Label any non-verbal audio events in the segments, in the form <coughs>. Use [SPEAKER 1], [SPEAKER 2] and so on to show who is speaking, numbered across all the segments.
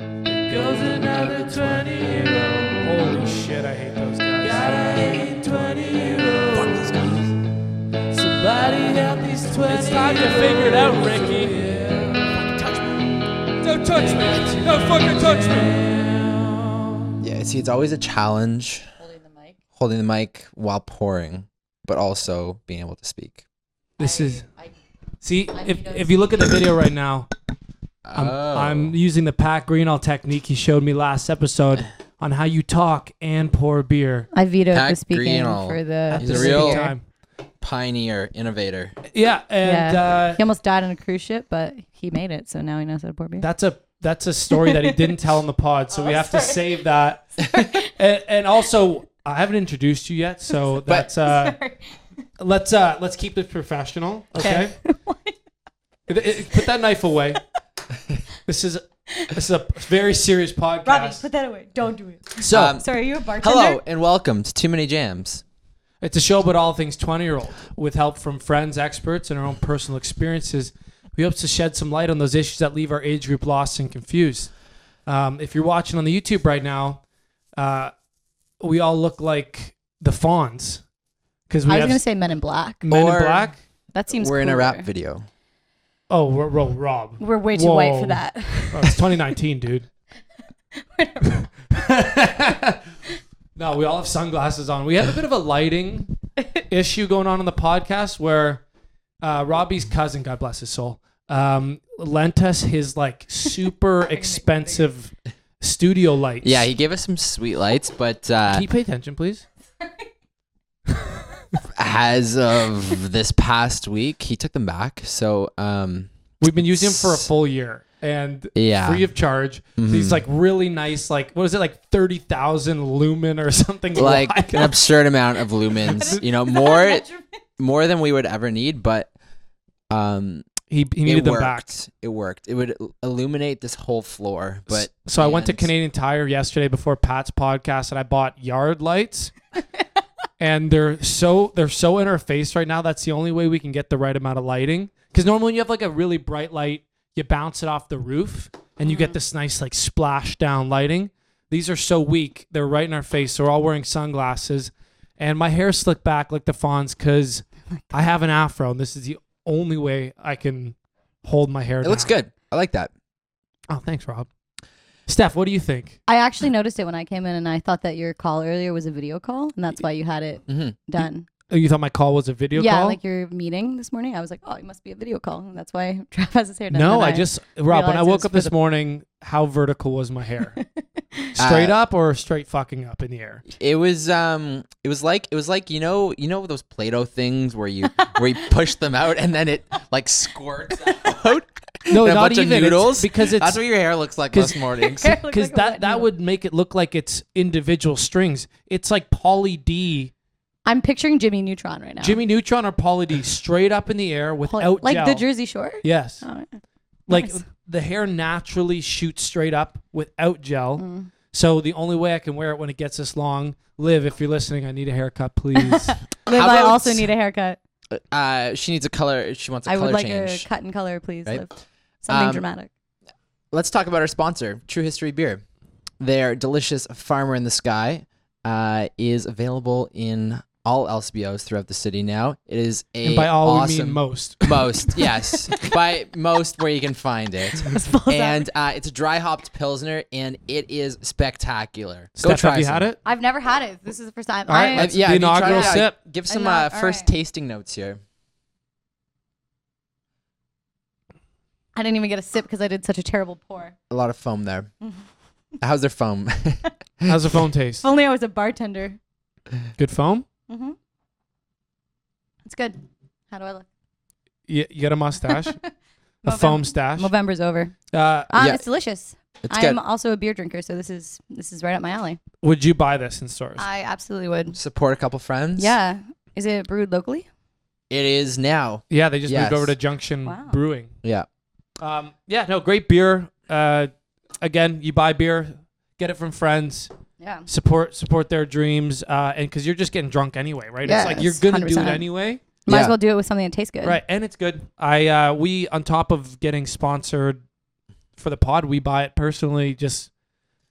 [SPEAKER 1] goes another 20 year
[SPEAKER 2] Holy shit, I hate those
[SPEAKER 1] old.
[SPEAKER 2] guys.
[SPEAKER 1] Gotta hate 20 year
[SPEAKER 3] Fuck
[SPEAKER 1] old.
[SPEAKER 3] these guys.
[SPEAKER 1] Somebody help these 20
[SPEAKER 2] It's time to figure it out, Ricky.
[SPEAKER 1] Don't touch me. Don't fucking touch me.
[SPEAKER 3] Yeah, see, it's always a challenge
[SPEAKER 4] Holding the mic.
[SPEAKER 3] holding the mic while pouring, but also being able to speak.
[SPEAKER 2] This
[SPEAKER 4] I-
[SPEAKER 2] is
[SPEAKER 4] I,
[SPEAKER 2] see
[SPEAKER 4] I
[SPEAKER 2] if
[SPEAKER 4] need a-
[SPEAKER 2] if you look at the video right now, I'm,
[SPEAKER 3] Oh.
[SPEAKER 2] I'm using the Pat Greenall technique he showed me last episode on how you talk and pour beer.
[SPEAKER 4] I vetoed
[SPEAKER 3] Pat
[SPEAKER 4] the speaking
[SPEAKER 3] Greenall.
[SPEAKER 4] for the.
[SPEAKER 2] at
[SPEAKER 3] He's a
[SPEAKER 2] the
[SPEAKER 4] the
[SPEAKER 2] same
[SPEAKER 3] real-
[SPEAKER 4] speaker.
[SPEAKER 2] time.
[SPEAKER 3] pioneer, innovator.
[SPEAKER 2] Yeah, and
[SPEAKER 4] Yeah.
[SPEAKER 2] Uh,
[SPEAKER 4] He almost died on a cruise ship, but he made it, so now he knows how to pour beer.
[SPEAKER 2] that's a that's a story that he didn't tell on the pod,
[SPEAKER 5] <laughs> Oh,
[SPEAKER 2] so we have to save that. and, and also, I haven't introduced you yet, so that's uh, let's uh, let's keep this professional, okay?
[SPEAKER 5] <laughs>
[SPEAKER 2] It- it- put that knife away. this is this is a very serious podcast.
[SPEAKER 5] Robbie, put that away. Don't do it.
[SPEAKER 3] So,
[SPEAKER 2] Um,
[SPEAKER 5] Sorry, are you a bartender?
[SPEAKER 3] hello and welcome to Too Many Jams.
[SPEAKER 2] It's a show about all things 20 year old with help from friends, experts, and our own personal experiences. We hope to shed some light on those issues that leave our age group lost and confused. Um, if you're watching on the YouTube right now, uh, we all look like the fawns because we
[SPEAKER 4] I was
[SPEAKER 2] have
[SPEAKER 4] gonna say Men in Black.
[SPEAKER 2] men
[SPEAKER 3] Or-
[SPEAKER 2] in black.
[SPEAKER 4] That seems.
[SPEAKER 3] We're in a rap
[SPEAKER 4] cooler.
[SPEAKER 3] video.
[SPEAKER 2] Oh, we're, we're Rob.
[SPEAKER 4] We're way too white
[SPEAKER 2] Whoa.
[SPEAKER 4] for that.
[SPEAKER 2] Oh, it's 2019, dude. <laughs> no, we all have sunglasses on. We have a bit of a lighting issue going on in the podcast where uh, Robbie's cousin, God bless his soul, um, lent us his like super expensive studio lights.
[SPEAKER 3] Yeah, he gave us some sweet lights, but
[SPEAKER 2] Can
[SPEAKER 3] uh,
[SPEAKER 2] you pay attention, please?
[SPEAKER 3] as of this past week, he took them back. So, um,
[SPEAKER 2] We've been using them for a full year and
[SPEAKER 3] Yeah. Mm-hmm.
[SPEAKER 2] free of charge. These like really nice, like what is it, like thirty thousand lumen or <laughs> something <laughs>
[SPEAKER 3] <laughs> like an
[SPEAKER 2] wild.
[SPEAKER 3] absurd amount of lumens,
[SPEAKER 4] <laughs>
[SPEAKER 3] you know, more more than we would ever need, but um,
[SPEAKER 2] He, he
[SPEAKER 3] it
[SPEAKER 2] needed them
[SPEAKER 3] worked.
[SPEAKER 2] back.
[SPEAKER 3] It worked. It would illuminate this whole floor, but
[SPEAKER 2] so I went to
[SPEAKER 3] and-
[SPEAKER 2] Canadian Tire yesterday before Pat's podcast, and I bought yard lights. and they're so they're so in our face right now. That's the only way we can get the right amount of lighting. Because normally when you have like a really bright light, you bounce it off the roof, and you
[SPEAKER 3] Mm-hmm.
[SPEAKER 2] get this nice like splash down lighting. These are so weak; they're right in our face. So we're all wearing sunglasses, and my hair slicked back like the Fonz because
[SPEAKER 3] Oh
[SPEAKER 2] I have an afro, and this is the only way I can hold my hair.
[SPEAKER 3] it looks
[SPEAKER 2] down.
[SPEAKER 3] good. I like that.
[SPEAKER 2] Oh, thanks, Rob. Steph, what do you think?
[SPEAKER 4] I actually noticed it when I came in, and I thought that your call earlier was a video call, and that's why you had it
[SPEAKER 3] Mhm.
[SPEAKER 4] done.
[SPEAKER 2] Oh, You thought my call was a video
[SPEAKER 4] yeah,
[SPEAKER 2] call?
[SPEAKER 4] like your meeting this morning. I was like, oh, it must be a video call, and that's why <laughs> Trav has his hair done.
[SPEAKER 2] no,
[SPEAKER 4] And
[SPEAKER 2] I
[SPEAKER 4] <laughs>
[SPEAKER 2] just Rob. When
[SPEAKER 4] realized
[SPEAKER 2] I
[SPEAKER 4] it
[SPEAKER 2] woke
[SPEAKER 4] was
[SPEAKER 2] up
[SPEAKER 4] for
[SPEAKER 2] this
[SPEAKER 4] the-
[SPEAKER 2] morning, how vertical was my
[SPEAKER 4] <laughs>
[SPEAKER 2] hair? straight
[SPEAKER 3] Uh,
[SPEAKER 2] up or straight fucking up in the air?
[SPEAKER 3] It was um it was like it was like you know you know those Play-Doh things where
[SPEAKER 4] <laughs>
[SPEAKER 3] you where you push them out and then it like squirts out
[SPEAKER 2] No,
[SPEAKER 3] and a
[SPEAKER 2] not
[SPEAKER 3] bunch
[SPEAKER 2] even.
[SPEAKER 3] of
[SPEAKER 2] It's-
[SPEAKER 3] noodles
[SPEAKER 2] because it's-
[SPEAKER 3] that's what your hair looks like <laughs> most mornings.
[SPEAKER 4] Hair looked
[SPEAKER 2] Because
[SPEAKER 4] like a
[SPEAKER 2] that
[SPEAKER 4] wet
[SPEAKER 2] that
[SPEAKER 4] noodle.
[SPEAKER 2] would make it look like it's individual strings. It's like Polly D,
[SPEAKER 4] I'm picturing Jimmy Neutron right now.
[SPEAKER 2] Jimmy Neutron or Polly D, straight up in the air
[SPEAKER 4] Holy-
[SPEAKER 2] without
[SPEAKER 4] like
[SPEAKER 2] gel.
[SPEAKER 4] the Jersey Shore.
[SPEAKER 2] Yes,
[SPEAKER 4] Oh, yeah.
[SPEAKER 2] like
[SPEAKER 4] nice.
[SPEAKER 2] the hair naturally shoots straight up without gel.
[SPEAKER 4] Mm.
[SPEAKER 2] So the only way I can wear it when it gets this long, live. If you're listening, I need a haircut,
[SPEAKER 3] <laughs>
[SPEAKER 2] please.
[SPEAKER 4] Liv,
[SPEAKER 3] How
[SPEAKER 4] I
[SPEAKER 3] about-
[SPEAKER 4] also need a haircut.
[SPEAKER 3] Uh, she needs a color. She wants a
[SPEAKER 4] I
[SPEAKER 3] color
[SPEAKER 4] would like
[SPEAKER 3] change.
[SPEAKER 4] a cut and color, please,
[SPEAKER 3] right?
[SPEAKER 4] Liv. Something
[SPEAKER 3] Um,
[SPEAKER 4] dramatic. <laughs>
[SPEAKER 3] Let's talk about our sponsor, True History Beer. Their delicious Farmer in the Sky uh, is available in all LCBOs throughout the city now. It is a
[SPEAKER 2] and by all we mean
[SPEAKER 3] awesome
[SPEAKER 2] most.
[SPEAKER 3] most yes by most where you can find
[SPEAKER 4] <laughs>
[SPEAKER 3] it.
[SPEAKER 4] Falls out.
[SPEAKER 3] and uh, it's a dry hopped pilsner, and it is spectacular.
[SPEAKER 2] Steph, have you
[SPEAKER 3] some. Uh,
[SPEAKER 2] had it?
[SPEAKER 4] I've never had it. This is the first time.
[SPEAKER 2] All right,
[SPEAKER 4] I,
[SPEAKER 2] let's-
[SPEAKER 3] yeah,
[SPEAKER 2] The
[SPEAKER 3] have you tried
[SPEAKER 2] inaugural
[SPEAKER 3] it? Yeah,
[SPEAKER 2] sip.
[SPEAKER 3] Give some
[SPEAKER 4] Enough,
[SPEAKER 3] uh,
[SPEAKER 4] all
[SPEAKER 3] first
[SPEAKER 4] right.
[SPEAKER 3] tasting notes here.
[SPEAKER 4] I didn't even get a sip because I did such a terrible pour.
[SPEAKER 3] A lot of foam
[SPEAKER 4] <laughs>
[SPEAKER 3] there. How's their foam? <laughs>
[SPEAKER 2] How's the <laughs> phone taste?
[SPEAKER 4] If only I was a bartender.
[SPEAKER 2] Good foam.
[SPEAKER 4] Mm-hmm. It's good. How do I look?
[SPEAKER 2] You, you got a <laughs> mustache, a
[SPEAKER 4] Movem-
[SPEAKER 2] foam stash.
[SPEAKER 4] November's over.
[SPEAKER 2] Uh,
[SPEAKER 4] Um,
[SPEAKER 3] Yeah.
[SPEAKER 4] It's delicious.
[SPEAKER 3] it's
[SPEAKER 4] I am
[SPEAKER 3] good.
[SPEAKER 4] also a beer drinker, so this is this is right up my alley.
[SPEAKER 2] would you buy this in stores?
[SPEAKER 4] I absolutely would.
[SPEAKER 3] Support a couple friends.
[SPEAKER 4] Yeah. Is it brewed locally?
[SPEAKER 3] It is now.
[SPEAKER 2] yeah, they just
[SPEAKER 3] Yes.
[SPEAKER 2] moved over to Junction
[SPEAKER 4] Wow.
[SPEAKER 2] Brewing.
[SPEAKER 3] Yeah.
[SPEAKER 2] Um, yeah, no, great beer. Uh, again, you buy beer, get it from friends,
[SPEAKER 4] Yeah.
[SPEAKER 2] support support their dreams, uh, and because you're just getting drunk anyway, right? it's like you're
[SPEAKER 4] Yes,
[SPEAKER 2] gonna do it
[SPEAKER 4] 100%.
[SPEAKER 2] anyway,
[SPEAKER 4] Might
[SPEAKER 3] Yeah.
[SPEAKER 4] as well do it with something that tastes good.
[SPEAKER 2] right? And it's good. I uh, we on top of getting sponsored for the pod, we buy it personally just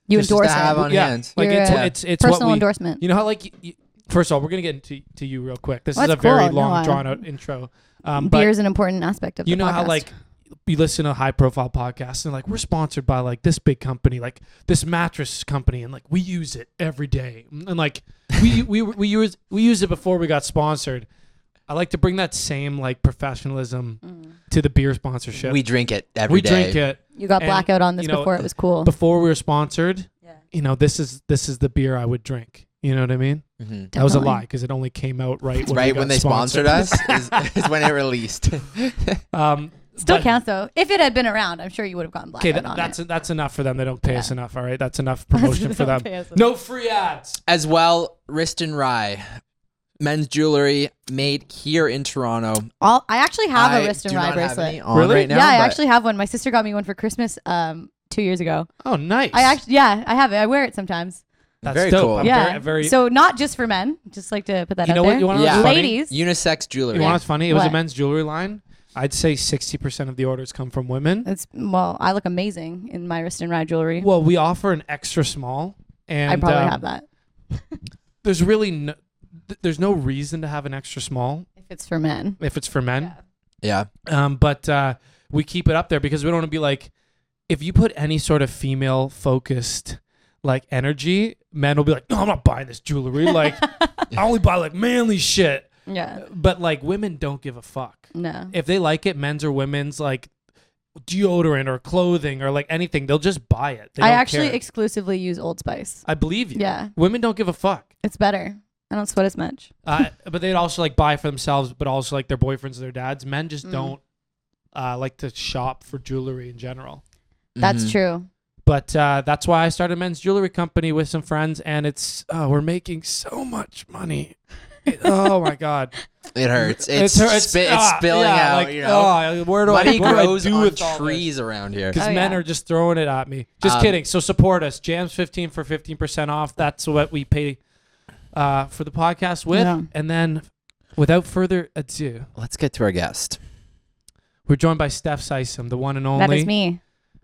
[SPEAKER 4] You
[SPEAKER 3] Just to
[SPEAKER 4] endorse it.
[SPEAKER 3] have on
[SPEAKER 2] yeah,
[SPEAKER 3] hand.
[SPEAKER 2] like
[SPEAKER 4] You're
[SPEAKER 2] it's
[SPEAKER 4] a
[SPEAKER 2] it's it's what
[SPEAKER 4] Personal
[SPEAKER 2] we,
[SPEAKER 4] endorsement.
[SPEAKER 2] You know how like y y first of all, we're gonna get into to you real quick. This
[SPEAKER 4] Well,
[SPEAKER 2] is a
[SPEAKER 4] that's
[SPEAKER 2] very
[SPEAKER 4] cool. No,
[SPEAKER 2] long
[SPEAKER 4] I-
[SPEAKER 2] drawn
[SPEAKER 4] <laughs>
[SPEAKER 2] out intro. Um, but
[SPEAKER 4] Beer is an important aspect of
[SPEAKER 2] you
[SPEAKER 4] the
[SPEAKER 2] know how
[SPEAKER 4] podcast.
[SPEAKER 2] like you listen to high profile podcasts and like we're sponsored by like this big company, like this mattress company, and like we use it every day, and like
[SPEAKER 4] <laughs>
[SPEAKER 2] we we we used we used it before we got sponsored. I like to bring that same like professionalism to the beer sponsorship.
[SPEAKER 3] We drink it every
[SPEAKER 2] we
[SPEAKER 3] day.
[SPEAKER 2] drink it
[SPEAKER 4] you got
[SPEAKER 2] and,
[SPEAKER 4] blackout on this
[SPEAKER 2] you know,
[SPEAKER 4] before it was cool.
[SPEAKER 2] before we were sponsored.
[SPEAKER 4] Yeah.
[SPEAKER 2] You know, this is this is the beer I would drink. You know what I mean?
[SPEAKER 3] hmm
[SPEAKER 2] That was a
[SPEAKER 4] Definitely.
[SPEAKER 2] lie because it only came out right when
[SPEAKER 3] Right
[SPEAKER 2] we
[SPEAKER 3] when
[SPEAKER 2] got
[SPEAKER 3] they sponsored us is,
[SPEAKER 2] <laughs>
[SPEAKER 3] is <laughs> when it released.
[SPEAKER 2] Um,
[SPEAKER 4] Still
[SPEAKER 2] but-
[SPEAKER 4] counts though. If it had been around, I'm sure you would have gotten blackout
[SPEAKER 2] Okay, that,
[SPEAKER 4] on
[SPEAKER 2] that's
[SPEAKER 4] it.
[SPEAKER 2] that's enough for them. They don't pay us
[SPEAKER 4] Yeah.
[SPEAKER 2] enough. All right, that's
[SPEAKER 4] <laughs>
[SPEAKER 2] enough promotion for them. No free ads.
[SPEAKER 3] As well, Wrist and Rye, men's jewelry made here in Toronto.
[SPEAKER 4] All, I actually have
[SPEAKER 3] I
[SPEAKER 4] a wrist and
[SPEAKER 3] do
[SPEAKER 4] rye
[SPEAKER 3] not have
[SPEAKER 4] bracelet.
[SPEAKER 3] any on
[SPEAKER 2] Really?
[SPEAKER 3] right now,
[SPEAKER 4] yeah, I
[SPEAKER 3] but
[SPEAKER 4] actually have one. My sister got me one for Christmas um, two years ago.
[SPEAKER 2] Oh, nice.
[SPEAKER 4] I actually, yeah, I have it. I wear it sometimes.
[SPEAKER 2] that's
[SPEAKER 3] Very
[SPEAKER 2] dope.
[SPEAKER 3] cool.
[SPEAKER 2] I'm
[SPEAKER 4] yeah,
[SPEAKER 2] very, very.
[SPEAKER 4] so not just for men. Just like to put that
[SPEAKER 2] you
[SPEAKER 4] out
[SPEAKER 2] know
[SPEAKER 4] there.
[SPEAKER 2] what? You want to
[SPEAKER 3] Yeah.
[SPEAKER 2] know what's funny?
[SPEAKER 4] Ladies,
[SPEAKER 3] unisex jewelry.
[SPEAKER 2] You want what's funny? It was a
[SPEAKER 4] What?
[SPEAKER 2] men's jewelry line. I'd say sixty percent of the orders come from women.
[SPEAKER 4] it's well, I look amazing in my wrist and rye jewelry.
[SPEAKER 2] Well, we offer an extra small, and
[SPEAKER 4] I probably
[SPEAKER 2] um,
[SPEAKER 4] have that
[SPEAKER 2] There's really no, th- there's no reason to have an extra small
[SPEAKER 4] if it's for men.
[SPEAKER 2] if it's for men.
[SPEAKER 3] Yeah.
[SPEAKER 2] Um, but uh, we keep it up there because we don't want to be like, if you put any sort of female focused like energy, men will be like, no, I'm not buying this jewelry.
[SPEAKER 4] <laughs>
[SPEAKER 2] Like, I only buy like manly shit.
[SPEAKER 4] Yeah,
[SPEAKER 2] But like, women don't give a fuck.
[SPEAKER 4] no.
[SPEAKER 2] If they like it, men's or women's, like deodorant or clothing or like anything, they'll just buy it. They
[SPEAKER 4] I
[SPEAKER 2] don't
[SPEAKER 4] actually
[SPEAKER 2] care.
[SPEAKER 4] exclusively use Old Spice.
[SPEAKER 2] I believe you.
[SPEAKER 4] Yeah,
[SPEAKER 2] Women don't give a fuck.
[SPEAKER 4] it's better. I don't sweat as much.
[SPEAKER 2] Uh, but they'd also like buy for themselves, but also like their boyfriends or their dads. Men just
[SPEAKER 4] Mm.
[SPEAKER 2] don't uh, like to shop for jewelry in general.
[SPEAKER 4] That's
[SPEAKER 3] Mhm.
[SPEAKER 2] Mm-hmm.
[SPEAKER 4] true.
[SPEAKER 2] but uh, that's why I started a men's jewelry company with some friends, and it's uh, we're making so much money. It- <laughs> oh my god,
[SPEAKER 3] It hurts. <laughs> It's,
[SPEAKER 2] hurt-
[SPEAKER 3] spi- it's
[SPEAKER 2] ah,
[SPEAKER 3] spilling
[SPEAKER 2] yeah,
[SPEAKER 3] out.
[SPEAKER 2] Like,
[SPEAKER 3] you
[SPEAKER 2] oh,
[SPEAKER 3] know,
[SPEAKER 2] where do
[SPEAKER 3] money
[SPEAKER 2] I, what do I
[SPEAKER 3] grows
[SPEAKER 2] do
[SPEAKER 3] on
[SPEAKER 2] with all
[SPEAKER 3] trees around here.
[SPEAKER 2] Because
[SPEAKER 4] Oh,
[SPEAKER 2] men
[SPEAKER 4] yeah.
[SPEAKER 2] are just throwing it at me. Just
[SPEAKER 3] Um,
[SPEAKER 2] kidding. So support us. Jams fifteen for fifteen percent off. That's what we pay uh, for the podcast with.
[SPEAKER 4] Yeah.
[SPEAKER 2] And then, without further ado,
[SPEAKER 3] Let's get to our guest.
[SPEAKER 2] we're joined by Steph Sysom, the one and only
[SPEAKER 4] <laughs> That is me.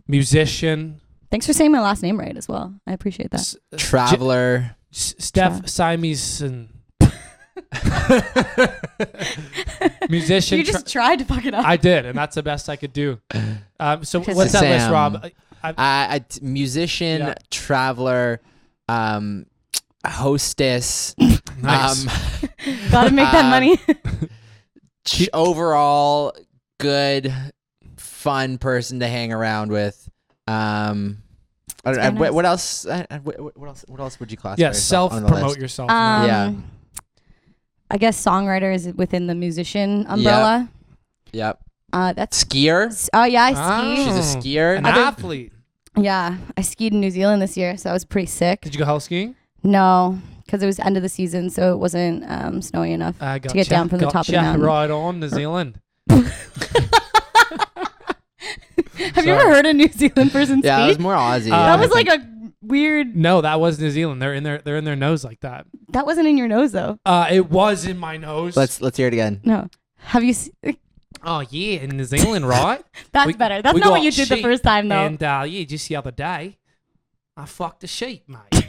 [SPEAKER 2] musician.
[SPEAKER 4] Thanks for saying my last name right as well. I appreciate that.
[SPEAKER 2] S-
[SPEAKER 3] Traveler.
[SPEAKER 2] S- Steph
[SPEAKER 4] Tra- <laughs>
[SPEAKER 2] Simeson. <laughs> Musician.
[SPEAKER 4] you
[SPEAKER 2] tra-
[SPEAKER 4] just tried to fuck it up.
[SPEAKER 2] I did, and that's the best I could do. Um, so
[SPEAKER 4] Because
[SPEAKER 2] what's that list,
[SPEAKER 3] Sam.
[SPEAKER 2] Rob?
[SPEAKER 3] Uh, I, t- musician,
[SPEAKER 2] Yeah.
[SPEAKER 3] traveler, um, hostess,
[SPEAKER 2] Nice.
[SPEAKER 3] um,
[SPEAKER 4] <laughs> Gotta make that
[SPEAKER 3] Um,
[SPEAKER 2] <laughs>
[SPEAKER 4] money.
[SPEAKER 3] ch- overall good, fun person to hang around with. Um, I don't,
[SPEAKER 4] That's
[SPEAKER 3] I,
[SPEAKER 4] very
[SPEAKER 3] what, what else? I, I- what, what else? What else would you classify?
[SPEAKER 2] yeah,
[SPEAKER 3] yourself
[SPEAKER 2] self
[SPEAKER 3] on the
[SPEAKER 2] promote
[SPEAKER 3] list?
[SPEAKER 2] yourself. man.
[SPEAKER 4] Um,
[SPEAKER 3] Yeah.
[SPEAKER 4] I guess songwriter is within the musician umbrella.
[SPEAKER 3] Yep.
[SPEAKER 4] Uh, that's
[SPEAKER 3] Skier.
[SPEAKER 4] oh yeah, I ski.
[SPEAKER 2] Ah.
[SPEAKER 3] She's a
[SPEAKER 2] Oh.
[SPEAKER 3] skier.
[SPEAKER 2] An
[SPEAKER 4] other-
[SPEAKER 2] athlete.
[SPEAKER 4] Yeah, I skied in New Zealand this year, so I was pretty sick.
[SPEAKER 2] Did you go hell skiing?
[SPEAKER 4] No, because it was end of the season, so it wasn't um, snowy enough.
[SPEAKER 2] I got
[SPEAKER 4] get down from the top of the mountain.
[SPEAKER 2] Uh, Right on New Zealand.
[SPEAKER 4] <laughs> Have you ever
[SPEAKER 2] Sorry.
[SPEAKER 4] heard a New Zealand person
[SPEAKER 3] Yeah, it was
[SPEAKER 4] speak?
[SPEAKER 3] more Aussie.
[SPEAKER 2] That
[SPEAKER 4] that
[SPEAKER 2] I
[SPEAKER 4] was like a weird.
[SPEAKER 2] No, that was New Zealand. They're in their they're in their nose like that.
[SPEAKER 4] That wasn't in your nose though.
[SPEAKER 2] Uh, it was in my nose.
[SPEAKER 3] Let's let's hear it again.
[SPEAKER 4] No. Have you? s
[SPEAKER 2] oh yeah, in New Zealand, right?
[SPEAKER 4] <laughs> That's
[SPEAKER 2] We-
[SPEAKER 4] better. That's
[SPEAKER 2] we
[SPEAKER 4] not what
[SPEAKER 2] got
[SPEAKER 4] you did the
[SPEAKER 2] sheep
[SPEAKER 4] first time though.
[SPEAKER 2] And uh, yeah, just the other day, I fucked a sheep, mate.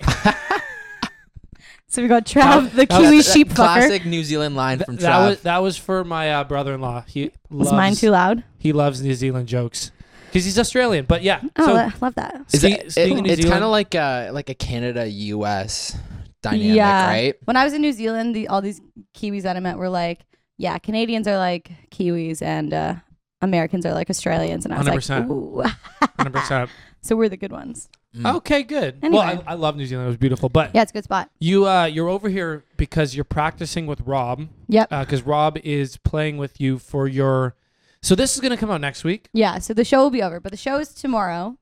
[SPEAKER 4] so we got Trav, the
[SPEAKER 2] that
[SPEAKER 3] <laughs>
[SPEAKER 4] Kiwi
[SPEAKER 3] That- that
[SPEAKER 4] sheep fucker.
[SPEAKER 3] Classic New Zealand line from
[SPEAKER 2] Th- that
[SPEAKER 3] Trav.
[SPEAKER 2] was that was for my uh, brother-in-law. He
[SPEAKER 4] Was
[SPEAKER 2] loves,
[SPEAKER 4] mine too loud?
[SPEAKER 2] He loves New Zealand jokes because he's Australian. But yeah,
[SPEAKER 4] Oh,
[SPEAKER 2] so
[SPEAKER 4] I love that.
[SPEAKER 3] Is
[SPEAKER 2] ski-
[SPEAKER 3] that- it-
[SPEAKER 2] skiing in New
[SPEAKER 3] it's
[SPEAKER 2] Zealand-
[SPEAKER 3] kind of like a like a Canada U.S. dynamic,
[SPEAKER 4] yeah.
[SPEAKER 3] right?
[SPEAKER 4] When I was in New Zealand, the, all these Kiwis that I met were like, yeah, Canadians are like Kiwis and uh, Americans are like Australians. And I was
[SPEAKER 2] 100%.
[SPEAKER 4] like, ooh. <laughs>
[SPEAKER 2] 100%.
[SPEAKER 4] So we're the good ones.
[SPEAKER 3] Mm. Hmm.
[SPEAKER 2] okay, good. Well,
[SPEAKER 4] Anyway.
[SPEAKER 2] I, I love New Zealand. It was beautiful. But
[SPEAKER 4] Yeah, it's a good spot.
[SPEAKER 2] you uh, you're over here because you're practicing with Rob.
[SPEAKER 4] Yep.
[SPEAKER 2] Because Rob is playing with you for your. So this is gonna come out next week.
[SPEAKER 4] Yeah, so the show will be over, but the show is tomorrow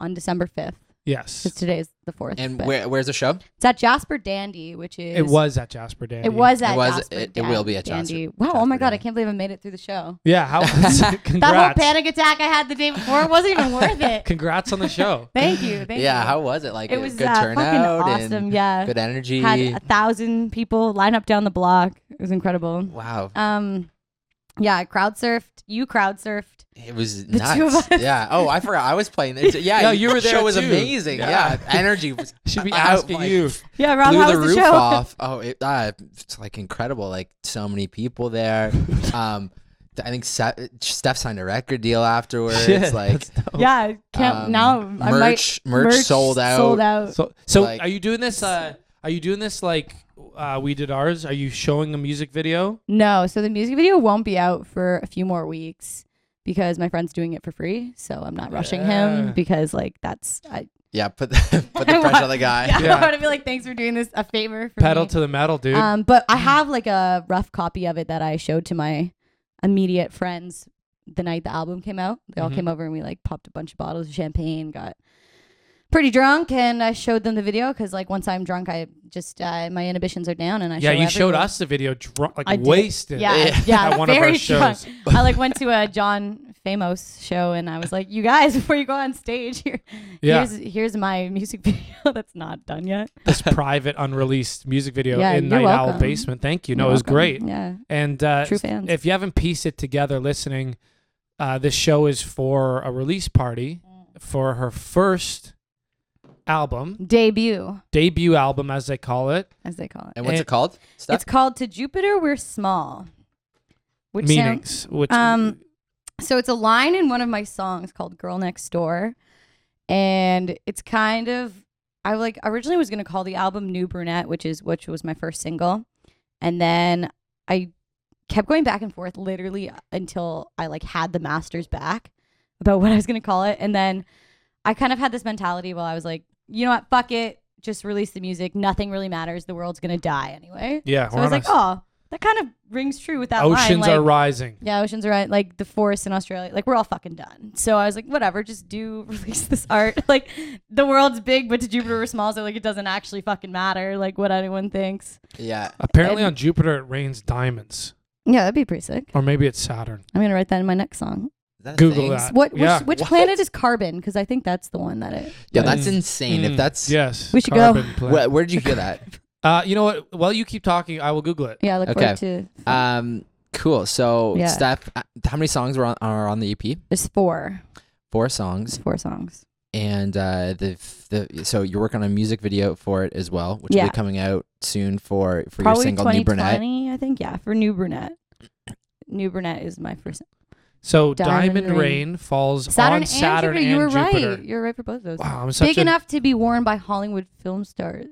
[SPEAKER 4] on December 5th because
[SPEAKER 2] Yes.
[SPEAKER 4] today is the 4th.
[SPEAKER 3] And
[SPEAKER 4] but
[SPEAKER 3] where, where's the show?
[SPEAKER 4] It's at Jasper Dandy, which is.
[SPEAKER 2] It was at Jasper Dandy.
[SPEAKER 4] It was at
[SPEAKER 3] It was-
[SPEAKER 4] Jasper
[SPEAKER 3] it- it will be at
[SPEAKER 4] Dandy.
[SPEAKER 3] Jasper-
[SPEAKER 4] Wow, oh my
[SPEAKER 3] Jasper
[SPEAKER 4] God, I
[SPEAKER 3] Dandy.
[SPEAKER 4] can't believe I made it through the show.
[SPEAKER 2] Yeah.
[SPEAKER 4] <laughs>
[SPEAKER 2] How? congrats.
[SPEAKER 4] That whole panic attack I had the day before it
[SPEAKER 3] <laughs>
[SPEAKER 4] wasn't even worth it.
[SPEAKER 2] Congrats on the
[SPEAKER 4] <laughs>
[SPEAKER 2] show.
[SPEAKER 4] Thank you. Thank
[SPEAKER 3] yeah,
[SPEAKER 4] you.
[SPEAKER 3] how was it? Like
[SPEAKER 4] it
[SPEAKER 3] a
[SPEAKER 4] was
[SPEAKER 3] good
[SPEAKER 4] uh, fucking
[SPEAKER 3] turnout
[SPEAKER 4] awesome.
[SPEAKER 3] and
[SPEAKER 4] Yeah,
[SPEAKER 3] good energy.
[SPEAKER 4] had a thousand people line up down the block. It was incredible.
[SPEAKER 3] wow.
[SPEAKER 4] Um, yeah, I crowd surfed. You crowd surfed.
[SPEAKER 3] It was
[SPEAKER 4] The
[SPEAKER 3] nuts.
[SPEAKER 4] two of us.
[SPEAKER 3] Yeah. Oh, I forgot. I was playing there. Too. Yeah.
[SPEAKER 2] No, you were there
[SPEAKER 3] Show was
[SPEAKER 2] too.
[SPEAKER 3] amazing.
[SPEAKER 2] Yeah.
[SPEAKER 3] Yeah. Energy. Was,
[SPEAKER 2] Should be
[SPEAKER 3] I- I-
[SPEAKER 2] asking
[SPEAKER 3] like,
[SPEAKER 2] you.
[SPEAKER 4] Yeah, Rob,
[SPEAKER 3] blew
[SPEAKER 4] how
[SPEAKER 3] the
[SPEAKER 4] was
[SPEAKER 3] roof
[SPEAKER 4] the show?
[SPEAKER 3] off. Oh, it, uh, it's like incredible. Like so many people there. um, I think Se- Steph signed a record deal afterwards.
[SPEAKER 2] Shit,
[SPEAKER 3] like
[SPEAKER 2] that's dope.
[SPEAKER 5] Yeah, I can't
[SPEAKER 3] um,
[SPEAKER 5] now. I might,
[SPEAKER 3] merch- merch sold out.
[SPEAKER 5] Sold out.
[SPEAKER 2] So, so
[SPEAKER 3] Like-
[SPEAKER 2] are you doing this? Uh, are you doing this like uh, we did ours? Are you showing a music video?
[SPEAKER 4] No, so the music video won't be out for a few more weeks because my friend's doing it for free. So I'm not rushing
[SPEAKER 2] Yeah.
[SPEAKER 4] him because like that's I, <laughs>
[SPEAKER 3] yeah. Put the <laughs> put the pressure on the guy.
[SPEAKER 4] yeah, I
[SPEAKER 2] Yeah.
[SPEAKER 3] <laughs>
[SPEAKER 4] don't want to be like thanks for doing this a favor for
[SPEAKER 2] Pedal
[SPEAKER 4] me.
[SPEAKER 2] to the metal, dude. Mm.
[SPEAKER 4] Um, but I have like a rough copy of it that I showed to my immediate friends the night the album came out. They all
[SPEAKER 2] Mhm.
[SPEAKER 4] came over and we like popped a bunch of bottles of champagne, got pretty drunk, and I showed them the video because like once I'm drunk, I just uh, my inhibitions are down and I
[SPEAKER 2] yeah,
[SPEAKER 4] show
[SPEAKER 2] you showed
[SPEAKER 4] everyone.
[SPEAKER 2] us the video, drunk, like
[SPEAKER 4] I did.
[SPEAKER 2] wasted.
[SPEAKER 4] Yeah,
[SPEAKER 2] <laughs>
[SPEAKER 3] Yeah.
[SPEAKER 4] I- <laughs> yeah,
[SPEAKER 2] At one of our
[SPEAKER 4] very drunk.
[SPEAKER 2] shows. <laughs>
[SPEAKER 4] I like went to a John Famos show and I was like, "You guys, <laughs> before you go on stage, here,
[SPEAKER 2] Yeah.
[SPEAKER 4] here's here's my music <laughs> video that's not done yet."
[SPEAKER 2] this
[SPEAKER 4] <laughs>
[SPEAKER 2] private, unreleased music video
[SPEAKER 4] Yeah,
[SPEAKER 2] in
[SPEAKER 4] you're
[SPEAKER 2] Night Owl
[SPEAKER 4] welcome.
[SPEAKER 2] basement. Thank you. No,
[SPEAKER 4] You're
[SPEAKER 2] it was
[SPEAKER 4] welcome.
[SPEAKER 2] great.
[SPEAKER 4] Yeah,
[SPEAKER 2] And uh,
[SPEAKER 4] True fans.
[SPEAKER 2] if you haven't pieced it together listening, uh, this show is for a release party
[SPEAKER 4] Mm.
[SPEAKER 2] for her first album,
[SPEAKER 4] debut
[SPEAKER 2] debut album, as they call it.
[SPEAKER 4] as they call it.
[SPEAKER 3] And what's
[SPEAKER 2] And-
[SPEAKER 3] it called? Steph?
[SPEAKER 4] It's called "To Jupiter We're Small," which sounds.
[SPEAKER 2] meanings, which
[SPEAKER 4] Um, so it's a line in one of my songs called "Girl Next Door," and it's kind of I like originally was gonna call the album "New Brunette," which is which was my first single, and then I kept going back and forth literally until I like had the masters back about what I was gonna call it, and then I kind of had this mentality while I was like, you know what, fuck it, just release the music. Nothing really matters. The world's gonna die anyway.
[SPEAKER 2] yeah,
[SPEAKER 4] So
[SPEAKER 2] we're
[SPEAKER 4] I was
[SPEAKER 2] on a
[SPEAKER 4] like, oh, that kind of rings true with that line.
[SPEAKER 2] oceans
[SPEAKER 4] like-
[SPEAKER 2] are rising.
[SPEAKER 4] yeah, oceans are right. Like the forests in Australia, like we're all fucking done. So I was like, whatever, just do <laughs> release this art. Like the world's big, but to Jupiter we're small, so like it doesn't actually fucking matter, like what anyone thinks.
[SPEAKER 3] yeah.
[SPEAKER 2] Apparently,
[SPEAKER 4] and-
[SPEAKER 2] on Jupiter it rains diamonds,
[SPEAKER 4] Yeah, that'd be pretty sick.
[SPEAKER 2] or maybe it's Saturn.
[SPEAKER 4] I'm gonna write that in my next song.
[SPEAKER 3] Is that a
[SPEAKER 2] Google
[SPEAKER 3] thing?
[SPEAKER 2] that.
[SPEAKER 4] What which,
[SPEAKER 2] yeah.
[SPEAKER 4] which
[SPEAKER 3] What?
[SPEAKER 4] planet is carbon? Because I think that's the one that it.
[SPEAKER 3] Yeah,
[SPEAKER 2] Mm.
[SPEAKER 3] that's insane.
[SPEAKER 2] Mm,
[SPEAKER 3] If that's
[SPEAKER 2] yes,
[SPEAKER 4] We should go.
[SPEAKER 2] carbon plant.
[SPEAKER 3] where, where did you hear that?
[SPEAKER 2] Uh, you know what? While you keep talking, I will Google it.
[SPEAKER 4] Yeah, I look
[SPEAKER 3] Okay.
[SPEAKER 4] forward to.
[SPEAKER 3] Um, cool. So
[SPEAKER 4] Yeah.
[SPEAKER 3] Steph, uh, how many songs were on, are on the EP?
[SPEAKER 4] There's four.
[SPEAKER 3] Four
[SPEAKER 4] There's
[SPEAKER 3] songs,
[SPEAKER 4] four songs.
[SPEAKER 3] and uh, the the so you're working on a music video for it as well, which will
[SPEAKER 4] Yeah.
[SPEAKER 3] be coming out soon for for your
[SPEAKER 4] Probably
[SPEAKER 3] single New Brunette.
[SPEAKER 4] 2020, I think. Yeah, for New Brunette. New Brunette is my first.
[SPEAKER 2] So
[SPEAKER 4] Diamond
[SPEAKER 2] Diamond Rain,
[SPEAKER 4] Rain.
[SPEAKER 2] falls
[SPEAKER 4] Saturn
[SPEAKER 2] on
[SPEAKER 4] and
[SPEAKER 2] Saturn
[SPEAKER 4] Jupiter. you were
[SPEAKER 2] and Jupiter.
[SPEAKER 4] right. You were right for both of those.
[SPEAKER 2] Wow, I'm such
[SPEAKER 4] big
[SPEAKER 2] a,
[SPEAKER 4] enough to be worn by Hollywood film stars.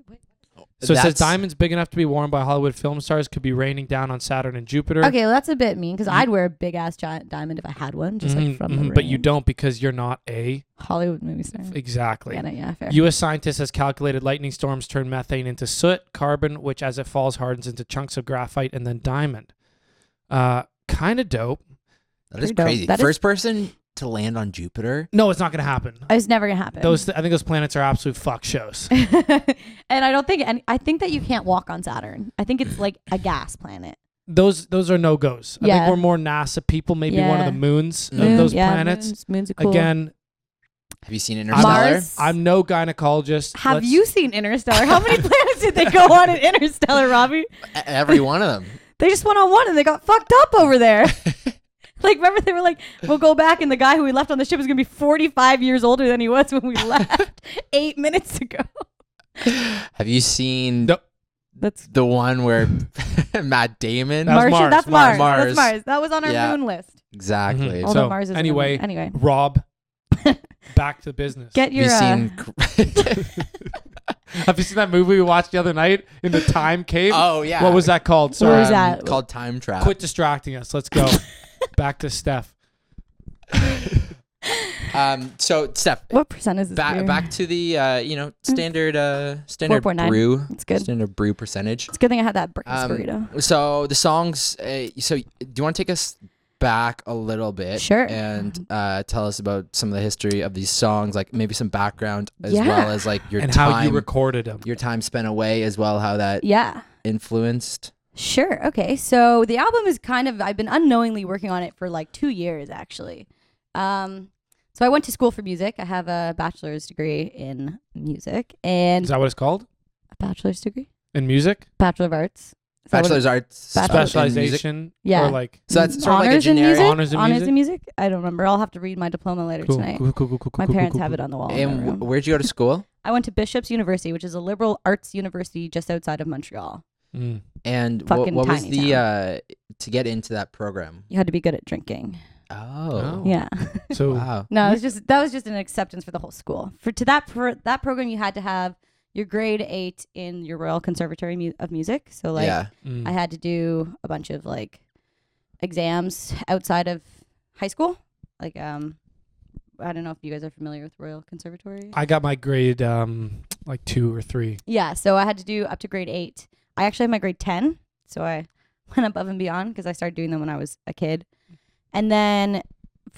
[SPEAKER 2] So it says
[SPEAKER 3] That's-
[SPEAKER 2] diamonds big enough to be worn by Hollywood film stars could be raining down on Saturn and Jupiter.
[SPEAKER 4] Okay, well, that's a bit mean because I'd wear a big ass giant diamond if I had one, just
[SPEAKER 2] Mhm,
[SPEAKER 4] like from
[SPEAKER 2] mhm,
[SPEAKER 4] the
[SPEAKER 2] but you
[SPEAKER 4] ring.
[SPEAKER 2] don't because you're not a
[SPEAKER 4] Hollywood movie star.
[SPEAKER 2] exactly.
[SPEAKER 4] Get it? Yeah, fair.
[SPEAKER 2] U.S. scientists has calculated lightning storms turn methane into soot, carbon, which as it falls hardens into chunks of graphite and then diamond. Uh, kind of dope.
[SPEAKER 3] That is
[SPEAKER 4] Pretty dope.
[SPEAKER 3] crazy.
[SPEAKER 4] That is-
[SPEAKER 3] First person to land on Jupiter.
[SPEAKER 2] No, it's not gonna happen.
[SPEAKER 4] it's never gonna happen.
[SPEAKER 2] Those I think those planets are absolute fuck shows.
[SPEAKER 4] <laughs> and I don't think, and I think that you can't walk on Saturn. I think it's like a gas planet.
[SPEAKER 2] Those those are no goes. I think
[SPEAKER 4] Yeah.
[SPEAKER 2] we're more NASA people. maybe one of
[SPEAKER 4] Yeah.
[SPEAKER 2] the moons
[SPEAKER 3] Moon,
[SPEAKER 2] of those
[SPEAKER 4] yeah,
[SPEAKER 2] planets.
[SPEAKER 4] moons, moons are cool.
[SPEAKER 2] Again,
[SPEAKER 3] Have you seen Interstellar?
[SPEAKER 4] Mars.
[SPEAKER 2] I'm no gynecologist.
[SPEAKER 4] have
[SPEAKER 2] Let's-
[SPEAKER 4] you seen Interstellar?
[SPEAKER 2] <laughs>
[SPEAKER 4] How many planets did they go on in Interstellar, Robbie?
[SPEAKER 3] E- Every one of them.
[SPEAKER 4] They just went on one and they got fucked up over there. <laughs> like, remember they were like, "We'll go back," and the guy who we left on the ship is gonna be 45 years older than he was when we <laughs> left eight minutes ago.
[SPEAKER 3] <laughs> Have you seen
[SPEAKER 2] No.
[SPEAKER 4] That's
[SPEAKER 3] the one where <laughs> Matt Damon?
[SPEAKER 2] That was
[SPEAKER 4] Martian.
[SPEAKER 2] Mars,
[SPEAKER 4] That's
[SPEAKER 2] Mars,
[SPEAKER 4] Mars.
[SPEAKER 3] Mars.
[SPEAKER 4] That's Mars. That was on our
[SPEAKER 3] Yeah.
[SPEAKER 4] moon list.
[SPEAKER 3] Exactly.
[SPEAKER 2] Mhm.
[SPEAKER 4] Although
[SPEAKER 2] So,
[SPEAKER 4] Mars is
[SPEAKER 2] anyway,
[SPEAKER 4] on the moon. anyway, <laughs>
[SPEAKER 2] Rob, back to business.
[SPEAKER 4] get your.
[SPEAKER 3] Have
[SPEAKER 4] Uh, <laughs>
[SPEAKER 3] you <laughs> seen?
[SPEAKER 2] Have you seen that movie we watched the other night in the time cave?
[SPEAKER 3] oh yeah.
[SPEAKER 2] What was that called?
[SPEAKER 4] What
[SPEAKER 2] Sorry.
[SPEAKER 4] was that?
[SPEAKER 3] Called Time Trap.
[SPEAKER 2] Quit distracting us. Let's
[SPEAKER 4] <laughs>
[SPEAKER 2] go. back to Steph.
[SPEAKER 3] Um. So Steph,
[SPEAKER 4] what percent is this?
[SPEAKER 3] back
[SPEAKER 4] beer?
[SPEAKER 3] back to the uh you
[SPEAKER 4] Mm.
[SPEAKER 3] know standard uh standard
[SPEAKER 4] 4.9.
[SPEAKER 3] brew
[SPEAKER 4] It's good.
[SPEAKER 3] standard brew percentage
[SPEAKER 4] It's a good thing I had that breakfast
[SPEAKER 3] Um,
[SPEAKER 4] burrito.
[SPEAKER 3] so the songs uh, so do you want to take us back a little bit
[SPEAKER 4] Sure.
[SPEAKER 3] and uh tell us about some of the history of these songs like maybe some background as
[SPEAKER 4] Yeah.
[SPEAKER 3] well as like your
[SPEAKER 2] and
[SPEAKER 3] time
[SPEAKER 2] how you recorded him.
[SPEAKER 3] your time spent away as well how that
[SPEAKER 4] Yeah.
[SPEAKER 3] influenced
[SPEAKER 4] Sure. Okay. So the album is kind of I've been unknowingly working on it for like two years actually. Um, so I went to school for music. I have a bachelor's degree in music and
[SPEAKER 2] Is that what it's called?
[SPEAKER 4] a bachelor's degree,
[SPEAKER 2] In music?
[SPEAKER 4] bachelor of arts. Is that what it-
[SPEAKER 3] bachelor's arts
[SPEAKER 4] Bachelor's
[SPEAKER 3] in music.
[SPEAKER 2] specialization
[SPEAKER 4] Yeah.
[SPEAKER 2] or like
[SPEAKER 3] So that's sort of like a
[SPEAKER 4] Honors in
[SPEAKER 3] generic.
[SPEAKER 4] music?
[SPEAKER 2] honors in
[SPEAKER 4] Honors
[SPEAKER 2] music?
[SPEAKER 4] in music? I don't remember. I'll have to read my diploma later
[SPEAKER 2] cool,
[SPEAKER 4] tonight.
[SPEAKER 2] cool, cool, cool, cool,
[SPEAKER 4] My
[SPEAKER 2] cool,
[SPEAKER 4] parents
[SPEAKER 2] cool,
[SPEAKER 4] have it
[SPEAKER 2] cool.
[SPEAKER 4] on the wall. in
[SPEAKER 3] And
[SPEAKER 4] my
[SPEAKER 3] w-
[SPEAKER 4] room.
[SPEAKER 3] where'd you go to school?
[SPEAKER 4] I went to Bishop's University, which is a liberal arts university just outside of Montreal.
[SPEAKER 2] Mm.
[SPEAKER 3] And wha- what,
[SPEAKER 4] Fucking
[SPEAKER 3] was
[SPEAKER 4] tiny
[SPEAKER 3] the uh, to get into that program?
[SPEAKER 4] You had to be good at drinking.
[SPEAKER 3] Oh,
[SPEAKER 4] Yeah.
[SPEAKER 2] <laughs> So
[SPEAKER 3] wow.
[SPEAKER 4] No, it was just that was just an acceptance for the whole school. For to that pro- that program, you had to have your grade eight in your Royal Conservatory mu- of Music. So like,
[SPEAKER 3] yeah.
[SPEAKER 2] mm.
[SPEAKER 4] I had to do a bunch of like exams outside of high school. Like, um, I don't know if you guys are familiar with Royal Conservatory.
[SPEAKER 2] I got my grade um like two or three.
[SPEAKER 4] Yeah, so I had to do up to grade eight. I actually had my grade 10, so I <laughs> went above and beyond because I started doing them when I was a kid. And then,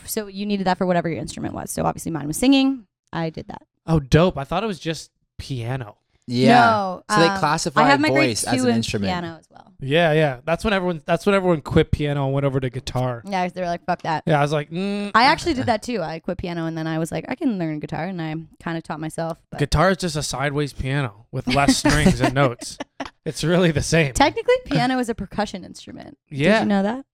[SPEAKER 4] so you needed that for whatever your instrument was. So obviously mine was singing. I did that.
[SPEAKER 2] Oh, dope! I thought it was just piano.
[SPEAKER 3] Yeah.
[SPEAKER 4] No,
[SPEAKER 3] so they
[SPEAKER 4] um,
[SPEAKER 3] classify
[SPEAKER 4] I have my grade
[SPEAKER 3] voice as
[SPEAKER 4] two
[SPEAKER 3] an
[SPEAKER 4] in
[SPEAKER 3] instrument.
[SPEAKER 4] Piano as well.
[SPEAKER 2] Yeah, yeah. That's when everyone. That's when everyone quit piano and went over to guitar.
[SPEAKER 4] Yeah, they were like, fuck that.
[SPEAKER 2] Yeah, I was like, mm, <laughs>
[SPEAKER 4] I actually did that too. I quit piano and then I was like, I can learn guitar, and I kind of taught myself. But
[SPEAKER 2] guitar is just a sideways piano with less strings and
[SPEAKER 4] <laughs>
[SPEAKER 2] notes. It's really the same.
[SPEAKER 4] technically, piano is a percussion instrument.
[SPEAKER 2] yeah,
[SPEAKER 4] Did you know that?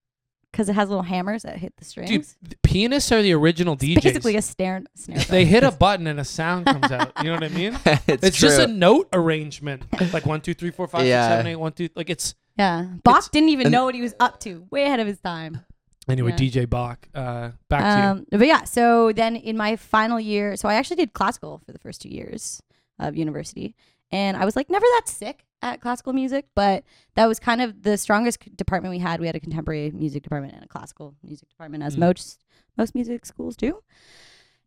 [SPEAKER 4] Because it has little hammers that hit the strings.
[SPEAKER 2] dude, the pianists are the original DJs.
[SPEAKER 4] Basically, a snare. snare
[SPEAKER 2] they
[SPEAKER 4] drum.
[SPEAKER 2] hit a button and a sound comes out. You know what I mean?
[SPEAKER 3] <laughs> it's
[SPEAKER 2] It's, just
[SPEAKER 3] true.
[SPEAKER 2] a note arrangement, like one, two, three, four, five, six,
[SPEAKER 3] Yeah.
[SPEAKER 2] seven, eight, one, two. Like it's
[SPEAKER 4] Yeah. Bach
[SPEAKER 2] It's-
[SPEAKER 4] didn't even
[SPEAKER 3] and-
[SPEAKER 4] know what he was up to. Way ahead of his time.
[SPEAKER 2] anyway.
[SPEAKER 4] Yeah.
[SPEAKER 2] DJ Bach. Uh, back to you.
[SPEAKER 4] Um, but yeah, so then in my final year, so I actually did classical for the first two years of university. And I was like never that sick at classical music, but that was kind of the strongest c- department we had. We had a contemporary music department and a classical music department, as
[SPEAKER 2] Mm.
[SPEAKER 4] most most music schools do.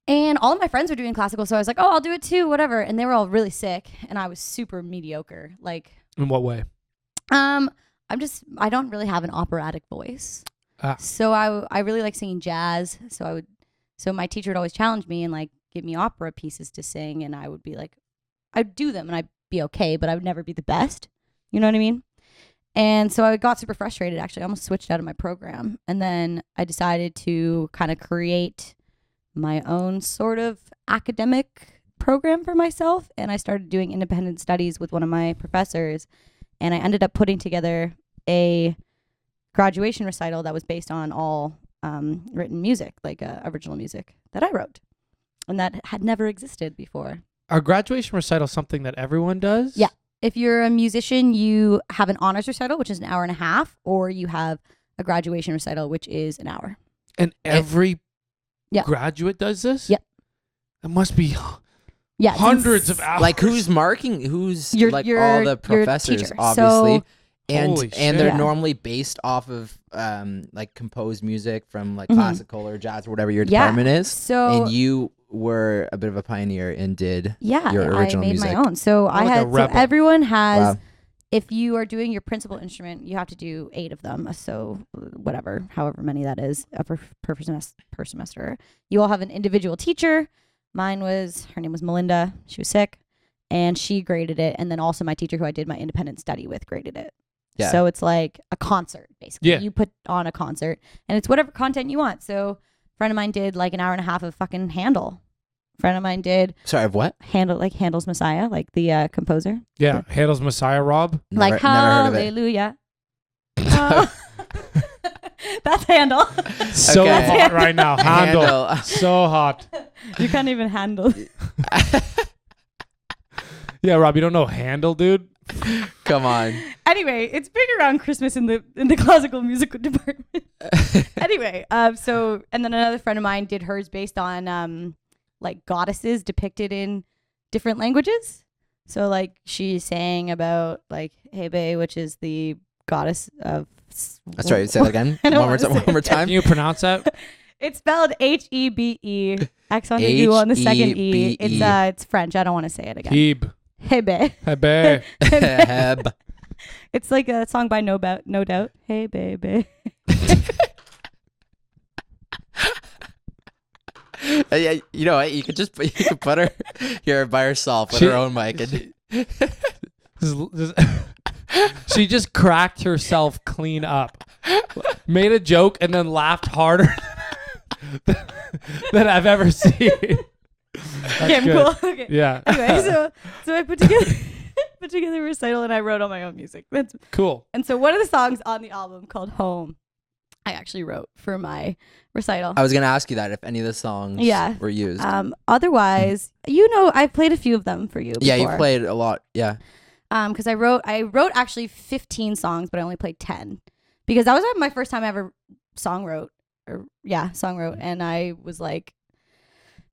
[SPEAKER 4] And all of my friends were doing classical, so I was like, "Oh, I'll do it too, whatever." And they were all really sick, and I was super mediocre. Like,
[SPEAKER 2] In what way?
[SPEAKER 4] Um, I'm just I don't really have an operatic voice.
[SPEAKER 2] Ah.
[SPEAKER 4] So I I really like singing jazz. So I would so my teacher would always challenge me and like give me opera pieces to sing and I would be like I'd do them and I'd be okay, but I would never be the best. You know what I mean? And so I got super frustrated actually. I almost switched out of my program. And then I decided to kind of create my own sort of academic program for myself and I started doing independent studies with one of my professors and I ended up putting together a graduation recital that was based on all um, written music, like uh, original music that I wrote, and that had never existed before.
[SPEAKER 2] Our graduation recital something that everyone does?
[SPEAKER 4] Yeah. If you're a musician, you have an honors recital, which is an hour and a half, or you have a graduation recital, which is an hour.
[SPEAKER 2] And every
[SPEAKER 4] Yeah.
[SPEAKER 2] graduate does this?
[SPEAKER 4] Yep.
[SPEAKER 2] It must be
[SPEAKER 4] Yeah, it's
[SPEAKER 2] hundreds
[SPEAKER 4] ins-
[SPEAKER 2] of hours.
[SPEAKER 3] like who's marking? Who's
[SPEAKER 4] Your-
[SPEAKER 3] like
[SPEAKER 4] your-
[SPEAKER 3] all
[SPEAKER 4] your
[SPEAKER 3] the professors,
[SPEAKER 4] teacher.
[SPEAKER 3] obviously.
[SPEAKER 4] So-
[SPEAKER 3] and
[SPEAKER 2] Holy shit.
[SPEAKER 3] and they're
[SPEAKER 4] Yeah.
[SPEAKER 3] normally based off of um like composed music from like
[SPEAKER 4] Mhm.
[SPEAKER 3] classical or jazz or whatever your
[SPEAKER 4] Yeah.
[SPEAKER 3] department is.
[SPEAKER 4] So
[SPEAKER 3] and you were a bit of a pioneer and did
[SPEAKER 4] yeah,
[SPEAKER 3] your
[SPEAKER 4] I
[SPEAKER 3] original
[SPEAKER 4] made my
[SPEAKER 3] music.
[SPEAKER 4] own. So I
[SPEAKER 2] like a
[SPEAKER 4] had so
[SPEAKER 2] rebel.
[SPEAKER 4] everyone has
[SPEAKER 3] wow.
[SPEAKER 4] if you are doing your principal instrument, you have to do eight of them. So whatever, however many that is uh, per, per, semes- per semester. You all have an individual teacher. Mine was her name was Melinda. She was sick, and she graded it. And then also my teacher, who I did my independent study with, graded it.
[SPEAKER 3] Yeah.
[SPEAKER 4] So it's like a concert, basically.
[SPEAKER 2] Yeah.
[SPEAKER 4] You put on a concert, and it's whatever content you want. So a friend of mine did like an hour and a half of fucking Handel. Friend of mine did
[SPEAKER 3] Sorry, of what?
[SPEAKER 4] Handel, like Handel's Messiah, like the uh, composer
[SPEAKER 2] Yeah. Handel's Messiah Rob.
[SPEAKER 4] <laughs> like
[SPEAKER 3] never, never heard of it.
[SPEAKER 4] hallelujah. <laughs> Uh,
[SPEAKER 3] <laughs>
[SPEAKER 4] that's handle.
[SPEAKER 2] So
[SPEAKER 3] Okay.
[SPEAKER 2] hot right
[SPEAKER 3] <laughs>
[SPEAKER 2] now. Handel. So hot.
[SPEAKER 4] You can't even handle.
[SPEAKER 2] Yeah, Rob, you don't know Handel, dude?
[SPEAKER 3] <laughs> Come on.
[SPEAKER 2] <laughs>
[SPEAKER 4] anyway, it's big around Christmas in the in the classical
[SPEAKER 3] <laughs>
[SPEAKER 4] musical <laughs> department. anyway, um, so and then another friend of mine did hers based on um, like goddesses depicted in different languages. So like she sang about like Hebe, which is the goddess of. s-
[SPEAKER 3] That's right. Say that again.
[SPEAKER 4] I
[SPEAKER 3] one
[SPEAKER 4] don't
[SPEAKER 3] more,
[SPEAKER 4] wanna
[SPEAKER 3] time,
[SPEAKER 4] say
[SPEAKER 3] one more
[SPEAKER 4] it.
[SPEAKER 2] Can
[SPEAKER 3] time. <laughs>
[SPEAKER 2] you pronounce that?
[SPEAKER 4] <laughs> It's spelled H E B E. Accent the U on the second
[SPEAKER 3] H
[SPEAKER 4] E.
[SPEAKER 3] E B E.
[SPEAKER 4] It's uh, it's French. <laughs> I don't want to say it again.
[SPEAKER 2] Hebe.
[SPEAKER 3] <laughs>
[SPEAKER 4] Hebe. <laughs>
[SPEAKER 2] Hebe.
[SPEAKER 3] Heb.
[SPEAKER 4] It's like a song by No Doubt. No Doubt.
[SPEAKER 2] <laughs>
[SPEAKER 4] Hey baby.
[SPEAKER 3] Uh, yeah, you know what? You could just <laughs> put, you could put her here by herself with
[SPEAKER 2] She-
[SPEAKER 3] her own mic.
[SPEAKER 2] <laughs>
[SPEAKER 3] And,
[SPEAKER 2] This <laughs> is- this- she just cracked herself clean up, made a joke, and then laughed harder <laughs> than I've
[SPEAKER 4] <laughs>
[SPEAKER 2] ever seen. That's
[SPEAKER 4] Okay, I'm
[SPEAKER 2] good.
[SPEAKER 4] cool. <laughs> Okay.
[SPEAKER 2] Yeah. <laughs>
[SPEAKER 4] Anyway, so so I put together <laughs> put together a recital and I wrote all my own music. That's
[SPEAKER 2] Cool.
[SPEAKER 4] and so one of the songs on the album called Home, I actually wrote for my recital.
[SPEAKER 3] I was gonna ask you that if any of the songs
[SPEAKER 4] Yeah.
[SPEAKER 3] were used.
[SPEAKER 4] Um, otherwise, you know, I've played a few of them for you.
[SPEAKER 3] yeah, you
[SPEAKER 4] before.
[SPEAKER 3] played a lot. Yeah,
[SPEAKER 4] Um, because I wrote, I wrote actually 15 songs, but I only played 10 because that was my first time I ever song wrote, or yeah, song wrote, and I was like,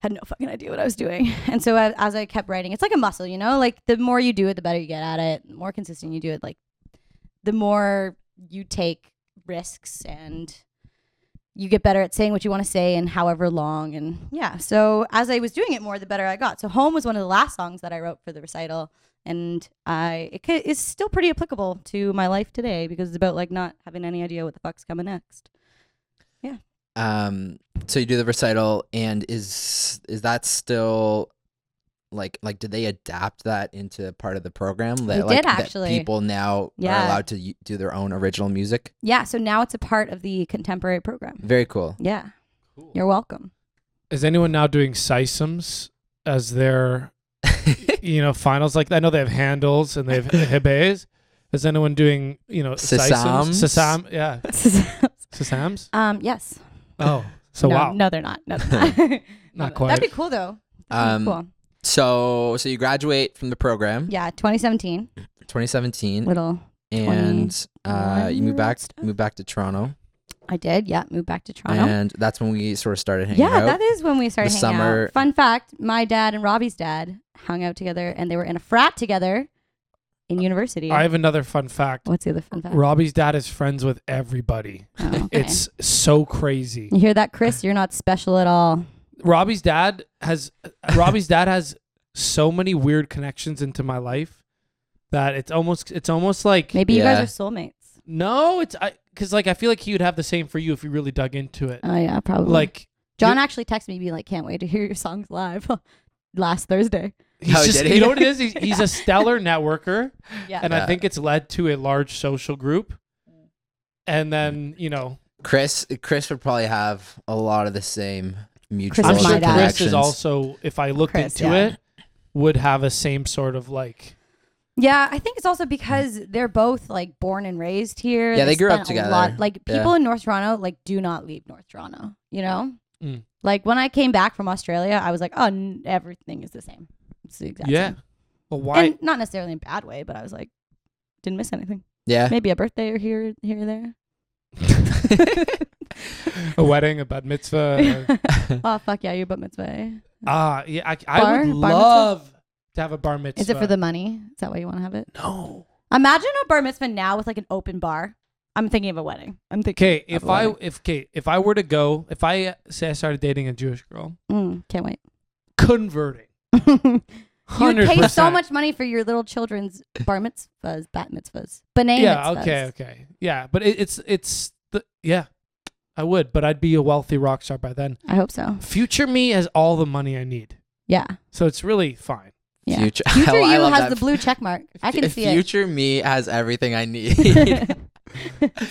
[SPEAKER 4] had no fucking idea what I was doing. <laughs> And so as, as I kept writing, it's like a muscle, you know, like the more you do it, the better you get at it, the more consistent you do it, like the more you take risks and you get better at saying what you want to say and however long and yeah so as i was doing it more the better i got so home was one of the last songs that i wrote for the recital and i it ca- is still pretty applicable to my life today because it's about like not having any idea what the fuck's coming next
[SPEAKER 3] um so you do the recital and is is that still like like did they adapt that into part of the program that
[SPEAKER 4] They
[SPEAKER 3] like
[SPEAKER 4] did,
[SPEAKER 3] that
[SPEAKER 4] actually.
[SPEAKER 3] people now are
[SPEAKER 4] Yeah.
[SPEAKER 3] allowed to y- do their own original music
[SPEAKER 4] yeah so now it's a part of the contemporary program
[SPEAKER 3] very cool <laughs>
[SPEAKER 4] yeah you're <laughs> welcome
[SPEAKER 2] Is anyone now doing sisums as their you know finals? Like I know they have handles and they
[SPEAKER 4] <laughs>
[SPEAKER 2] have hebes. Is anyone doing you know sisums?
[SPEAKER 3] Sisams?
[SPEAKER 2] Sisam, yeah,
[SPEAKER 4] <laughs>
[SPEAKER 2] sisams.
[SPEAKER 4] um yes
[SPEAKER 2] Oh, so
[SPEAKER 4] no,
[SPEAKER 2] wow,
[SPEAKER 4] no they're not
[SPEAKER 2] <laughs>
[SPEAKER 4] no they're <laughs> not.
[SPEAKER 2] not
[SPEAKER 4] that'd be
[SPEAKER 2] quite.
[SPEAKER 4] cool though That'd
[SPEAKER 3] um
[SPEAKER 4] be cool
[SPEAKER 3] so so you graduate from the program
[SPEAKER 4] yeah 2017
[SPEAKER 3] 2017
[SPEAKER 4] little
[SPEAKER 3] and uh you
[SPEAKER 4] 21
[SPEAKER 3] move back
[SPEAKER 4] stuff?
[SPEAKER 3] move back to toronto,
[SPEAKER 4] I did, yeah. Moved back to Toronto.
[SPEAKER 3] and that's when we sort of started hanging
[SPEAKER 4] yeah,
[SPEAKER 3] out
[SPEAKER 4] that is when we started
[SPEAKER 3] The
[SPEAKER 4] hanging
[SPEAKER 3] summer-
[SPEAKER 4] out. Fun fact: my dad and Robbie's dad hung out together, and they were in a frat together in university.
[SPEAKER 2] I have another fun fact.
[SPEAKER 4] What's the other fun fact?
[SPEAKER 2] Robbie's dad is friends with everybody.
[SPEAKER 4] Oh, okay.
[SPEAKER 2] It's so crazy.
[SPEAKER 4] you hear that, Chris? You're not special at all.
[SPEAKER 2] Robbie's dad has Robbie's dad has so many weird connections into my life that it's almost it's almost like
[SPEAKER 4] Maybe you
[SPEAKER 3] Yeah.
[SPEAKER 4] guys are soulmates.
[SPEAKER 2] no, it's I because like I feel like he would have the same for you if you really dug into it.
[SPEAKER 4] Oh yeah, probably.
[SPEAKER 2] like
[SPEAKER 4] John actually texted me, being like, "Can't wait to hear your songs live." <laughs> Last Thursday.
[SPEAKER 2] he's
[SPEAKER 3] Oh,
[SPEAKER 2] just
[SPEAKER 3] did he?
[SPEAKER 2] you know what it
[SPEAKER 4] <laughs>
[SPEAKER 2] is. He's, he's a stellar networker,
[SPEAKER 4] Yeah.
[SPEAKER 2] and
[SPEAKER 3] Yeah.
[SPEAKER 2] I think it's led to a large social group. And then you know,
[SPEAKER 3] <laughs> chris chris would probably have a lot of the same mutual
[SPEAKER 4] This
[SPEAKER 2] I'm
[SPEAKER 4] is
[SPEAKER 2] sure
[SPEAKER 4] my dad.
[SPEAKER 2] Chris
[SPEAKER 3] connections
[SPEAKER 2] is also, if I looked
[SPEAKER 4] Chris,
[SPEAKER 2] into
[SPEAKER 4] yeah.
[SPEAKER 2] it, would have a same sort of like
[SPEAKER 4] Yeah, I think it's also because they're both like born and raised here.
[SPEAKER 3] Yeah, they grew up
[SPEAKER 4] spent a
[SPEAKER 3] together.
[SPEAKER 4] like
[SPEAKER 3] Yeah.
[SPEAKER 4] people in North Toronto, like do not leave North Toronto. You know,
[SPEAKER 2] Mm.
[SPEAKER 4] like when I came back from Australia, I was like, oh, n- everything is the same. It's the exact
[SPEAKER 2] yeah.
[SPEAKER 4] same.
[SPEAKER 2] Well, why?
[SPEAKER 4] <laughs> and not necessarily in a bad way, but I was like, didn't
[SPEAKER 3] <laughs>
[SPEAKER 4] miss anything.
[SPEAKER 3] yeah
[SPEAKER 4] Maybe a birthday or here, here or
[SPEAKER 3] <laughs>
[SPEAKER 4] there. <laughs>
[SPEAKER 2] a wedding, a bat mitzvah.
[SPEAKER 4] <laughs>
[SPEAKER 2] a-
[SPEAKER 4] oh fuck yeah, you bat mitzvah. eh?
[SPEAKER 2] Ah, yeah, I, I
[SPEAKER 4] Bar- bar
[SPEAKER 2] would
[SPEAKER 4] mitzvah?
[SPEAKER 2] love to have a bar mitzvah.
[SPEAKER 4] Is it for the money? Is that why you want to have it?
[SPEAKER 2] no?
[SPEAKER 4] Imagine a bar mitzvah now with like an open bar. I'm thinking of a wedding. I'm thinking.
[SPEAKER 2] Okay,
[SPEAKER 4] of
[SPEAKER 2] if
[SPEAKER 4] a
[SPEAKER 2] I
[SPEAKER 4] wedding.
[SPEAKER 2] if okay, if I were to go, if I uh, say I started dating a Jewish girl,
[SPEAKER 4] Mm, can't wait. <laughs>
[SPEAKER 2] converting,
[SPEAKER 4] You would
[SPEAKER 2] hundred
[SPEAKER 4] pay
[SPEAKER 2] percent.
[SPEAKER 4] so much money for your little children's bar mitzvahs, bat mitzvahs, banana
[SPEAKER 2] Yeah,
[SPEAKER 4] mitzvahs.
[SPEAKER 2] okay, okay, yeah, but it, it's it's the yeah, I would, but I'd be a wealthy rock star by then.
[SPEAKER 4] I hope so.
[SPEAKER 2] Future me has all the money I need, <laughs>
[SPEAKER 4] Yeah.
[SPEAKER 2] so it's really fine.
[SPEAKER 4] Yeah.
[SPEAKER 3] Future,
[SPEAKER 2] Oh,
[SPEAKER 4] Future
[SPEAKER 3] Hell, <laughs> I
[SPEAKER 4] you
[SPEAKER 3] love
[SPEAKER 4] has
[SPEAKER 3] that.
[SPEAKER 4] the blue check
[SPEAKER 2] <laughs>
[SPEAKER 4] mark. I can
[SPEAKER 3] F-
[SPEAKER 4] see it.
[SPEAKER 3] Future me has everything I
[SPEAKER 4] <laughs>
[SPEAKER 3] need. <laughs>
[SPEAKER 2] <laughs>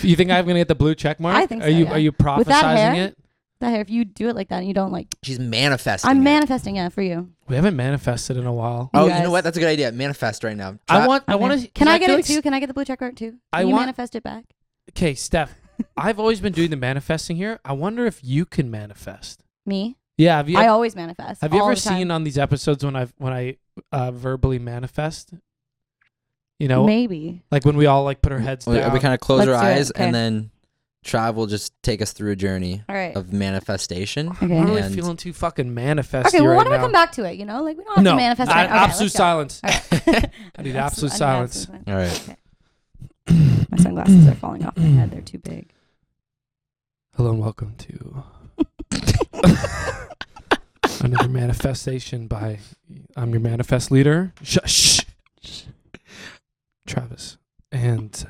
[SPEAKER 2] You think I'm gonna get the blue check mark?
[SPEAKER 4] I think
[SPEAKER 2] Are
[SPEAKER 4] so,
[SPEAKER 2] you
[SPEAKER 4] yeah.
[SPEAKER 2] are you prophesizing
[SPEAKER 4] With that hair?
[SPEAKER 2] it?
[SPEAKER 4] That hair, if you do it like that and you don't like,
[SPEAKER 3] She's manifesting.
[SPEAKER 4] I'm
[SPEAKER 3] it.
[SPEAKER 4] manifesting it for you.
[SPEAKER 2] We haven't manifested in a while.
[SPEAKER 3] Oh,
[SPEAKER 4] You
[SPEAKER 3] you, know
[SPEAKER 4] guys-
[SPEAKER 3] what? That's a good idea. Manifest right now.
[SPEAKER 2] I want. I want to.
[SPEAKER 4] Can I get it too? Can I get the blue check mark too? Can
[SPEAKER 2] I
[SPEAKER 4] you
[SPEAKER 2] want-
[SPEAKER 4] manifest it back?
[SPEAKER 2] Okay,
[SPEAKER 4] <laughs>
[SPEAKER 2] Steph, I've always been doing the manifesting here. I wonder if you can manifest.
[SPEAKER 4] Me?
[SPEAKER 2] Yeah, have you
[SPEAKER 4] I always manifest.
[SPEAKER 2] have you
[SPEAKER 4] all
[SPEAKER 2] ever
[SPEAKER 4] the time.
[SPEAKER 2] seen on these episodes when I when I uh, verbally manifest? You know,
[SPEAKER 4] Maybe.
[SPEAKER 2] like when we all like put our heads
[SPEAKER 3] We,
[SPEAKER 2] down.
[SPEAKER 3] we kind of close
[SPEAKER 4] Let's
[SPEAKER 3] our
[SPEAKER 4] do it.
[SPEAKER 3] eyes
[SPEAKER 4] Okay.
[SPEAKER 3] and then Trav will just take us through a journey
[SPEAKER 4] All right.
[SPEAKER 3] of manifestation.
[SPEAKER 4] Okay.
[SPEAKER 2] I'm really
[SPEAKER 3] And-
[SPEAKER 2] feeling too fucking manifest.
[SPEAKER 4] Okay, well, why don't we come back to it? You know, like we don't have
[SPEAKER 2] No,
[SPEAKER 4] to manifest.
[SPEAKER 2] I-
[SPEAKER 4] it. Okay,
[SPEAKER 2] absolute
[SPEAKER 4] let's go.
[SPEAKER 2] silence.
[SPEAKER 4] All right.
[SPEAKER 2] <laughs>
[SPEAKER 4] <laughs>
[SPEAKER 2] I need
[SPEAKER 4] Absolute-
[SPEAKER 2] absolute
[SPEAKER 4] I need
[SPEAKER 2] silence.
[SPEAKER 3] All right.
[SPEAKER 4] My sunglasses are falling off my
[SPEAKER 2] Mm.
[SPEAKER 4] head. They're
[SPEAKER 2] <laughs>
[SPEAKER 4] too big.
[SPEAKER 2] <clears throat>
[SPEAKER 4] <laughs>
[SPEAKER 2] Hello and welcome to another manifestation by I'm your manifest leader. Shh, shh. Travis. And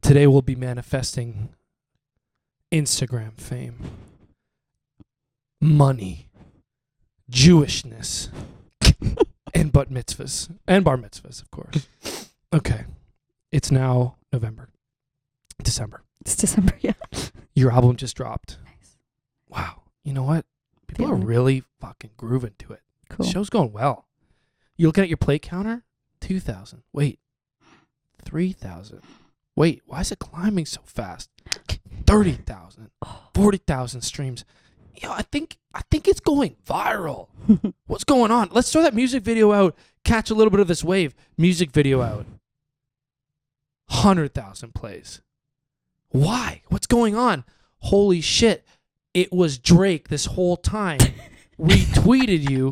[SPEAKER 2] today we'll be manifesting Instagram fame, money, Jewishness, and bat mitzvahs. And bar mitzvahs, of course. Okay. It's now November, December.
[SPEAKER 4] It's December, yeah.
[SPEAKER 2] Your album just dropped.
[SPEAKER 4] Nice.
[SPEAKER 2] Wow. You know what? People are
[SPEAKER 4] Feeling it.
[SPEAKER 2] really fucking grooving to it.
[SPEAKER 4] Cool.
[SPEAKER 2] show's going well. You looking at your play counter? two thousand. Wait, three thousand. Wait, why is it climbing so fast? Thirty thousand. Forty thousand streams. Yo, I think I think it's going viral.
[SPEAKER 4] <laughs>
[SPEAKER 2] What's going on? Let's throw that music video out. Catch a little bit of this wave. Music video out. Hundred thousand plays. Why? What's going on? Holy shit! It was Drake this whole time. Retweeted you,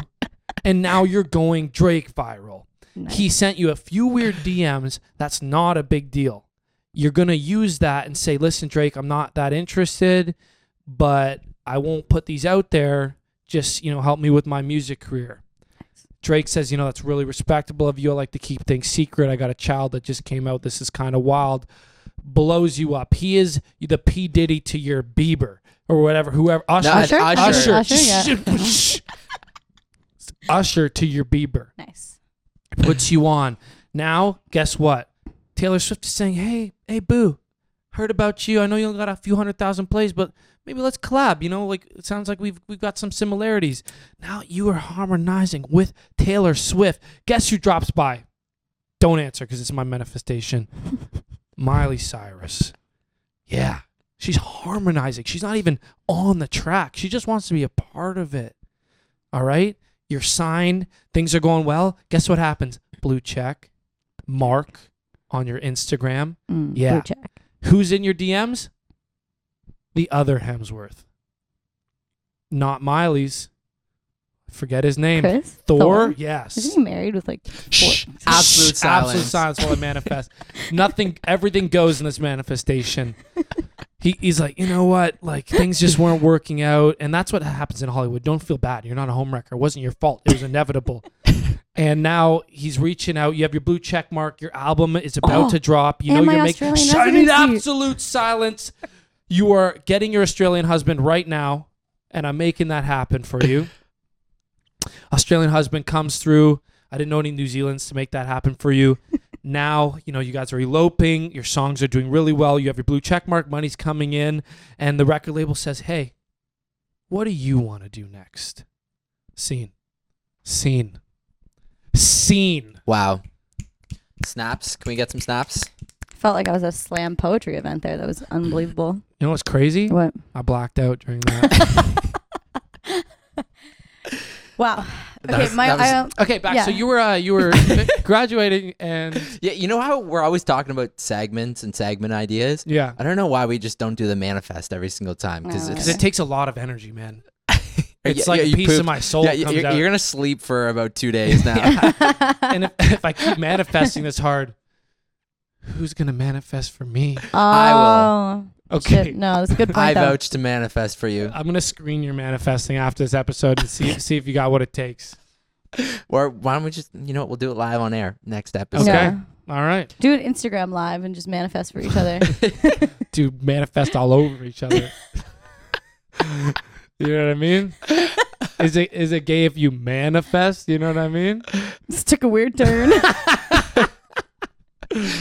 [SPEAKER 2] and now you're going Drake viral. He sent you a few weird DMs. That's not a big deal. You're going to use that and say, listen, Drake, I'm not that interested, but I won't put these out there. Just, you know, help me with my music career. Drake says, you know, that's really respectable of you. I like to keep things secret. I got a child that just came out. This is kind of wild. Blows you up. He is the P. Diddy to your Bieber or whatever, whoever. Usher.
[SPEAKER 3] Usher?
[SPEAKER 2] Usher.
[SPEAKER 3] Usher.
[SPEAKER 4] Usher,
[SPEAKER 2] <laughs> Usher to your Bieber
[SPEAKER 4] nice. <laughs>
[SPEAKER 2] puts you on. Now, guess what? Taylor Swift is saying, "Hey, hey, Boo, heard about you. I know you only got a few hundred thousand plays, but maybe let's collab. You know, like it sounds like we've we've got some similarities. Now you are harmonizing with Taylor Swift. Guess who drops by? Don't answer because it's my manifestation. Miley Cyrus. Yeah, she's harmonizing. She's not even on the track. She just wants to be a part of it. All right. You're signed. Things are going well. Guess what happens? Blue check. Mark on your Instagram.
[SPEAKER 4] Mm,
[SPEAKER 2] Yeah.
[SPEAKER 4] blue check.
[SPEAKER 2] Who's in your DMs? The other Hemsworth. Not Miley's. Forget his name.
[SPEAKER 4] Chris
[SPEAKER 2] Thor?
[SPEAKER 4] Thor?
[SPEAKER 2] Yes.
[SPEAKER 4] Isn't he married with like four?
[SPEAKER 2] Shh.
[SPEAKER 3] Absolute silence.
[SPEAKER 2] Absolute silence while it manifests. Nothing, everything goes in this
[SPEAKER 4] <laughs>
[SPEAKER 2] manifestation. He, he's like, you know what? Like things just weren't working out, and that's what happens in Hollywood. Don't feel bad. You're not a homewrecker. It wasn't your fault. It was inevitable. and now he's reaching out. You have your blue check mark. Your album is about
[SPEAKER 4] Oh,
[SPEAKER 2] to drop. You
[SPEAKER 4] and
[SPEAKER 2] know
[SPEAKER 4] my
[SPEAKER 2] you're making
[SPEAKER 4] Australian
[SPEAKER 2] shiny
[SPEAKER 4] residency.
[SPEAKER 2] absolute silence. You are getting your Australian husband right now, and I'm making that happen for you.
[SPEAKER 4] <coughs>
[SPEAKER 2] Australian husband comes through. I didn't know any New Zealanders to make that happen for
[SPEAKER 4] <laughs>
[SPEAKER 2] you. now, you know, you guys are eloping. Your songs are doing really well. You have your blue check mark. Money's coming in. And the record label says, hey, what do you want to do next? Scene. Scene. Scene.
[SPEAKER 3] Wow. Snaps. Can we get some snaps?
[SPEAKER 4] Felt like I was at a slam poetry event there. That was unbelievable.
[SPEAKER 2] You know what's crazy?
[SPEAKER 4] What?
[SPEAKER 2] I blacked out during
[SPEAKER 4] <laughs>
[SPEAKER 2] that.
[SPEAKER 4] Wow.
[SPEAKER 3] That
[SPEAKER 4] Okay,
[SPEAKER 3] was-
[SPEAKER 4] my
[SPEAKER 3] that was-
[SPEAKER 2] <laughs>
[SPEAKER 4] I, uh,
[SPEAKER 2] okay, back. So
[SPEAKER 4] Yeah.
[SPEAKER 2] you were uh, you
[SPEAKER 4] <laughs>
[SPEAKER 2] were graduating and
[SPEAKER 3] <laughs> Yeah, you know how we're always talking about segments and segment ideas?
[SPEAKER 2] yeah.
[SPEAKER 3] I don't know why we just don't do the manifest every single time because
[SPEAKER 4] Oh,
[SPEAKER 3] it's
[SPEAKER 2] Cuz
[SPEAKER 3] <laughs>
[SPEAKER 2] it takes a lot of energy, man. It's
[SPEAKER 3] Yeah,
[SPEAKER 2] like
[SPEAKER 3] yeah,
[SPEAKER 2] a
[SPEAKER 3] you
[SPEAKER 2] piece of
[SPEAKER 3] pooped.
[SPEAKER 2] my soul
[SPEAKER 3] yeah,
[SPEAKER 2] comes
[SPEAKER 3] you're,
[SPEAKER 2] out. <laughs>
[SPEAKER 3] you're gonna sleep for about two days now.
[SPEAKER 4] <laughs>
[SPEAKER 2] and if, if I keep manifesting this hard, who's gonna manifest for me?
[SPEAKER 3] I
[SPEAKER 4] oh,
[SPEAKER 2] Okay,
[SPEAKER 4] shit. No, that's a good point.
[SPEAKER 3] I
[SPEAKER 4] though.
[SPEAKER 3] vouch to manifest for you,
[SPEAKER 2] <laughs> I'm gonna screen your manifesting after this episode and see see if you got what it takes.
[SPEAKER 3] or why don't we just, you know, what, we'll do it live on air next episode.
[SPEAKER 2] Okay,
[SPEAKER 4] Yeah.
[SPEAKER 2] all right,
[SPEAKER 4] Do an Instagram live and just manifest for each other. <laughs>
[SPEAKER 3] <laughs>
[SPEAKER 2] dude, manifest all over each other. you know what I mean? Is it is it gay if you manifest? You know what I mean?
[SPEAKER 4] this took a
[SPEAKER 2] <laughs>
[SPEAKER 4] weird turn.
[SPEAKER 3] <laughs>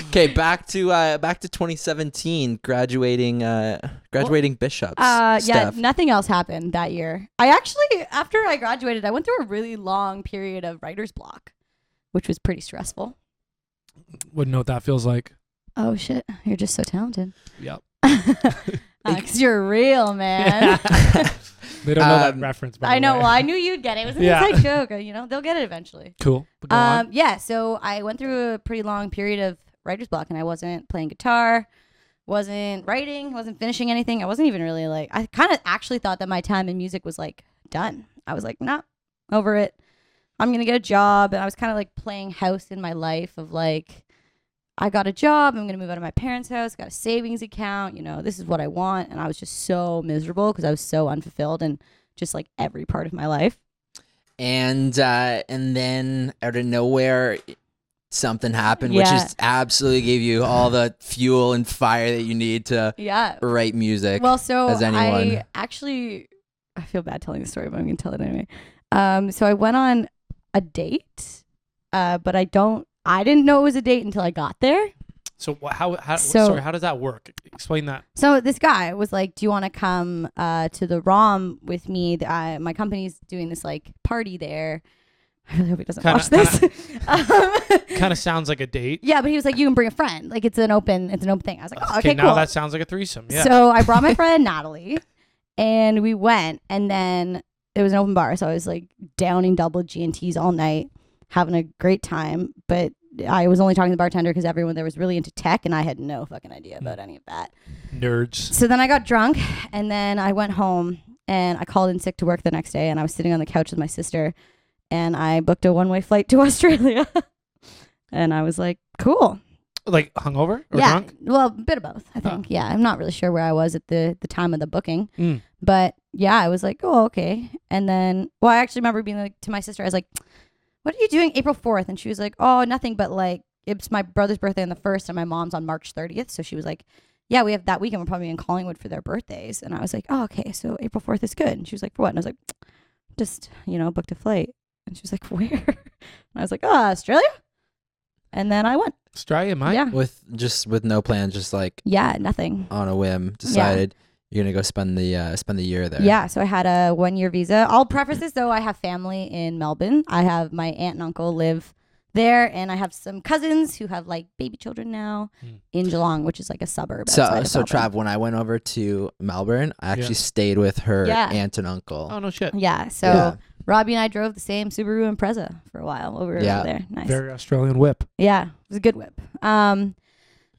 [SPEAKER 3] Okay, back to uh, back to 2017, graduating uh, graduating bishops.
[SPEAKER 4] Uh, yeah,
[SPEAKER 3] Steph.
[SPEAKER 4] nothing else happened that year. I actually, after I graduated, I went through a really long period of writer's block, which was pretty stressful.
[SPEAKER 2] Wouldn't know what that feels like.
[SPEAKER 4] Oh shit, you're just so talented.
[SPEAKER 2] <laughs> Yep.
[SPEAKER 4] Because Uh, you're
[SPEAKER 2] <laughs>
[SPEAKER 4] real, man. <laughs>
[SPEAKER 2] They don't know that
[SPEAKER 3] Um,
[SPEAKER 2] reference. By
[SPEAKER 4] I
[SPEAKER 2] the
[SPEAKER 4] know.
[SPEAKER 2] way.
[SPEAKER 4] Well, I knew you'd get it. It was an
[SPEAKER 2] Yeah.
[SPEAKER 4] inside <laughs> joke. uh, You know, they'll get it eventually.
[SPEAKER 2] Cool. But go on.
[SPEAKER 4] Um, yeah, so I went through a pretty long period of writer's block, and I wasn't playing guitar, wasn't writing, wasn't finishing anything. I wasn't even really like. I kind of actually thought that my time in music was like done. I was like, not over it. I'm gonna get a job, and I was kind of like playing house in my life of like, I got a job. I'm gonna move out of my parents' house. Got a savings account. You know, this is what I want. And I was just so miserable because I was so unfulfilled and just like every part of my life.
[SPEAKER 3] and uh, and then out of nowhere, something happened, which
[SPEAKER 4] Yeah.
[SPEAKER 3] just absolutely gave you all the fuel and fire that you need to
[SPEAKER 4] Yeah,
[SPEAKER 3] write music.
[SPEAKER 4] Well, so
[SPEAKER 3] as anyone.
[SPEAKER 4] I actually, I feel bad telling the story, but I'm going to tell it anyway. Um, so I went on a date, uh, but I don't, I didn't know it was a date until I got there.
[SPEAKER 2] so wha- how how
[SPEAKER 4] so-
[SPEAKER 2] sorry? How does that work? Explain that.
[SPEAKER 4] So this guy was like, "Do you want to come uh, to the ROM with me? The- Uh, my company's doing this like party there. I really hope he doesn't
[SPEAKER 2] Kinda-
[SPEAKER 4] watch this. <laughs> um,
[SPEAKER 2] Kind of sounds like a date.
[SPEAKER 4] <laughs> yeah, but he was like, you can bring a friend. Like it's an open, it's an open thing. I was like, oh, okay,
[SPEAKER 2] now
[SPEAKER 4] cool.
[SPEAKER 2] that sounds like a threesome. Yeah.
[SPEAKER 4] So I brought my friend <laughs> Natalie, and we went, and then it was an open bar, so I was like downing double G and T's all night, having a great time. But I was only talking to the bartender because everyone there was really into tech, and I had no fucking idea
[SPEAKER 2] Mm.
[SPEAKER 4] about any of that.
[SPEAKER 2] Nerds.
[SPEAKER 4] So then I got drunk, and then I went home, and I called in sick to work the next day, and I was sitting on the couch with my sister, and I booked a one way flight to <laughs> Australia, and I was like, cool
[SPEAKER 2] Like hungover or
[SPEAKER 4] yeah,
[SPEAKER 2] drunk?
[SPEAKER 4] well, a bit of both, I think. Yeah, I'm not really sure where I was at the the time of the booking,
[SPEAKER 2] Mm.
[SPEAKER 4] but yeah, I was like, oh, okay. And then, well, I actually remember being like to my sister, I was like, "What are you doing April 4th?" And she was like, "Oh, nothing, but like it's my brother's birthday on the first, and my mom's on March 30th." So she was like, "Yeah, we have that weekend. We're probably in Collingwood for their birthdays." And I was like, "Oh, okay. So April 4th is good." And she was like, "For what?" And I was like, "Just you know, booked a flight." And she was like, <laughs> "Where?" And I was like, "Oh, Australia." And then I went.
[SPEAKER 2] Australia, mate.
[SPEAKER 4] yeah,
[SPEAKER 3] with just with no plan, just like
[SPEAKER 4] yeah, nothing.
[SPEAKER 3] on a whim, decided you're gonna go spend the uh, spend the year there.
[SPEAKER 4] Yeah, so I had a one year visa. I'll preface this though, I have family in Melbourne. I have my aunt and uncle live there, and I have some cousins who have like baby children now
[SPEAKER 2] Hmm.
[SPEAKER 4] in Geelong, which is like a suburb. outside
[SPEAKER 3] So
[SPEAKER 4] of
[SPEAKER 3] so
[SPEAKER 4] Melbourne.
[SPEAKER 3] Trav, when I went over to Melbourne, I actually
[SPEAKER 2] Yeah.
[SPEAKER 3] stayed with her
[SPEAKER 4] Yeah.
[SPEAKER 3] aunt and uncle.
[SPEAKER 2] Oh no shit.
[SPEAKER 4] Yeah, so
[SPEAKER 3] Yeah.
[SPEAKER 4] Robbie and I drove the same Subaru Impreza for a while over
[SPEAKER 3] Yeah.
[SPEAKER 4] there. Nice.
[SPEAKER 2] Very Australian whip.
[SPEAKER 4] Yeah, it was a good whip. Um,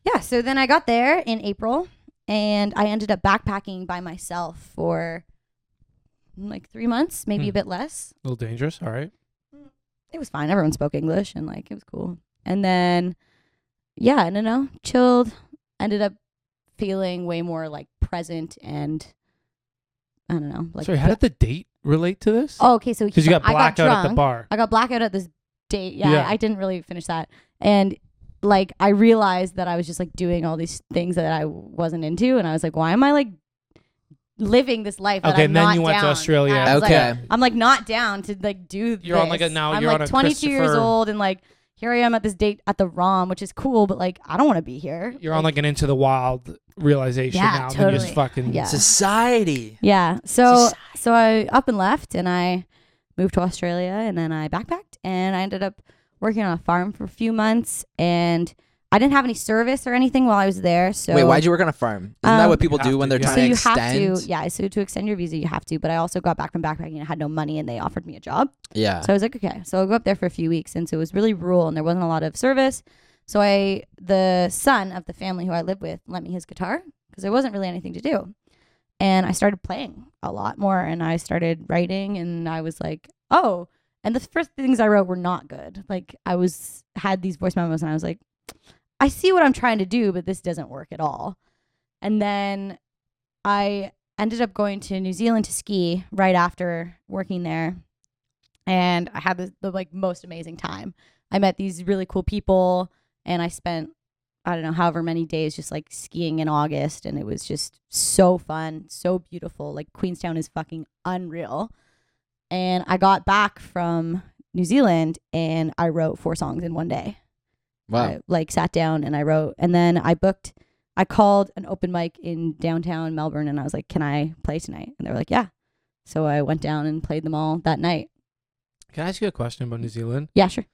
[SPEAKER 4] yeah, so then I got there in April, and I ended up backpacking by myself for like three months, maybe a
[SPEAKER 2] Hmm.
[SPEAKER 4] bit less.
[SPEAKER 2] A little dangerous. All right.
[SPEAKER 4] it was fine. Everyone spoke English and like it was cool. And then, yeah, I don't know, chilled. Ended up feeling way more like present and I don't know, like.
[SPEAKER 2] Sorry, how did the date relate to this?
[SPEAKER 4] oh, okay, so
[SPEAKER 2] Because you got
[SPEAKER 4] I
[SPEAKER 2] blacked
[SPEAKER 4] got
[SPEAKER 2] out at the
[SPEAKER 4] drunk.
[SPEAKER 2] bar.
[SPEAKER 4] I got blackout at this date. Yeah,
[SPEAKER 2] Yeah.
[SPEAKER 4] I didn't really finish that. And like I realized that I was just like doing all these things that I wasn't into, and I was like, why am I like living this life? that
[SPEAKER 2] Okay,
[SPEAKER 4] I'm
[SPEAKER 2] and then
[SPEAKER 4] not
[SPEAKER 2] you went to
[SPEAKER 4] down? And
[SPEAKER 2] Australia.
[SPEAKER 4] I was like,
[SPEAKER 3] Okay.
[SPEAKER 4] I'm like not down to like do.
[SPEAKER 2] You're on, like, a-
[SPEAKER 4] this.
[SPEAKER 2] now
[SPEAKER 4] I'm
[SPEAKER 2] you're
[SPEAKER 4] like
[SPEAKER 2] on a
[SPEAKER 4] 22 years
[SPEAKER 2] Christopher-
[SPEAKER 4] old and like here I am at this date at the ROM, which is cool, but like I don't want to be here.
[SPEAKER 2] You're on like an into the wild realization
[SPEAKER 4] Yeah,
[SPEAKER 2] now. and then you just
[SPEAKER 4] totally.
[SPEAKER 2] fucking
[SPEAKER 4] Yeah.
[SPEAKER 3] Society.
[SPEAKER 4] Yeah. So so I up and left and I moved to Australia and then I backpacked and I ended up working on a farm for a few months and I didn't have any service or anything while I was there. So
[SPEAKER 3] Wait, why'd you work on a farm? Isn't that
[SPEAKER 4] Um,
[SPEAKER 3] what people
[SPEAKER 2] You
[SPEAKER 3] do
[SPEAKER 2] have
[SPEAKER 3] when
[SPEAKER 2] to,
[SPEAKER 3] they're
[SPEAKER 2] yeah.
[SPEAKER 3] trying
[SPEAKER 4] so
[SPEAKER 3] to
[SPEAKER 4] you
[SPEAKER 3] extend?
[SPEAKER 4] have to yeah, so to extend your visa you have to, but I also got back from backpacking and had no money and they offered me a job.
[SPEAKER 3] Yeah.
[SPEAKER 4] So I was like, okay. So I'll go up there for a few weeks. And so it was really rural and there wasn't a lot of service. So I, the son of the family who I lived with, lent me his guitar because there wasn't really anything to do. And I started playing a lot more and I started writing and I was like, oh. And the first things I wrote were not good. Like I was, had these voice memos and I was like, I see what I'm trying to do, but this doesn't work at all. And then I ended up going to New Zealand to ski right after working there and I had the, the like most amazing time. I met these really cool people, and I spent I don't know however many days just like skiing in August, and it was just so fun, so beautiful. Like Queenstown is fucking unreal. And I got back from New Zealand, and I wrote four songs in one day.
[SPEAKER 3] wow.
[SPEAKER 4] I, like sat down and I wrote, and then I booked. I called an open mic in downtown Melbourne, and I was like, "Can I play tonight?" And they were like, "Yeah." So I went down and played them all that night.
[SPEAKER 2] Can I ask you a question about New Zealand?
[SPEAKER 4] Yeah, sure.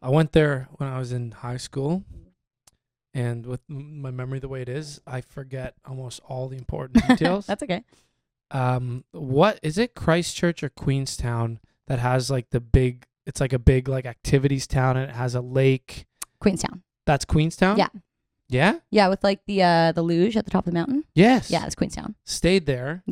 [SPEAKER 2] I went there when I was in high school, and with m- my memory the way it is, I forget almost all the
[SPEAKER 4] <laughs>
[SPEAKER 2] important details.
[SPEAKER 4] That's okay.
[SPEAKER 2] um, what is it? Christchurch or Queenstown that has like the big? It's like a big like activities town, and it has a lake.
[SPEAKER 4] Queenstown.
[SPEAKER 2] That's Queenstown.
[SPEAKER 4] Yeah.
[SPEAKER 2] Yeah.
[SPEAKER 4] Yeah, with like the uh the luge at the top of the mountain.
[SPEAKER 2] Yes.
[SPEAKER 4] Yeah, it's Queenstown.
[SPEAKER 2] Stayed there.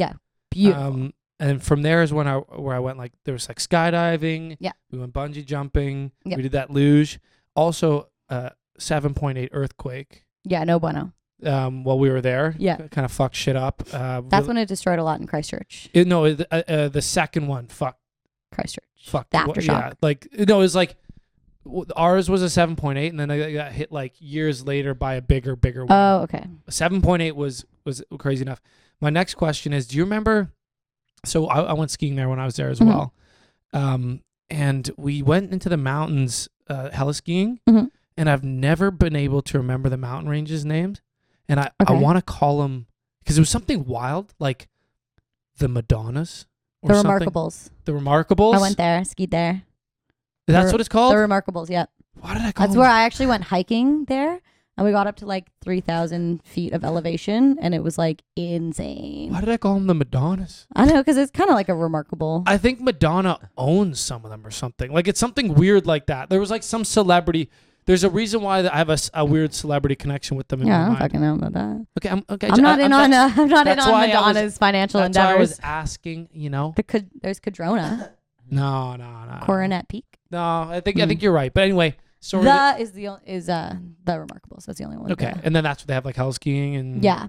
[SPEAKER 4] Beautiful.
[SPEAKER 2] Um, and from there is when I where I went like there was like skydiving.
[SPEAKER 4] Yeah.
[SPEAKER 2] We went bungee jumping.
[SPEAKER 4] Yeah.
[SPEAKER 2] We did that luge. Also, uh, seven point eight earthquake.
[SPEAKER 4] yeah, no bueno.
[SPEAKER 2] Um, while we were there.
[SPEAKER 4] Yeah.
[SPEAKER 2] Kind of fucked shit up. Uh,
[SPEAKER 4] That's
[SPEAKER 2] really-
[SPEAKER 4] when it destroyed a lot in Christchurch.
[SPEAKER 2] It, no, it, uh, uh, the second one. Fuck.
[SPEAKER 4] Christchurch.
[SPEAKER 2] Fuck.
[SPEAKER 4] The
[SPEAKER 2] what-
[SPEAKER 4] aftershock.
[SPEAKER 2] Yeah. Like no, it was like w- ours was a seven point eight, and then I got hit like years later by a bigger, bigger one.
[SPEAKER 4] Oh, okay.
[SPEAKER 2] seven point eight was was crazy enough. My next question is: Do you remember? So I, I went skiing there when I was there as
[SPEAKER 4] Mhm.
[SPEAKER 2] well, um, and we went into the mountains uh, heli skiing,
[SPEAKER 4] Mhm.
[SPEAKER 2] and I've never been able to remember the mountain ranges names, and I I
[SPEAKER 4] Okay.
[SPEAKER 2] want to call them because it was something wild like the Madonnas or
[SPEAKER 4] The
[SPEAKER 2] something.
[SPEAKER 4] Remarkables.
[SPEAKER 2] The Remarkables.
[SPEAKER 4] I went there, skied there.
[SPEAKER 2] That's
[SPEAKER 4] The-
[SPEAKER 2] what it's called.
[SPEAKER 4] The Remarkables. Yeah,
[SPEAKER 2] Why did I call
[SPEAKER 4] that's
[SPEAKER 2] it-
[SPEAKER 4] where I actually went hiking there, and we got up to like three thousand feet of elevation, and it was like insane.
[SPEAKER 2] Why did I call them the Madonnas?
[SPEAKER 4] I know because it's kind of like a remarkable.
[SPEAKER 2] I think Madonna owns some of them or something. Like it's something weird like that. There was like some celebrity. There's a reason why I have a, s- a weird celebrity connection with them. In
[SPEAKER 4] yeah, I
[SPEAKER 2] my
[SPEAKER 4] don't
[SPEAKER 2] mind.
[SPEAKER 4] fucking know about that.
[SPEAKER 2] Okay, I'm okay.
[SPEAKER 4] I'm not in on.
[SPEAKER 2] that's-
[SPEAKER 4] Uh, <laughs> I'm not in
[SPEAKER 2] that's
[SPEAKER 4] on
[SPEAKER 2] why I was-
[SPEAKER 4] Madonna's financial
[SPEAKER 2] That's why I
[SPEAKER 4] endeavors.
[SPEAKER 2] was asking. You know,
[SPEAKER 4] The Cad- there's Cadrona,
[SPEAKER 2] <coughs> no, no, no.
[SPEAKER 4] Coronet Peak.
[SPEAKER 2] No, I think I think you're right. But anyway, so
[SPEAKER 4] Mm. the is the only is uh the Remarkables. That's the only one.
[SPEAKER 2] okay, Mm.
[SPEAKER 4] there.
[SPEAKER 2] and then that's what they have like hell skiing and
[SPEAKER 4] Yeah.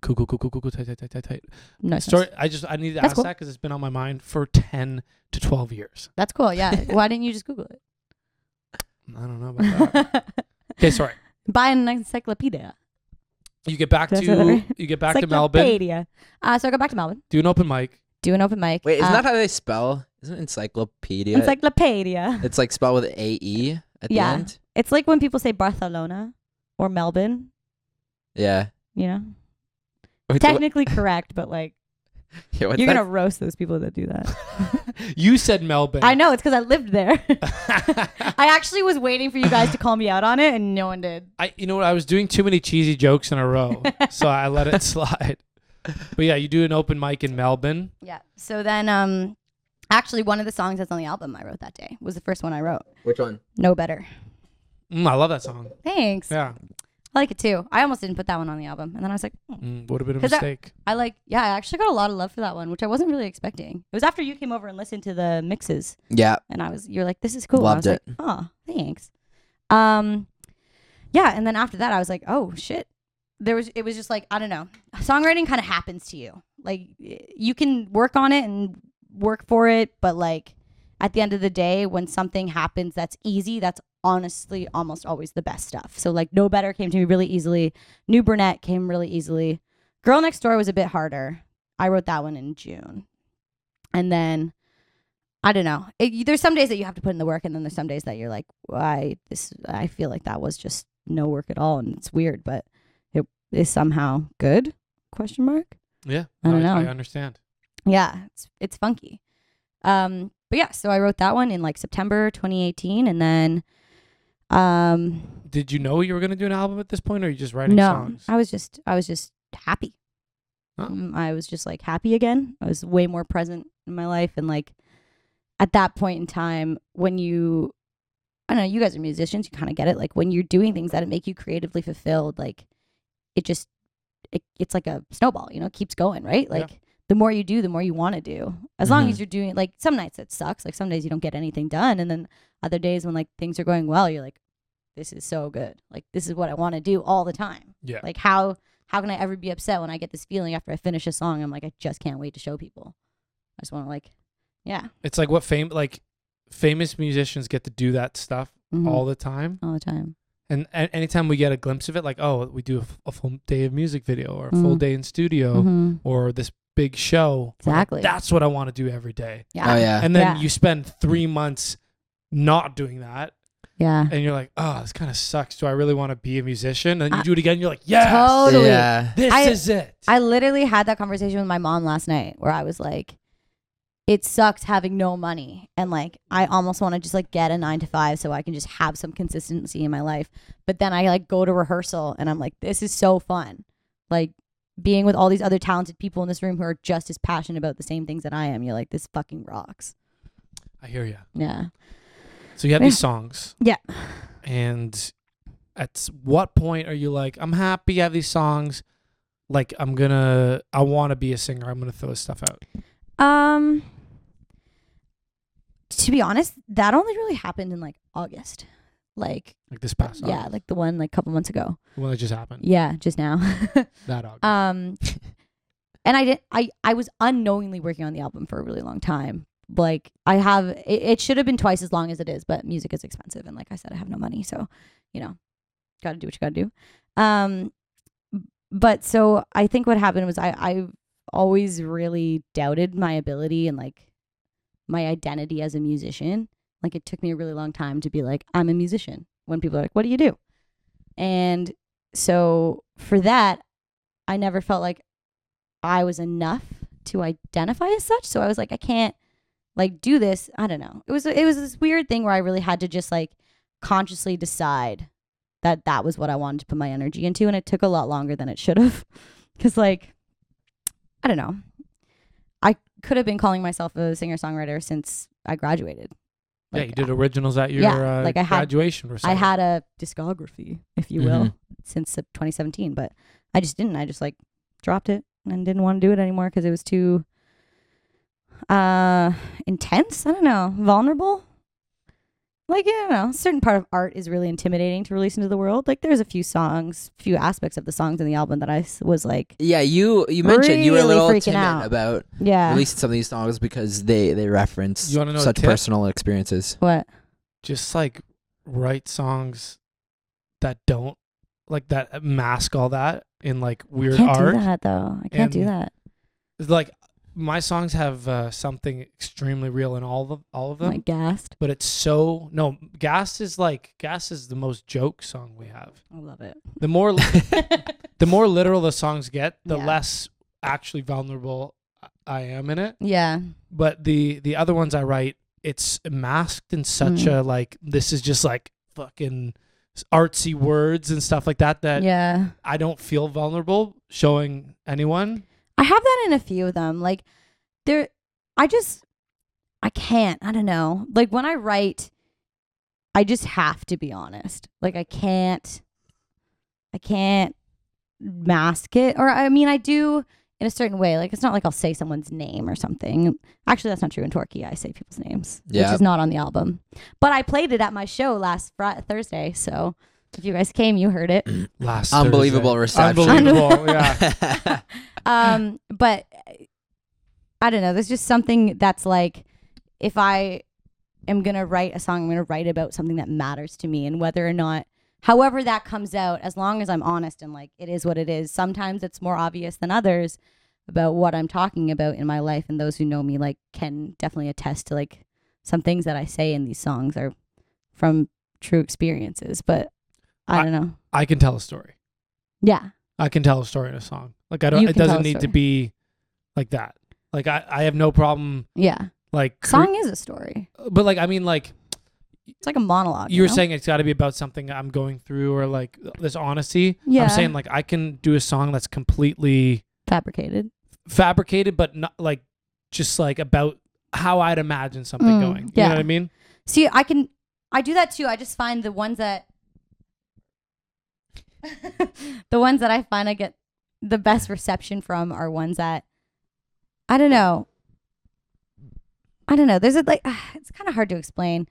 [SPEAKER 2] cool, cool, cool, cool, cool, cool, tight, tight, tight, tight, tight.
[SPEAKER 4] No.
[SPEAKER 2] Story.
[SPEAKER 4] sense.
[SPEAKER 2] I just I need to
[SPEAKER 4] That's
[SPEAKER 2] ask
[SPEAKER 4] cool.
[SPEAKER 2] that because it's been on my mind for ten to twelve years.
[SPEAKER 4] That's
[SPEAKER 2] <laughs>
[SPEAKER 4] cool. Yeah. Why didn't you just Google it?
[SPEAKER 2] I don't know about
[SPEAKER 4] <laughs>
[SPEAKER 2] that. okay, sorry.
[SPEAKER 4] Buy an encyclopedia.
[SPEAKER 2] You get back
[SPEAKER 4] Did I say that
[SPEAKER 2] to
[SPEAKER 4] right?
[SPEAKER 2] you get back to Melbourne.
[SPEAKER 4] Encyclopedia. Uh, so I go back to Melbourne,
[SPEAKER 2] Do an open mic.
[SPEAKER 4] do an open mic.
[SPEAKER 3] Wait, isn't
[SPEAKER 4] uh,
[SPEAKER 3] that how they spell? Isn't encyclopedia?
[SPEAKER 4] encyclopedia?
[SPEAKER 3] it's like spelled with a e at
[SPEAKER 4] Yeah.
[SPEAKER 3] the end.
[SPEAKER 4] It's like when people say Barcelona or Melbourne.
[SPEAKER 3] Yeah.
[SPEAKER 4] You know,
[SPEAKER 3] Wait, so what-
[SPEAKER 4] technically correct, but
[SPEAKER 3] <laughs>
[SPEAKER 4] like
[SPEAKER 3] yeah, what's
[SPEAKER 4] you're
[SPEAKER 3] that?
[SPEAKER 4] gonna roast those people that
[SPEAKER 2] <laughs>
[SPEAKER 4] do that.
[SPEAKER 2] You said Melbourne. <laughs>
[SPEAKER 4] I know it's because I lived there. <laughs> I actually was waiting for you guys to call me out on it, and no one did.
[SPEAKER 2] I you know what I was doing too many cheesy jokes in a
[SPEAKER 4] <laughs>
[SPEAKER 2] row, so I let it slide. But yeah, you do an open mic in Melbourne.
[SPEAKER 4] Yeah. So then, um, actually, one of the songs that's on the album I wrote that day was the first one I wrote.
[SPEAKER 3] Which one?
[SPEAKER 4] No better.
[SPEAKER 2] Mm, I love that song.
[SPEAKER 4] Thanks.
[SPEAKER 2] Yeah,
[SPEAKER 4] I like it too. I almost didn't put that one on the album, and then I was like, hmm.
[SPEAKER 2] mm, would have been a
[SPEAKER 4] 'Cause that-
[SPEAKER 2] mistake.
[SPEAKER 4] I like. Yeah, I actually got a lot of love for that one, which I wasn't really expecting. It was after you came over and listened to the mixes,
[SPEAKER 3] Yeah.
[SPEAKER 4] and I was, you're like, this is cool.
[SPEAKER 3] Loved
[SPEAKER 4] I was Like, oh, thanks. Um, yeah, and then after that, I was like, oh shit. There was. It was just like I don't know. Songwriting kind of happens to you. Like y- you can work on it and work for it, but like at the end of the day, when something happens that's easy, that's honestly almost always the best stuff. So like No Better came to me really easily. New Burnett came really easily. Girl Next Door was a bit harder. I wrote that one in June. And then I don't know. It, you- there's some days that you have to put in the work and then there's some days that you're like, "Why this I feel like that was just no work at all and it's weird, but it is somehow good?" question mark.
[SPEAKER 2] Yeah,
[SPEAKER 4] I don't
[SPEAKER 2] no, I
[SPEAKER 4] know.
[SPEAKER 2] understand.
[SPEAKER 4] Yeah, it's it's funky. Um, but yeah, so I wrote that one in like September 2018, and then, um,
[SPEAKER 2] Did you know you were going to do an album at this point, or are you just writing
[SPEAKER 4] no,
[SPEAKER 2] songs?
[SPEAKER 4] I was just I was just happy.
[SPEAKER 2] Oh.
[SPEAKER 4] Um, I was just like happy again. I was way more present in my life, and like at that point in time, when you, I don't know, you guys are musicians, you kind of get it. Like when you're doing things that make you creatively fulfilled, like it just it, it's like a snowball, you know, it keeps going, right?
[SPEAKER 2] Yeah. Mm-hmm.
[SPEAKER 4] Like the more you do, the more you want to do. As long
[SPEAKER 3] Mhm.
[SPEAKER 4] as you're doing like some nights it sucks, like some days you don't get anything done, and then other days when like things are going well, you're like, this is so good. Like this is what I want to do all the time.
[SPEAKER 2] yeah,
[SPEAKER 4] Like how how can I ever be upset when I get this feeling after I finish a song? I'm like, I just can't wait to show people. I just want to like, yeah,
[SPEAKER 2] it's like what fame like famous musicians get to do that stuff
[SPEAKER 4] Mhm.
[SPEAKER 2] all the time.
[SPEAKER 4] all the time.
[SPEAKER 2] And, a anytime we get a glimpse of it, like oh, we do a, f- a full day of music video or a full
[SPEAKER 4] Mhm.
[SPEAKER 2] day in studio
[SPEAKER 4] Mhm.
[SPEAKER 2] or this big show. we're like,
[SPEAKER 4] Exactly.
[SPEAKER 2] That's what I want to do every day.
[SPEAKER 4] Yeah,
[SPEAKER 3] Oh yeah.
[SPEAKER 2] And then
[SPEAKER 4] Yeah.
[SPEAKER 2] you spend three months not doing that,
[SPEAKER 4] yeah.
[SPEAKER 2] and you're like, oh, this kind of sucks. Do I really want to be a musician? And you do it again, you're like, yes,
[SPEAKER 4] Totally.
[SPEAKER 3] Yeah.
[SPEAKER 2] this
[SPEAKER 4] I-
[SPEAKER 2] is it.
[SPEAKER 4] I literally had that conversation with my mom last night where I was like, it sucks having no money. And like, I almost want to just like get a nine to five so I can just have some consistency in my life. But then I like go to rehearsal and I'm like, this is so fun. Like, being with all these other talented people in this room who are just as passionate about the same things that I am, you're like, this fucking rocks.
[SPEAKER 2] I hear you.
[SPEAKER 4] Yeah.
[SPEAKER 2] So you have
[SPEAKER 4] Yeah.
[SPEAKER 2] these songs.
[SPEAKER 4] Yeah.
[SPEAKER 2] And at s- what point are you like, I'm happy I have these songs. Like I'm gonna I wanna be a singer. I'm gonna throw this stuff out.
[SPEAKER 4] Um, to be honest, that only really happened in like August. Like,
[SPEAKER 2] Like this past
[SPEAKER 4] yeah,
[SPEAKER 2] August.
[SPEAKER 4] like the one like a couple months ago.
[SPEAKER 2] the one that just happened.
[SPEAKER 4] Yeah, just now. <laughs>
[SPEAKER 2] That August.
[SPEAKER 4] Um, and I didn't. I I was unknowingly working on the album for a really long time. Like I have, it, it should have been twice as long as it is, but music is expensive, and like I said, I have no money, so you know, got to do what you got to do. Um, but so I think what happened was I I always really doubted my ability and like my identity as a musician. Like it took me a really long time to be like I'm a musician when people are like, "What do you do?" And so for that, I never felt like I was enough to identify as such. So I was like, I can't like do this. I don't know. It was it was this weird thing where I really had to just like consciously decide that that was what I wanted to put my energy into, and it took a lot longer than it should have, <laughs> because like I don't know, I could have been calling myself a singer songwriter since I graduated.
[SPEAKER 2] yeah, you did originals at your
[SPEAKER 4] yeah,
[SPEAKER 2] uh,
[SPEAKER 4] like I had-
[SPEAKER 2] graduation
[SPEAKER 4] I
[SPEAKER 2] recital.
[SPEAKER 4] had a discography, if you will,
[SPEAKER 2] Mm-hmm.
[SPEAKER 4] since uh, 2017, but I just didn't. I just like dropped it and didn't want to do it anymore because it was too uh intense. I don't know, vulnerable. Like I don't know, a certain part of art is really intimidating to release into the world. Like there's a few songs, few aspects of the songs in the album that I s- was like,
[SPEAKER 3] Yeah, you you mentioned you were a
[SPEAKER 4] Really
[SPEAKER 3] little
[SPEAKER 4] freaking
[SPEAKER 3] timid
[SPEAKER 4] out.
[SPEAKER 3] about
[SPEAKER 4] yeah,
[SPEAKER 3] releasing some of these songs because they they reference
[SPEAKER 2] You wanna know a
[SPEAKER 3] such
[SPEAKER 2] tip?
[SPEAKER 3] personal
[SPEAKER 4] <laughs>
[SPEAKER 3] experiences. <laughs>
[SPEAKER 4] what?
[SPEAKER 2] just like write songs that don't like that mask all that in like weird
[SPEAKER 4] Can't
[SPEAKER 2] art.
[SPEAKER 4] do that though. I can't do
[SPEAKER 2] and-
[SPEAKER 4] that.
[SPEAKER 2] Like my songs have uh, something extremely real in all of all of
[SPEAKER 4] I'm
[SPEAKER 2] them.
[SPEAKER 4] like gassed.
[SPEAKER 2] but it's so no gas is like gas is the most joke song we have
[SPEAKER 4] I love it.
[SPEAKER 2] the more the more literal the songs get the
[SPEAKER 4] Yeah.
[SPEAKER 2] less actually vulnerable I- i am in it
[SPEAKER 4] yeah.
[SPEAKER 2] but the the other ones i write it's masked in such
[SPEAKER 4] Mm.
[SPEAKER 2] a like this is just like fucking artsy words and stuff like that that
[SPEAKER 4] yeah.
[SPEAKER 2] i don't feel vulnerable showing anyone
[SPEAKER 4] I have that in a few of them. Like there I just I can't. I don't know. Like when I write I just have to be honest. Like I can't I can't mask it or I mean I do in a certain way. Like it's not like I'll say someone's name or something. Actually that's not true in Torquay. I say people's names,
[SPEAKER 3] Yeah.
[SPEAKER 4] which is not on the album. But I played it at my show last Fri Thursday, so if you guys came, you heard it.
[SPEAKER 2] last
[SPEAKER 3] Unbelievable
[SPEAKER 2] Thursday.
[SPEAKER 3] reception.
[SPEAKER 4] <laughs>
[SPEAKER 2] unbelievable yeah <laughs>
[SPEAKER 4] um but i don't know there's just something that's like if i am going to write a song i'm going to write about something that matters to me and whether or not however that comes out as long as i'm honest and like it is what it is sometimes it's more obvious than others about what i'm talking about in my life and those who know me like can definitely attest to like some things that i say in these songs are from true experiences but i,
[SPEAKER 2] I-
[SPEAKER 4] don't know
[SPEAKER 2] i can tell a story
[SPEAKER 4] yeah
[SPEAKER 2] I can tell a story in a song. Like I don't.
[SPEAKER 4] You
[SPEAKER 2] It
[SPEAKER 4] can tell
[SPEAKER 2] doesn't
[SPEAKER 4] a
[SPEAKER 2] need to
[SPEAKER 4] story.
[SPEAKER 2] be like that. Like I, I have no problem.
[SPEAKER 4] yeah
[SPEAKER 2] Like cre-
[SPEAKER 4] song is a story
[SPEAKER 2] but like I mean, like
[SPEAKER 4] it's like a monologue
[SPEAKER 2] you were
[SPEAKER 4] know?
[SPEAKER 2] saying, it's got to be about something I'm going through or like this honesty.
[SPEAKER 4] Yeah.
[SPEAKER 2] I'm saying like I can do a song that's completely
[SPEAKER 4] fabricated.
[SPEAKER 2] fabricated, but not like just like about how I'd imagine something
[SPEAKER 4] Mm,
[SPEAKER 2] going. You
[SPEAKER 4] yeah.
[SPEAKER 2] know what I mean?
[SPEAKER 4] See, I can, I do that too. I just find the ones that, <laughs> the ones that I find I get the best reception from are ones that, I don't know. I don't know. There's a like, ah, it's kind of hard to explain.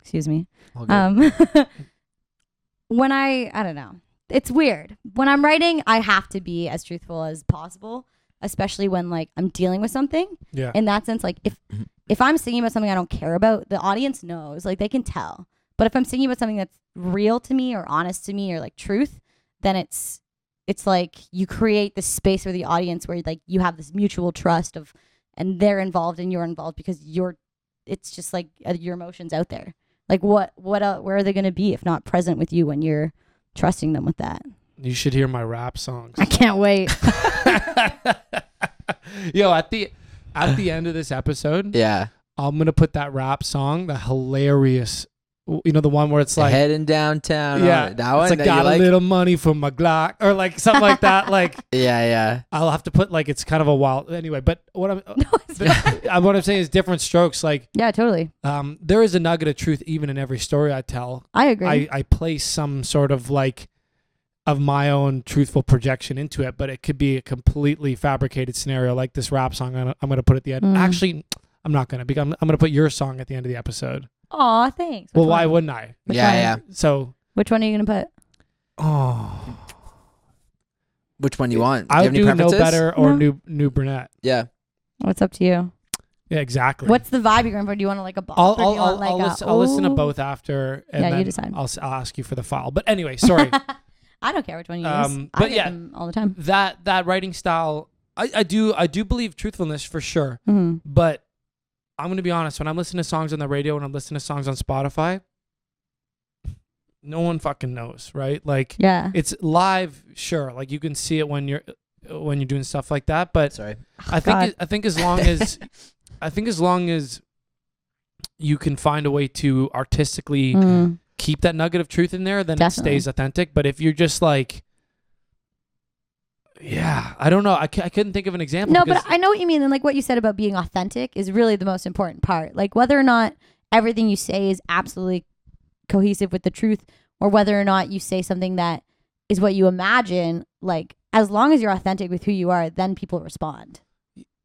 [SPEAKER 4] Excuse me.
[SPEAKER 3] All good.
[SPEAKER 4] Um, <laughs> when I, I don't know. It's weird. When I'm writing, I have to be as truthful as possible, especially when like I'm dealing with something.
[SPEAKER 2] Yeah.
[SPEAKER 4] in that sense like if if i'm singing about something i don't care about the audience knows like they can tell but if i'm singing about something that's real to me or honest to me or like truth then it's it's like you create this space for the audience where like you have this mutual trust of and they're involved and you're involved because you're it's just like uh, your emotions out there like what what uh, where are they going to be if not present with you when you're trusting them with that
[SPEAKER 2] you should hear my rap
[SPEAKER 3] <laughs>
[SPEAKER 2] songs.
[SPEAKER 4] i can't wait <laughs>
[SPEAKER 2] Yo, at the at the end of this episode,
[SPEAKER 3] yeah.
[SPEAKER 2] I'm gonna put that rap song, the hilarious, you know, the one where it's like.
[SPEAKER 3] Heading downtown.
[SPEAKER 2] yeah,
[SPEAKER 3] Yeah. That one.
[SPEAKER 2] It's like
[SPEAKER 3] that you
[SPEAKER 2] got
[SPEAKER 3] like?
[SPEAKER 2] a little money for my Glock or like something like
[SPEAKER 3] <laughs>
[SPEAKER 2] that. Like
[SPEAKER 3] Yeah, yeah.
[SPEAKER 2] I'll have to put like it's kind of a wild anyway. But what
[SPEAKER 3] <laughs>
[SPEAKER 2] I'm
[SPEAKER 4] no, it's
[SPEAKER 2] the-
[SPEAKER 4] not.
[SPEAKER 2] I- what I'm saying is different strokes. Like
[SPEAKER 4] yeah totally
[SPEAKER 2] um, there is a nugget of truth even in every story I tell.
[SPEAKER 4] i agree
[SPEAKER 2] I I place some sort of like of my own truthful projection into it, but it could be a completely fabricated scenario like this rap song. I'm gonna, I'm gonna put at the end.
[SPEAKER 4] Mm.
[SPEAKER 2] Actually, I'm not gonna. Because I'm, I'm gonna put your song at the end of the episode.
[SPEAKER 4] Aw, thanks
[SPEAKER 2] well,
[SPEAKER 4] Which
[SPEAKER 2] why
[SPEAKER 4] one?
[SPEAKER 2] wouldn't I?
[SPEAKER 4] Which
[SPEAKER 3] yeah,
[SPEAKER 4] one?
[SPEAKER 3] yeah.
[SPEAKER 2] So
[SPEAKER 4] which one are you gonna put
[SPEAKER 2] oh.
[SPEAKER 3] Which one you want?
[SPEAKER 2] I
[SPEAKER 3] you
[SPEAKER 2] would
[SPEAKER 3] have any
[SPEAKER 2] do no
[SPEAKER 3] preferences?
[SPEAKER 2] better or
[SPEAKER 4] No.
[SPEAKER 2] new new brunette.
[SPEAKER 3] Yeah.
[SPEAKER 4] What's up to you?
[SPEAKER 2] Yeah, exactly.
[SPEAKER 4] What's the vibe you're going for? Do you want to like a bop?
[SPEAKER 2] I'll
[SPEAKER 4] or do
[SPEAKER 2] I'll,
[SPEAKER 4] you
[SPEAKER 2] I'll,
[SPEAKER 4] want, like
[SPEAKER 2] I'll,
[SPEAKER 4] a-
[SPEAKER 2] listen, I'll listen to
[SPEAKER 4] ooh?
[SPEAKER 2] both after, and
[SPEAKER 4] Yeah, you
[SPEAKER 2] then
[SPEAKER 4] decide.
[SPEAKER 2] I'll, s- I'll ask you for the file. But anyway,
[SPEAKER 4] <laughs>
[SPEAKER 2] sorry
[SPEAKER 4] I don't care which one you use.
[SPEAKER 2] Um,
[SPEAKER 4] I
[SPEAKER 2] but
[SPEAKER 4] get
[SPEAKER 2] yeah.
[SPEAKER 4] them all the time.
[SPEAKER 2] that that writing style. I, I do I do believe truthfulness for sure,
[SPEAKER 4] hmm
[SPEAKER 2] but I'm gonna be honest. When I'm listening to songs on the radio, when I'm listening to songs on Spotify, no one fucking knows, right? Like
[SPEAKER 4] Yeah.
[SPEAKER 2] it's live, sure. Like you can see it when you're when you're doing stuff like that, but
[SPEAKER 3] Sorry.
[SPEAKER 2] I think
[SPEAKER 4] God. <laughs>
[SPEAKER 2] it- I think as long as I think as long as you can find a way to artistically
[SPEAKER 4] Mm.
[SPEAKER 2] keep that nugget of truth in there, then
[SPEAKER 4] Definitely.
[SPEAKER 2] it stays authentic. But if you're just like, yeah, I don't know. I, c- I couldn't think of an example.
[SPEAKER 4] No,
[SPEAKER 2] because-
[SPEAKER 4] but I know what you mean. And like what you said about being authentic is really the most important part. Like whether or not everything you say is absolutely cohesive with the truth or whether or not you say something that is what you imagine, like as long as you're authentic with who you are, then people respond.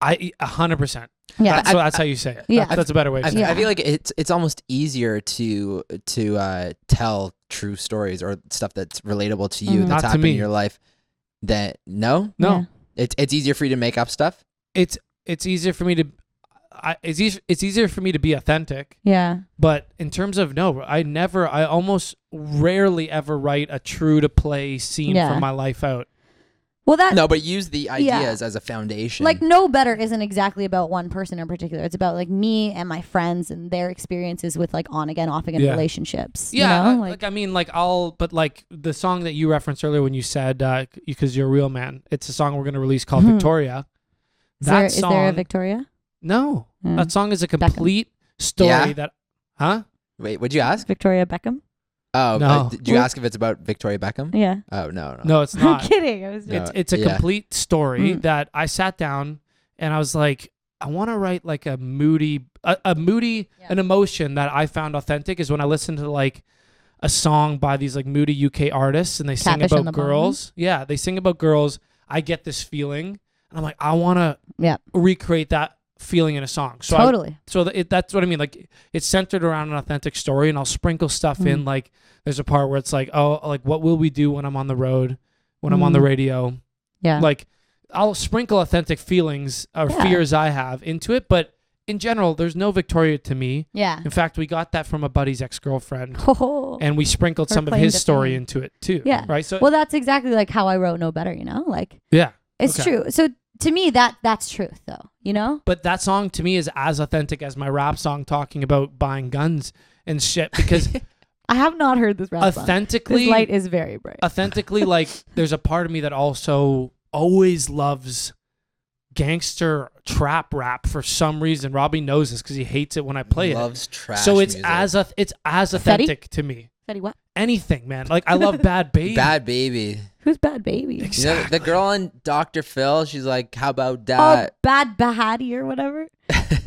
[SPEAKER 2] I a hundred percent.
[SPEAKER 4] Yeah.
[SPEAKER 2] That's,
[SPEAKER 3] I-
[SPEAKER 2] what- that's how you say it.
[SPEAKER 4] Yeah.
[SPEAKER 2] That's, that's a better way.
[SPEAKER 3] I,
[SPEAKER 2] Of
[SPEAKER 3] f-
[SPEAKER 2] saying
[SPEAKER 4] Yeah.
[SPEAKER 3] I feel like it's it's almost easier to to uh, tell true stories or stuff that's relatable to you
[SPEAKER 4] Mhm.
[SPEAKER 2] Mm. Not
[SPEAKER 3] that's
[SPEAKER 2] to
[SPEAKER 3] happened
[SPEAKER 2] me.
[SPEAKER 3] in your life. That no,
[SPEAKER 2] it. No,
[SPEAKER 4] Yeah.
[SPEAKER 3] it's it's easier for you to make up stuff.
[SPEAKER 2] it's it's easier for me to. I, it's easier, it's easier for me to be authentic,
[SPEAKER 4] Yeah.
[SPEAKER 2] but in terms of no, I never, I almost rarely ever write a true to play scene
[SPEAKER 4] Yeah.
[SPEAKER 2] from my life out.
[SPEAKER 4] Well, that
[SPEAKER 3] No, but use the ideas as a foundation.
[SPEAKER 4] Uh, like no better isn't exactly about one person in particular. It's about like me and my friends and their experiences with like on again, off again
[SPEAKER 2] Yeah.
[SPEAKER 4] relationships. you
[SPEAKER 2] Yeah,
[SPEAKER 4] know?
[SPEAKER 2] I- like, I mean, like I'll, but like the song that you referenced earlier when you said because you're a real man, it's a song we're gonna release called
[SPEAKER 4] Mhm.
[SPEAKER 2] Victoria.
[SPEAKER 4] is,
[SPEAKER 2] That
[SPEAKER 4] there, is
[SPEAKER 2] song,
[SPEAKER 4] there a Victoria?
[SPEAKER 2] no,
[SPEAKER 4] Mm.
[SPEAKER 2] that song is a
[SPEAKER 4] Beckham.
[SPEAKER 2] complete story
[SPEAKER 3] Yeah.
[SPEAKER 2] that, huh?
[SPEAKER 3] wait, would you ask?
[SPEAKER 4] Victoria Beckham?
[SPEAKER 3] Oh,
[SPEAKER 2] No.
[SPEAKER 3] uh, did you
[SPEAKER 4] Well-
[SPEAKER 3] ask if it's about Victoria Beckham?
[SPEAKER 4] Yeah.
[SPEAKER 3] Oh no, no.
[SPEAKER 2] No, Mm-hmm.
[SPEAKER 4] <laughs>
[SPEAKER 2] it's
[SPEAKER 4] I'm
[SPEAKER 2] not.
[SPEAKER 4] kidding. I was
[SPEAKER 3] No.
[SPEAKER 4] just
[SPEAKER 2] it's it's a
[SPEAKER 3] yeah.
[SPEAKER 2] complete story
[SPEAKER 4] Mm.
[SPEAKER 2] that I sat down and I was like, I want to write like a moody, a, a moody,
[SPEAKER 4] Yeah.
[SPEAKER 2] an emotion that I found authentic is when I listen to like a song by these like moody UK artists and they sing
[SPEAKER 4] Catfish on
[SPEAKER 2] about
[SPEAKER 4] the Bottom.
[SPEAKER 2] girls. Yeah, they sing about girls. I get this feeling, and I'm like, I want to
[SPEAKER 4] Yeah.
[SPEAKER 2] recreate that feeling in a song. So I,
[SPEAKER 4] totally.
[SPEAKER 2] so th- it, that's what I mean. Like it's centered around an authentic story, and I'll sprinkle stuff in.
[SPEAKER 4] Mm.
[SPEAKER 2] Like there's a part where it's like, oh, like what will we do when I'm on the road, when I'm on the
[SPEAKER 4] Mm.
[SPEAKER 2] radio?
[SPEAKER 4] Yeah.
[SPEAKER 2] Like I'll sprinkle authentic feelings or
[SPEAKER 4] Yeah.
[SPEAKER 2] fears I have into it, but in general, there's no Victoria to me.
[SPEAKER 4] yeah.
[SPEAKER 2] In fact, we got that from a buddy's ex girlfriend,
[SPEAKER 4] <laughs> Oh.
[SPEAKER 2] and we sprinkled
[SPEAKER 4] Her
[SPEAKER 2] some of
[SPEAKER 4] claim
[SPEAKER 2] his
[SPEAKER 4] to
[SPEAKER 2] story
[SPEAKER 4] fame.
[SPEAKER 2] into it too.
[SPEAKER 4] Yeah.
[SPEAKER 2] Right. So
[SPEAKER 4] well, that's exactly like how I wrote No Better, you know? Like
[SPEAKER 2] yeah.
[SPEAKER 4] it's
[SPEAKER 2] Okay.
[SPEAKER 4] true. So to me that that's truth though, you know?
[SPEAKER 2] But that song to me is as authentic as my rap song talking about buying guns and
[SPEAKER 4] <laughs>
[SPEAKER 2] shit
[SPEAKER 3] <laughs>
[SPEAKER 2] because
[SPEAKER 4] I have not heard this rap song. This
[SPEAKER 2] authentically
[SPEAKER 4] light is very bright.
[SPEAKER 2] authentically
[SPEAKER 4] <laughs>
[SPEAKER 2] like there's a part of me that also always loves gangster trap rap for some reason. Robbie knows this because he hates it when I play it.
[SPEAKER 3] Loves trash.
[SPEAKER 2] So it's
[SPEAKER 3] music.
[SPEAKER 2] as a, it's as authentic to me.
[SPEAKER 4] Betty, what?
[SPEAKER 2] Anything, man. Like I love
[SPEAKER 3] <laughs>
[SPEAKER 2] Bad Baby.
[SPEAKER 3] bad baby.
[SPEAKER 4] Who's
[SPEAKER 2] <laughs>
[SPEAKER 4] bad baby?
[SPEAKER 3] You know, the girl on Dr. Phil, she's like, "How about
[SPEAKER 4] Oh,
[SPEAKER 3] that?"
[SPEAKER 4] <laughs> bad Bahati or whatever.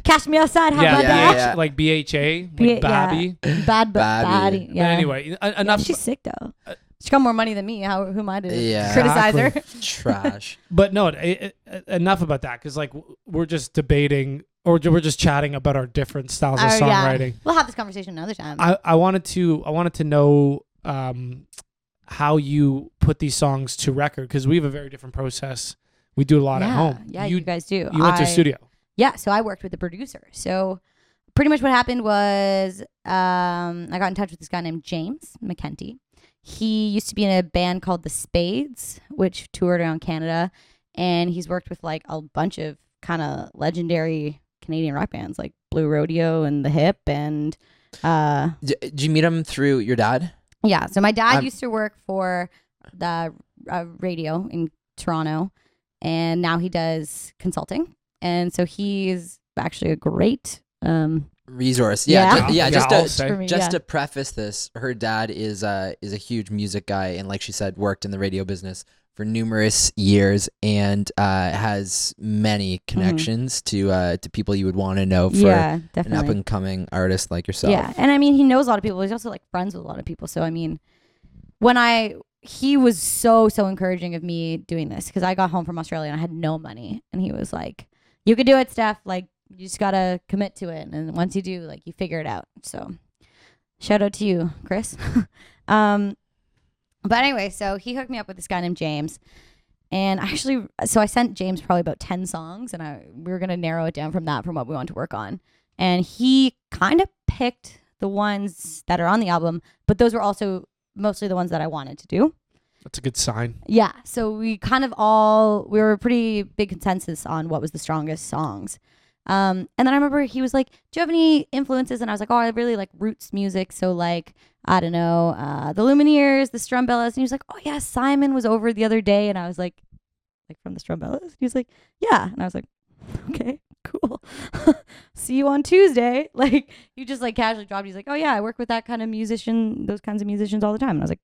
[SPEAKER 4] Catch me outside. How
[SPEAKER 2] yeah,
[SPEAKER 4] about
[SPEAKER 3] yeah,
[SPEAKER 2] BH,
[SPEAKER 4] that?
[SPEAKER 3] yeah.
[SPEAKER 2] like BHA, like
[SPEAKER 4] Yeah, yeah.
[SPEAKER 2] Bobby.
[SPEAKER 4] Bad ba-
[SPEAKER 3] Bahati.
[SPEAKER 4] Bahati. Yeah.
[SPEAKER 2] But anyway, en- enough. Uh,
[SPEAKER 4] she's sick though. She got more money than me. How who am I to
[SPEAKER 3] Yeah.
[SPEAKER 4] criticize her?
[SPEAKER 3] trash.
[SPEAKER 2] But no, it, it, enough about that because like w- we're just debating or ju- we're just chatting about our different styles of
[SPEAKER 4] Oh, yeah.
[SPEAKER 2] songwriting.
[SPEAKER 4] We'll have this conversation another time.
[SPEAKER 2] I, I wanted to I wanted to know um, how you put these songs to record because we have a very different process. We do a lot
[SPEAKER 4] yeah,
[SPEAKER 2] at home.
[SPEAKER 4] Yeah, you, guys do.
[SPEAKER 2] you went to a
[SPEAKER 4] I-
[SPEAKER 2] studio.
[SPEAKER 4] Yeah, so I worked with the producer. So pretty much what happened was um, I got in touch with this guy named James McKenty. He used to be in a band called the Spades, which toured around Canada, and he's worked with like a bunch of kind of legendary Canadian rock bands like Blue Rodeo and The Hip and uh,
[SPEAKER 3] D- Did you meet him through your dad?
[SPEAKER 4] yeah, so my dad
[SPEAKER 3] Um,
[SPEAKER 4] used to work for the uh, radio in Toronto, and now he does consulting. And so he's actually a great. Um,
[SPEAKER 3] Resource. Yeah,
[SPEAKER 4] Yeah.
[SPEAKER 3] ju- yeah,
[SPEAKER 2] Yeah,
[SPEAKER 3] just
[SPEAKER 2] I'll
[SPEAKER 3] to,
[SPEAKER 2] say.
[SPEAKER 4] for me,
[SPEAKER 3] just
[SPEAKER 4] yeah.
[SPEAKER 3] to preface this, her dad is uh is a huge music guy and like she said worked in the radio business for numerous years and uh has many connections to uh to people you would want to know for
[SPEAKER 4] Mm-hmm. yeah,
[SPEAKER 3] an up
[SPEAKER 4] definitely.
[SPEAKER 3] and coming artist like yourself.
[SPEAKER 4] Yeah, and I mean, he knows a lot of people. He's also like friends with a lot of people. So I mean, when I he was so so encouraging of me doing this because I got home from Australia and I had no money, and he was like, "You could do it, Steph. Like you just gotta commit to it, and once you do, like you figure it out." So shout out to you, Chris. <laughs> um, but anyway, so he hooked me up with this guy named James. And I actually, so I sent James probably about 10 songs, and I, we were going to narrow it down from that from what we wanted to work on and he kind of picked the ones that are on the album, but those were also mostly the ones that I wanted to do.
[SPEAKER 2] That's a good sign.
[SPEAKER 4] Yeah, so we kind of all we were pretty big consensus on what was the strongest songs. Um, and then I remember he was like, "Do you have any influences?" And I was like, "Oh, I really like roots music, so like I don't know, uh, the Lumineers, the Strumbellas." And he was like, "Oh yeah, Simon was over the other day," and I was like, "Like from the Strumbellas?" He was like, "Yeah," and I was like, <laughs> "Okay, cool. <laughs> See you on Tuesday. <laughs> Like you just like casually dropped. He's like, oh yeah, I work with that kind of musician, those kinds of musicians all the time. And I was like,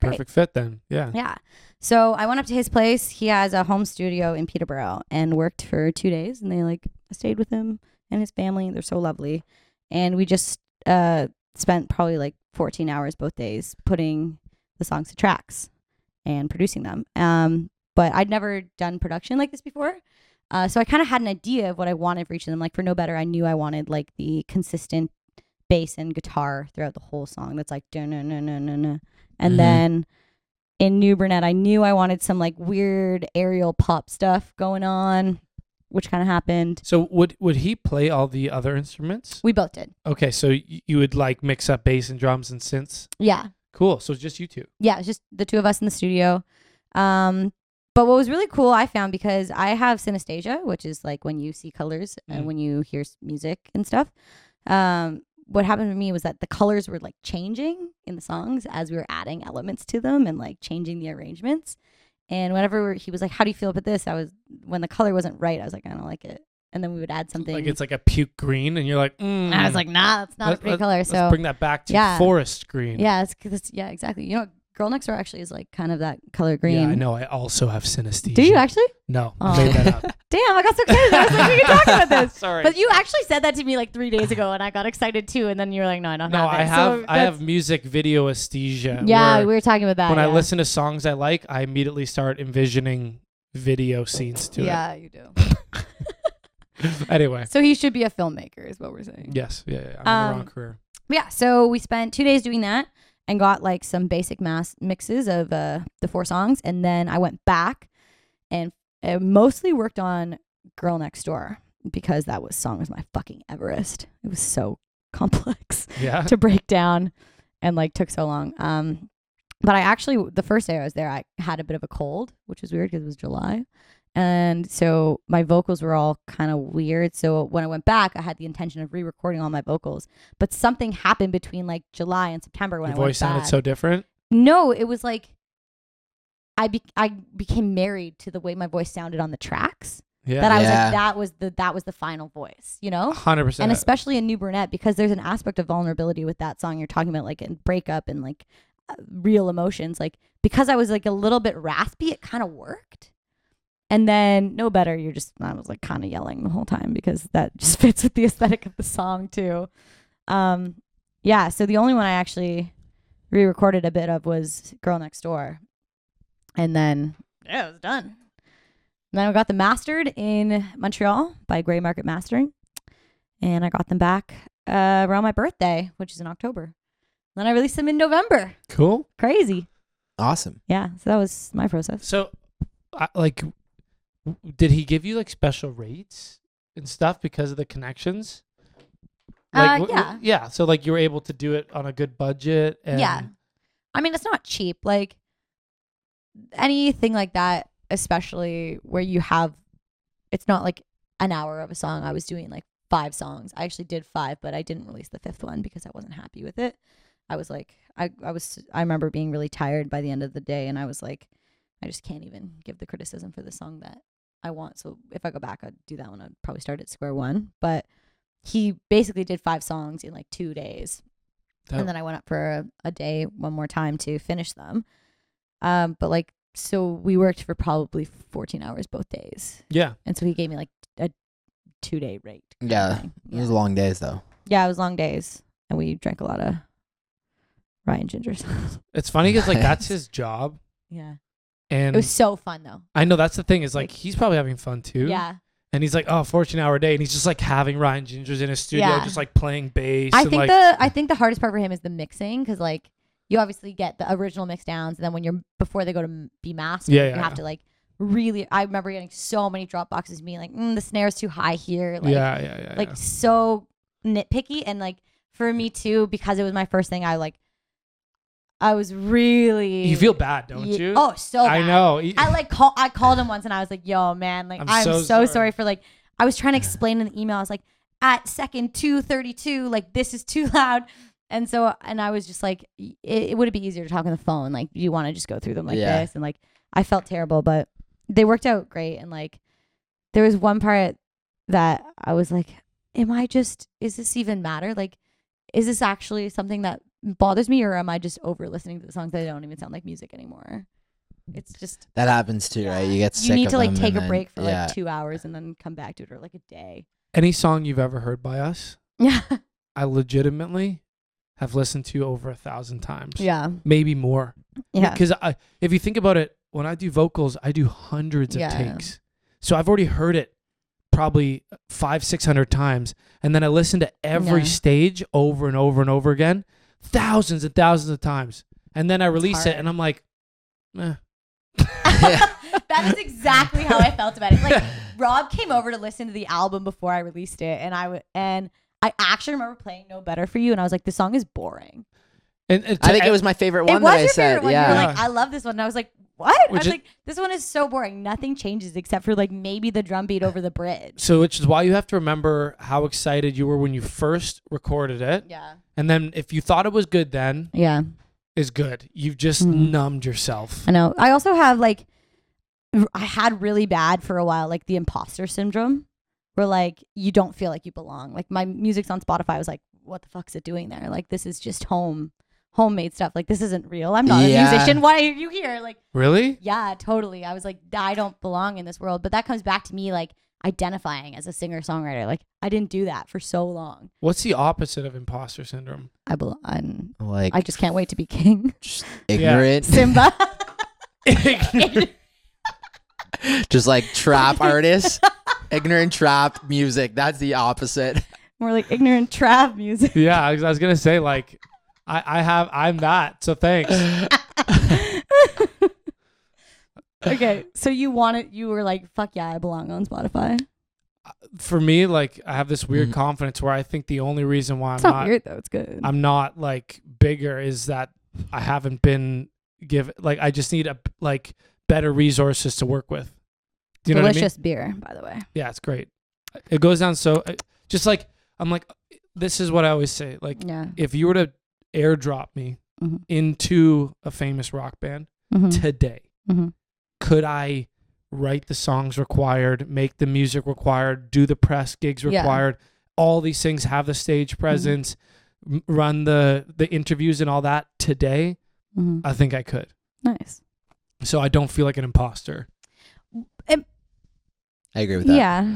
[SPEAKER 4] great.
[SPEAKER 2] Perfect fit then. Yeah.
[SPEAKER 4] Yeah. So I went up to his place. He has a home studio in Peterborough and worked for two days. And they like I stayed with him and his family. They're so lovely. And we just uh, spent probably like 14 hours both days putting the songs to tracks and producing them. Um, but I'd never done production like this before. Uh, so I kind of had an idea of what I wanted for each of them. Like for No Better, I knew I wanted like the consistent bass and guitar throughout the whole song. That's like no no no no no no. And
[SPEAKER 3] Mhm.
[SPEAKER 4] then in New Burnett, I knew I wanted some like weird aerial pop stuff going on, which kind of happened.
[SPEAKER 2] So would would he play all the other instruments?
[SPEAKER 4] We both did.
[SPEAKER 2] Okay, so y- you would like mix up bass and drums and synths.
[SPEAKER 4] Yeah.
[SPEAKER 2] Cool. So it's just you two.
[SPEAKER 4] yeah, it's just the two of us in the studio. Um, but what was really cool, I found because I have synesthesia, which is like when you see colors
[SPEAKER 2] Mm.
[SPEAKER 4] and when you hear s- music and stuff. Um, what happened to me was that the colors were like changing in the songs as we were adding elements to them and like changing the arrangements. And whenever we he was like, "How do you feel about this?" I was when the color wasn't right, I was like, "I don't like it." And then we would add something.
[SPEAKER 2] Like it's like a puke green, and you're like, mm,
[SPEAKER 4] and I was like, "Nah, that's not
[SPEAKER 2] Let-
[SPEAKER 4] a pretty
[SPEAKER 2] let-
[SPEAKER 4] color."
[SPEAKER 2] Let's
[SPEAKER 4] So
[SPEAKER 2] bring that back to
[SPEAKER 4] yeah.
[SPEAKER 2] forest green.
[SPEAKER 4] yeah, it's, 'cause it's yeah, exactly. You know, girl next door actually is like kind of that color green.
[SPEAKER 2] Yeah, I know. I also have synesthesia.
[SPEAKER 4] Do you actually?
[SPEAKER 2] No,
[SPEAKER 4] Oh.
[SPEAKER 2] I made
[SPEAKER 4] <laughs>
[SPEAKER 2] that up.
[SPEAKER 4] Damn, I got so excited. I was like, we can talk about this.
[SPEAKER 2] <laughs> Sorry.
[SPEAKER 4] But you actually said that to me like three days ago, and I got excited too. And then you were like, "No, I don't
[SPEAKER 2] no,
[SPEAKER 4] have it."
[SPEAKER 2] I have
[SPEAKER 4] So
[SPEAKER 2] I have
[SPEAKER 4] that's-
[SPEAKER 2] music video aesthesia.
[SPEAKER 4] Yeah,
[SPEAKER 2] where
[SPEAKER 4] we were talking about that.
[SPEAKER 2] when I
[SPEAKER 4] yeah.
[SPEAKER 2] listen to songs I like, I immediately start envisioning video scenes to
[SPEAKER 4] yeah, you do. <laughs>
[SPEAKER 2] it. <laughs> Anyway,
[SPEAKER 4] so he should be a filmmaker, is what we're saying.
[SPEAKER 2] yes, yeah, yeah, I'm in the
[SPEAKER 4] Um,
[SPEAKER 2] wrong career.
[SPEAKER 4] But yeah. So we spent two days doing that and got like some basic mass mixes of uh, the four songs, and then I went back and uh, mostly worked on "Girl Next Door" because that was song was my fucking Everest. It was so complex.
[SPEAKER 2] Yeah,
[SPEAKER 4] <laughs> to break down and like took so long. Um, but I actually, the first day I was there, I had a bit of a cold, which was weird because it was July. And so my vocals were all kind of weird. So when I went back, I had the intention of re recording all my vocals. But something happened between like July and September when
[SPEAKER 2] your
[SPEAKER 4] I went
[SPEAKER 2] voice sounded
[SPEAKER 4] back.
[SPEAKER 2] so different.
[SPEAKER 4] no, it was like I, be- I became married to the way my voice sounded on the tracks.
[SPEAKER 2] Yeah,
[SPEAKER 4] That I was
[SPEAKER 3] Yeah.
[SPEAKER 4] like, that was the that was the final voice, you know?
[SPEAKER 2] hundred
[SPEAKER 4] and
[SPEAKER 2] percent.
[SPEAKER 4] especially in New Burnett because there's an aspect of vulnerability with that song you're talking about, like in breakup and like uh, real emotions. Like because I was like a little bit raspy, it kind of worked. And then no better, you're just I was like kind of yelling the whole time because that <laughs> just fits with the aesthetic of the song too. Um, yeah. So the only one I actually re-recorded a bit of was "Girl Next Door," and then yeah, it was done. And then I got them mastered in Montreal by Grey Market Mastering and I got them back uh, around my birthday, which is in October. Then I released them in November.
[SPEAKER 2] Cool.
[SPEAKER 4] Crazy,
[SPEAKER 3] Awesome.
[SPEAKER 4] yeah. So that was my process.
[SPEAKER 2] So, I, like, w- did he give you like special rates and stuff because of the connections? Like,
[SPEAKER 4] uh,
[SPEAKER 2] w-
[SPEAKER 4] yeah,
[SPEAKER 2] w- yeah. So like you were able to do it on a good budget. And
[SPEAKER 4] yeah. I mean, it's not cheap. Like anything like that, especially where you have, it's not like an hour of a song. I was doing like five songs. I actually did five, but I didn't release the fifth one because I wasn't happy with it. I was like, I, I was, I remember being really tired by the end of the day, and I was like, I just can't even give the criticism for the song that I want. So if I go back, I'd do that one. I'd probably start at square one. But he basically did five songs in like two days
[SPEAKER 2] Dope.
[SPEAKER 3] Oh.
[SPEAKER 4] and then I went up for a, a day one more time to finish them. Um, but like, so we worked for probably 14 hours both days,
[SPEAKER 2] Yeah.
[SPEAKER 4] and so he gave me like a two day rate. kind of
[SPEAKER 3] Yeah,
[SPEAKER 4] thing.
[SPEAKER 3] It was
[SPEAKER 4] yeah.
[SPEAKER 3] long days though.
[SPEAKER 4] Yeah, it was long days, and we drank a lot of Ryan <laughs> Ginger's.
[SPEAKER 2] It's funny because like that's <laughs> his job,
[SPEAKER 4] yeah,
[SPEAKER 2] and
[SPEAKER 4] it was so fun though.
[SPEAKER 2] I know that's the thing is like
[SPEAKER 4] like-
[SPEAKER 2] he's probably having fun too.
[SPEAKER 4] Yeah,
[SPEAKER 2] And he's like, oh, 14 hour day, and he's just like having Ryan Gingers in his studio,
[SPEAKER 4] Yeah.
[SPEAKER 2] just like playing bass.
[SPEAKER 4] I
[SPEAKER 2] and,
[SPEAKER 4] think
[SPEAKER 2] like,
[SPEAKER 4] the I think the hardest part for him is the mixing because like you obviously get the original mix downs, and then when you're before they go to m- be mastered,
[SPEAKER 2] Yeah,
[SPEAKER 4] you
[SPEAKER 2] yeah,
[SPEAKER 4] have
[SPEAKER 2] yeah.
[SPEAKER 4] to like really. I remember getting so many drop boxes, being like, mm, the snare's too high here, like
[SPEAKER 2] yeah, yeah, yeah.
[SPEAKER 4] like
[SPEAKER 2] yeah.
[SPEAKER 4] so nitpicky and like for me too because it was my first thing. I like I was really
[SPEAKER 2] you feel bad, don't
[SPEAKER 4] Ye-
[SPEAKER 2] you?
[SPEAKER 4] Oh, so
[SPEAKER 2] I
[SPEAKER 4] bad.
[SPEAKER 2] know. E-
[SPEAKER 4] I like call I called him once and I was like, "Yo, man, like
[SPEAKER 2] I'm
[SPEAKER 4] I'm,
[SPEAKER 2] so
[SPEAKER 4] so,
[SPEAKER 2] sorry."
[SPEAKER 4] sorry. for like I was trying to explain in the email. I was like, at second 232, like this is too <laughs> loud." And so and I was just like y- it, it would be easier to talk on the phone. Like you want to just go through them like
[SPEAKER 3] Yeah.
[SPEAKER 4] this and like I felt terrible, but they worked out great and like there was one part that I was like, am I just, is this even matter? Like, is this actually something that bothers me or am I just over listening to the songs that don't even sound like music anymore? It's just,
[SPEAKER 3] That happens too, right? You get sick
[SPEAKER 4] you need
[SPEAKER 3] of
[SPEAKER 4] to like
[SPEAKER 3] them
[SPEAKER 4] take
[SPEAKER 3] and
[SPEAKER 4] a
[SPEAKER 3] then-
[SPEAKER 4] break for
[SPEAKER 3] yeah.
[SPEAKER 4] like two hours and then come back to it or like a day.
[SPEAKER 2] Any song you've ever heard by us,
[SPEAKER 4] <laughs> Yeah.
[SPEAKER 2] I legitimately have listened to over a thousand times.
[SPEAKER 4] Yeah.
[SPEAKER 2] Maybe more.
[SPEAKER 4] Yeah.
[SPEAKER 2] Because I, if you think about it, when I do vocals, I do hundreds
[SPEAKER 4] Yeah.
[SPEAKER 2] of takes. So I've already heard it probably five, six hundred times, and then I listen to every
[SPEAKER 4] Yeah.
[SPEAKER 2] stage over and over and over again, thousands and thousands of times, and then I release it,
[SPEAKER 4] hard.
[SPEAKER 2] and I'm like, eh.
[SPEAKER 4] <laughs> <laughs> that is exactly how I felt about it.
[SPEAKER 3] <laughs>
[SPEAKER 4] Like Rob came over to listen to the album before I released it, and I w- and I actually remember playing "No Better for You," and I was like, "This song is boring."
[SPEAKER 2] <laughs> And, and
[SPEAKER 3] <laughs> I
[SPEAKER 2] to e
[SPEAKER 4] <laughs>
[SPEAKER 3] think it
[SPEAKER 2] ev-
[SPEAKER 3] was my favorite
[SPEAKER 4] It
[SPEAKER 3] one
[SPEAKER 4] was
[SPEAKER 3] that
[SPEAKER 4] your
[SPEAKER 3] I said.
[SPEAKER 4] favorite one.
[SPEAKER 3] yeah.
[SPEAKER 4] You were like, "I love this one," and I was like, "What?"
[SPEAKER 2] Which
[SPEAKER 4] I was
[SPEAKER 2] is-
[SPEAKER 4] like, "This one is so boring. Nothing changes except for like maybe the drum beat over the bridge."
[SPEAKER 2] so, which is why you have to remember how excited you were when you first recorded it,
[SPEAKER 4] Yeah.
[SPEAKER 2] and then if you thought it was good, then
[SPEAKER 4] Yeah.
[SPEAKER 2] is good. You've just
[SPEAKER 4] Mhm.
[SPEAKER 2] numbed yourself.
[SPEAKER 4] I know. I also have like, r- I had really bad for a while, like the imposter syndrome, where like you don't feel like you belong. Like my music's on Spotify. I was like, what the fuck's it doing there? Like this is just home, homemade stuff. Like this isn't real. I'm not
[SPEAKER 3] Yeah.
[SPEAKER 4] a musician. Why are you here? Like,
[SPEAKER 2] Really?
[SPEAKER 4] yeah, totally. I was like, I don't belong in this world. But that comes back to me like identifying as a singer songwriter. Like I didn't do that for so long.
[SPEAKER 2] What's the opposite of imposter syndrome? <laughs>
[SPEAKER 4] I belong. I'm-
[SPEAKER 3] like
[SPEAKER 4] I just can't wait to be king. <laughs>
[SPEAKER 3] just ignorant,
[SPEAKER 4] Simba.
[SPEAKER 3] <laughs>
[SPEAKER 4] <laughs>
[SPEAKER 3] just like
[SPEAKER 4] <laughs>
[SPEAKER 3] trap artists, ignorant trap music. That's the opposite.
[SPEAKER 4] More like ignorant trap music.
[SPEAKER 2] Yeah, I was, I was gonna say like, I, I have I'm that. So thanks.
[SPEAKER 4] <sighs>
[SPEAKER 2] <laughs>
[SPEAKER 4] okay, so you wanted you were like, fuck yeah, I belong on Spotify.
[SPEAKER 2] For me, like I have this weird
[SPEAKER 3] Mhm.
[SPEAKER 2] confidence where I think the only reason why I'm
[SPEAKER 4] Hmm. It's
[SPEAKER 2] not,
[SPEAKER 4] not, weird though. It's good.
[SPEAKER 2] I'm not like bigger is that I haven't been give like I just need a like better resources to work with. Do you know what I mean?
[SPEAKER 4] Delicious beer, by the way.
[SPEAKER 2] Yeah, it's great. It goes down so uh, just like I'm like this is what I always say like
[SPEAKER 4] Yeah.
[SPEAKER 2] if you were to airdrop me
[SPEAKER 4] Mhm.
[SPEAKER 2] into a famous rock band
[SPEAKER 4] Mhm.
[SPEAKER 2] today,
[SPEAKER 4] Mhm.
[SPEAKER 2] could I write the songs required, make the music required, do the press gigs
[SPEAKER 4] Yeah.
[SPEAKER 2] required, all these things, have the stage presence, m- run the the interviews and all that today?
[SPEAKER 4] Mhm.
[SPEAKER 2] I think I could.
[SPEAKER 4] Nice.
[SPEAKER 2] So I don't feel like an imposter.
[SPEAKER 3] I agree with that.
[SPEAKER 4] Yeah.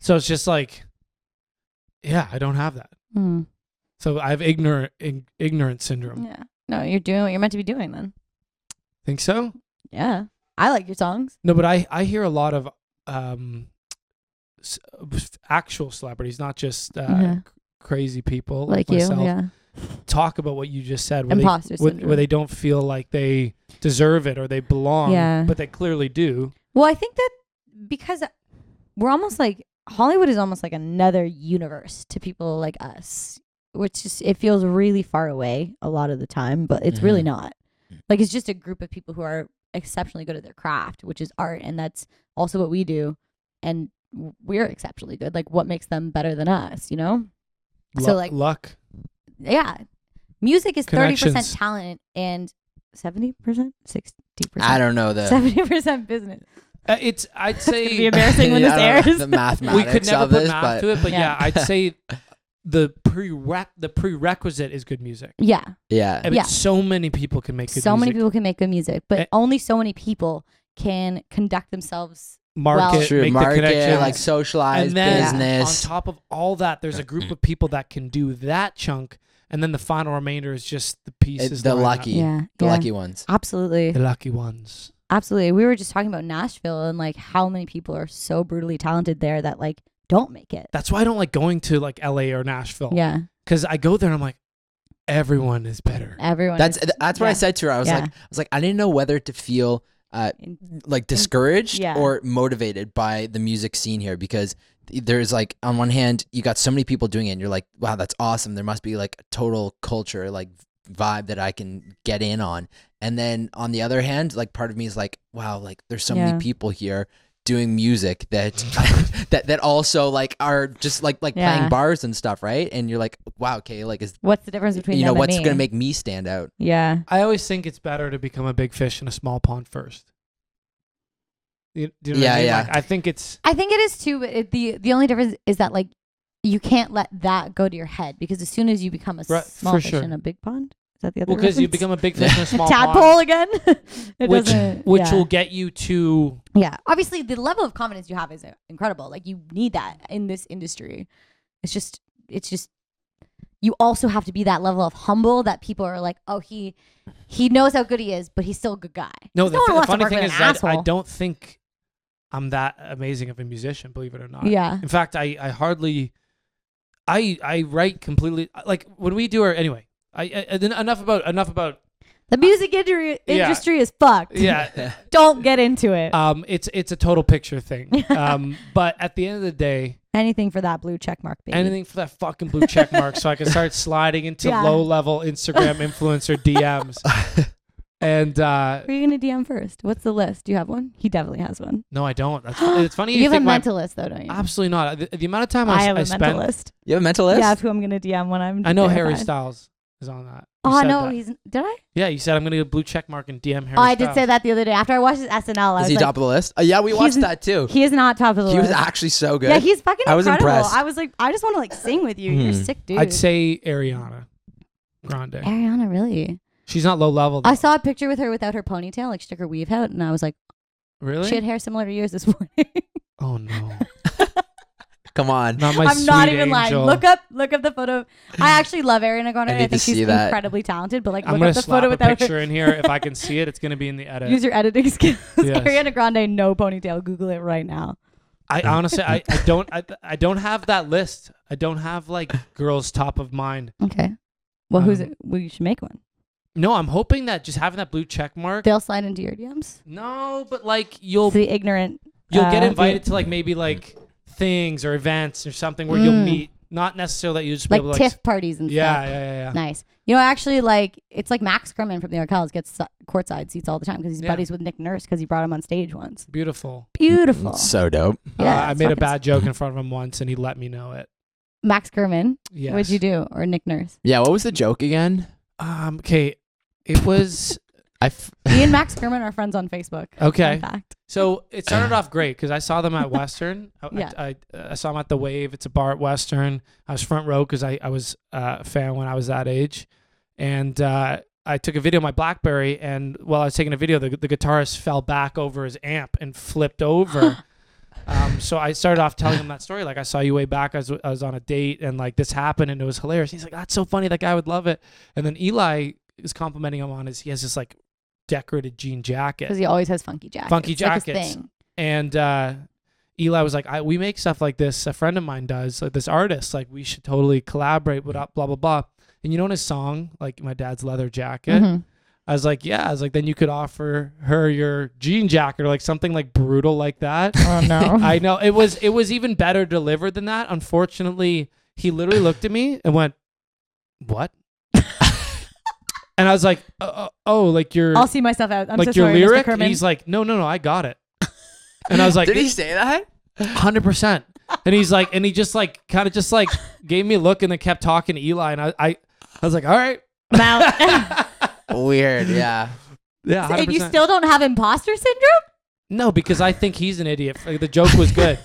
[SPEAKER 2] So it's just like, yeah, I don't have that.
[SPEAKER 4] Mm.
[SPEAKER 2] So I have ignorant ig- ignorant syndrome.
[SPEAKER 4] Yeah. No, you're doing what you're meant to be doing then.
[SPEAKER 2] Think so?
[SPEAKER 4] Yeah. I like your songs.
[SPEAKER 2] No, but I I hear a lot of um s- actual celebrities, not just uh,
[SPEAKER 4] Yeah.
[SPEAKER 2] c- crazy people
[SPEAKER 4] Mm-hmm. Like
[SPEAKER 2] like,
[SPEAKER 4] you.
[SPEAKER 2] myself.
[SPEAKER 4] Yeah.
[SPEAKER 2] talk about what you just said, where,
[SPEAKER 4] Imposter
[SPEAKER 2] they, where,
[SPEAKER 4] syndrome.
[SPEAKER 2] where they don't feel like they deserve it or they belong,
[SPEAKER 4] Yeah.
[SPEAKER 2] but they clearly do.
[SPEAKER 4] Well, I think that because we're almost like Hollywood is almost like another universe to people like us, which just it feels really far away a lot of the time, but it's really
[SPEAKER 3] Mhm.
[SPEAKER 4] not. Like it's just a group of people who are exceptionally good at their craft, which is art, and that's also what we do, and w- we're exceptionally good. Like what makes them better than us, you know? So,
[SPEAKER 2] Lu-
[SPEAKER 4] like-
[SPEAKER 2] luck,
[SPEAKER 4] Yeah. Music is 30%
[SPEAKER 2] Connections.
[SPEAKER 4] talent and 70%, 60%.
[SPEAKER 3] I don't know the.
[SPEAKER 4] 70% business.
[SPEAKER 2] Uh, it's I'd
[SPEAKER 4] <laughs> It's gonna be
[SPEAKER 2] say
[SPEAKER 4] embarrassing
[SPEAKER 3] <laughs>
[SPEAKER 4] when
[SPEAKER 3] I
[SPEAKER 4] this
[SPEAKER 3] don't know
[SPEAKER 4] airs. <laughs>
[SPEAKER 3] The
[SPEAKER 2] we could
[SPEAKER 3] mathematics
[SPEAKER 2] never
[SPEAKER 3] of
[SPEAKER 2] put
[SPEAKER 3] this,
[SPEAKER 2] math
[SPEAKER 3] but
[SPEAKER 2] to it, but yeah,
[SPEAKER 4] Yeah.
[SPEAKER 3] <laughs>
[SPEAKER 2] I'd say the prereq the prerequisite is good music.
[SPEAKER 4] Yeah.
[SPEAKER 3] yeah,
[SPEAKER 2] I mean,
[SPEAKER 4] Yeah.
[SPEAKER 2] so many people can make good
[SPEAKER 4] so many
[SPEAKER 2] music.
[SPEAKER 4] people can make good music, but
[SPEAKER 2] Eh.
[SPEAKER 4] only so many people can conduct themselves.
[SPEAKER 2] market,
[SPEAKER 4] well-
[SPEAKER 3] true.
[SPEAKER 2] make the
[SPEAKER 3] Market,
[SPEAKER 2] connections,
[SPEAKER 3] like socialized
[SPEAKER 2] and then
[SPEAKER 3] business.
[SPEAKER 2] on top of all that, there's a group
[SPEAKER 3] <clears throat>
[SPEAKER 2] of people that can do that chunk, and then the final remainder is just the
[SPEAKER 3] It-
[SPEAKER 2] pieces.
[SPEAKER 3] the
[SPEAKER 2] lined up.
[SPEAKER 3] lucky,
[SPEAKER 4] Yeah,
[SPEAKER 3] the
[SPEAKER 4] yeah.
[SPEAKER 3] lucky ones.
[SPEAKER 4] Absolutely.
[SPEAKER 2] the lucky ones.
[SPEAKER 4] Absolutely. We were just talking about Nashville and like how many people are so brutally talented there that like don't make it.
[SPEAKER 2] That's why I don't like going to like L.A. or Nashville.
[SPEAKER 4] Yeah.
[SPEAKER 2] Because I go there and I'm like, everyone is
[SPEAKER 4] <laughs>
[SPEAKER 2] better.
[SPEAKER 4] Everyone.
[SPEAKER 3] That's
[SPEAKER 4] is-
[SPEAKER 3] that's what I
[SPEAKER 4] yeah.
[SPEAKER 3] said to her. I was
[SPEAKER 4] Yeah.
[SPEAKER 3] like, I was like, I didn't know whether to feel uh, like discouraged
[SPEAKER 4] yeah.
[SPEAKER 3] or motivated by the music scene here because there's like on one hand you got so many people doing it and you're like wow that's awesome there must be like a total culture like vibe that I can get in on and then on the other hand like part of me is like wow like there's so
[SPEAKER 4] Yeah.
[SPEAKER 3] many people here doing music that <laughs> that that also like are just like like
[SPEAKER 4] Yeah.
[SPEAKER 3] playing bars and stuff right and you're like wow okay like is
[SPEAKER 4] What's the difference between
[SPEAKER 3] you know
[SPEAKER 4] them and
[SPEAKER 3] what's
[SPEAKER 4] me?
[SPEAKER 3] gonna make me stand out
[SPEAKER 4] Yeah.
[SPEAKER 2] I always think it's better to become a big fish in a small pond first. You, do you know what
[SPEAKER 3] Yeah,
[SPEAKER 2] I mean?
[SPEAKER 3] yeah.
[SPEAKER 2] Like, I think
[SPEAKER 4] <laughs>
[SPEAKER 2] it's
[SPEAKER 4] I think it is too. But it, the the only difference is that like you can't let that go to your head because as soon as you become a
[SPEAKER 2] Right,
[SPEAKER 4] small
[SPEAKER 2] for
[SPEAKER 4] fish
[SPEAKER 2] sure.
[SPEAKER 4] in a big pond, is that the other?
[SPEAKER 2] well because you
[SPEAKER 4] reference?
[SPEAKER 2] become a big
[SPEAKER 4] <laughs>
[SPEAKER 2] fish in a small pond,
[SPEAKER 4] tadpole again. <laughs> it
[SPEAKER 2] Which-
[SPEAKER 4] doesn't-
[SPEAKER 2] which
[SPEAKER 4] yeah.
[SPEAKER 2] will get you to
[SPEAKER 4] yeah. Obviously, the level of confidence you have is uh, incredible. Like you need that in this industry. It's just, it's just. You also have to be that level of humble that people are like, oh, he, he knows how good he is, but he's still a good guy.
[SPEAKER 2] no.
[SPEAKER 4] 'Cause
[SPEAKER 2] The,
[SPEAKER 4] one
[SPEAKER 2] the
[SPEAKER 4] wants to
[SPEAKER 2] funny
[SPEAKER 4] work
[SPEAKER 2] thing
[SPEAKER 4] with
[SPEAKER 2] is
[SPEAKER 4] an
[SPEAKER 2] that I
[SPEAKER 4] asshole.
[SPEAKER 2] don't think I'm that amazing of a musician, believe it or not.
[SPEAKER 4] Yeah.
[SPEAKER 2] In fact, I, I hardly, I I write completely like when we do our anyway. I, I and then enough about enough about
[SPEAKER 4] The music industry
[SPEAKER 2] Yeah.
[SPEAKER 4] industry is fucked.
[SPEAKER 2] yeah.
[SPEAKER 4] <laughs> Don't get into it.
[SPEAKER 2] Um, it's it's a total picture
[SPEAKER 4] <laughs>
[SPEAKER 2] thing. Um, but at the end of the day,
[SPEAKER 4] anything for that blue check mark, baby.
[SPEAKER 2] anything for that fucking blue check mark, so I can
[SPEAKER 4] <laughs>
[SPEAKER 2] start sliding into
[SPEAKER 4] Yeah.
[SPEAKER 2] low level Instagram influencer DMs. And uh,
[SPEAKER 4] Who are you gonna DM first? What's the list? Do you have one? He definitely has one.
[SPEAKER 2] no, I don't. That's, it's funny you,
[SPEAKER 4] you have a
[SPEAKER 2] think my-
[SPEAKER 4] mental list though, don't you?
[SPEAKER 2] Absolutely not. The, the amount of time I,
[SPEAKER 4] I
[SPEAKER 2] s-
[SPEAKER 4] have
[SPEAKER 2] I
[SPEAKER 4] a mental
[SPEAKER 2] spent.
[SPEAKER 4] list.
[SPEAKER 3] <laughs> You have a mental list?
[SPEAKER 6] Yeah, of who I'm gonna DM when I'm.
[SPEAKER 2] I know Harry
[SPEAKER 6] verified.
[SPEAKER 2] Styles is on that. You
[SPEAKER 4] Oh
[SPEAKER 2] said
[SPEAKER 4] no,
[SPEAKER 2] that.
[SPEAKER 4] he's did I?
[SPEAKER 2] yeah. You said I'm gonna get a blue check mark and DM Harry.
[SPEAKER 4] Oh, I did
[SPEAKER 2] Styles.
[SPEAKER 4] say that the other day after I watched his SNL. I
[SPEAKER 3] Is
[SPEAKER 4] was
[SPEAKER 3] he
[SPEAKER 4] like,
[SPEAKER 3] top of the list? Oh, yeah, we
[SPEAKER 4] He's
[SPEAKER 3] watched
[SPEAKER 4] n-
[SPEAKER 3] that too.
[SPEAKER 4] he is not top of the
[SPEAKER 3] He was
[SPEAKER 4] list.
[SPEAKER 3] actually so good.
[SPEAKER 4] Yeah, he's fucking
[SPEAKER 3] I was
[SPEAKER 4] incredible.
[SPEAKER 3] impressed.
[SPEAKER 4] I was like, I just want to like sing with you. You're
[SPEAKER 3] Hmm.
[SPEAKER 4] sick, dude.
[SPEAKER 2] I'd say Ariana Grande.
[SPEAKER 4] Ariana, really?
[SPEAKER 2] She's not low level. Though.
[SPEAKER 4] I saw a picture with her without her ponytail, like she took her weave out, and I was like,
[SPEAKER 2] really.
[SPEAKER 4] she had hair similar to yours this <laughs> morning.
[SPEAKER 2] Oh
[SPEAKER 4] <laughs>
[SPEAKER 2] no,
[SPEAKER 3] Come on.
[SPEAKER 2] not my
[SPEAKER 4] I'm not
[SPEAKER 2] sweet angel.
[SPEAKER 4] even lying. Look up, look up the photo. I actually love Ariana Grande.
[SPEAKER 3] I
[SPEAKER 4] I,
[SPEAKER 3] need to
[SPEAKER 4] think she's
[SPEAKER 3] see that.
[SPEAKER 4] incredibly talented, but like,
[SPEAKER 2] I'm
[SPEAKER 4] look
[SPEAKER 2] gonna
[SPEAKER 4] up the
[SPEAKER 2] slap
[SPEAKER 4] photo
[SPEAKER 2] a
[SPEAKER 4] without her.
[SPEAKER 2] picture in here. If I can
[SPEAKER 4] <laughs>
[SPEAKER 2] see it, it's gonna be in the edit.
[SPEAKER 4] Use your editing skills. <laughs>
[SPEAKER 2] Yes.
[SPEAKER 4] Ariana Grande, no ponytail. Google it right now.
[SPEAKER 2] I honestly, I,
[SPEAKER 4] <laughs>
[SPEAKER 2] I don't, I, I don't have that list. I don't have like girls top of mind.
[SPEAKER 4] Okay. Well, who's
[SPEAKER 2] Um,
[SPEAKER 4] it? We should make one.
[SPEAKER 2] No, I'm hoping that just having that blue check mark.
[SPEAKER 4] They'll slide into your DMs.
[SPEAKER 2] No, but like you'll
[SPEAKER 4] the ignorant.
[SPEAKER 2] you'll get
[SPEAKER 4] uh,
[SPEAKER 2] invited to like maybe like things or events or something where you'll
[SPEAKER 4] Mm.
[SPEAKER 2] meet. Not necessarily that you just be
[SPEAKER 4] like
[SPEAKER 2] able to
[SPEAKER 4] TIFF parties and
[SPEAKER 2] yeah,
[SPEAKER 4] stuff.
[SPEAKER 2] yeah, yeah, yeah.
[SPEAKER 4] Nice. You know, actually, like it's like Max Grimman from the Arkells gets su- courtside seats all the time because he's
[SPEAKER 2] Yeah.
[SPEAKER 4] buddies with Nick Nurse because he brought him on stage once.
[SPEAKER 2] Beautiful.
[SPEAKER 4] Beautiful.
[SPEAKER 3] So dope.
[SPEAKER 4] Yeah,
[SPEAKER 2] uh, I
[SPEAKER 4] it's
[SPEAKER 2] made a
[SPEAKER 4] fucking
[SPEAKER 2] bad joke in front of him once, and he let me know it.
[SPEAKER 4] Max Grimman,
[SPEAKER 2] Yes.
[SPEAKER 4] what'd you do? Or Nick
[SPEAKER 2] <laughs>
[SPEAKER 4] Nurse?
[SPEAKER 3] Yeah, what was the joke again?
[SPEAKER 2] Um. Okay. It was
[SPEAKER 3] I f-
[SPEAKER 4] Me
[SPEAKER 3] <laughs>
[SPEAKER 4] and Max Grimman are friends on Facebook.
[SPEAKER 2] Okay.
[SPEAKER 4] Fun fact.
[SPEAKER 2] So it started off great because I saw them at Western. I,
[SPEAKER 4] Yeah.
[SPEAKER 2] I, I, I saw them at the Wave. It's a bar at Western. I was front row because I, I was uh, a fan when I was that age. And uh, I took a video of my Blackberry. And while I was taking a video, the, the guitarist fell back over his amp and flipped over. um, so I started off telling him that story. Like, I saw you way back. I was, I was on a date and like this happened and it was hilarious. He's like, that's so funny. That guy would love it. And then Eli is complimenting him on his, he has this like decorated jean jacket
[SPEAKER 4] Because he always has funky jackets.
[SPEAKER 2] Funky
[SPEAKER 4] It's like his
[SPEAKER 2] jackets.
[SPEAKER 4] thing.
[SPEAKER 2] and uh, Eli was like, I, "We make stuff like this. A friend of mine does. Like this artist. Like we should totally collaborate." With blah blah blah. And you know, in his song, like my dad's leather jacket,
[SPEAKER 6] Mm-hmm.
[SPEAKER 4] Mhm.
[SPEAKER 2] I was like, "Yeah." I was like, "Then you could offer her your jean jacket or like something like brutal like that."
[SPEAKER 6] <laughs>
[SPEAKER 4] Oh no. <laughs>
[SPEAKER 2] I know it was it was even better delivered than that. Unfortunately, he literally looked at me and went, "What?" and I was like, "Uh, uh, "Oh, like your
[SPEAKER 6] I'll see myself out. I'm so
[SPEAKER 2] like your
[SPEAKER 6] sorry,
[SPEAKER 2] lyric?"
[SPEAKER 6] Mr.
[SPEAKER 2] And
[SPEAKER 6] Kerman.
[SPEAKER 2] he's like, "No, no, no, I got it." <laughs> And I was like,
[SPEAKER 3] Did he say that?
[SPEAKER 2] hundred percent. And he's like, and he just like kind of just like gave me a look and then kept talking to Eli, and I, I, I was like, all right, <laughs>
[SPEAKER 3] Weird, yeah.
[SPEAKER 2] yeah,
[SPEAKER 4] and you
[SPEAKER 2] 100%.
[SPEAKER 4] still don't have imposter syndrome?
[SPEAKER 2] no, because I think he's an idiot. Like, the joke was good.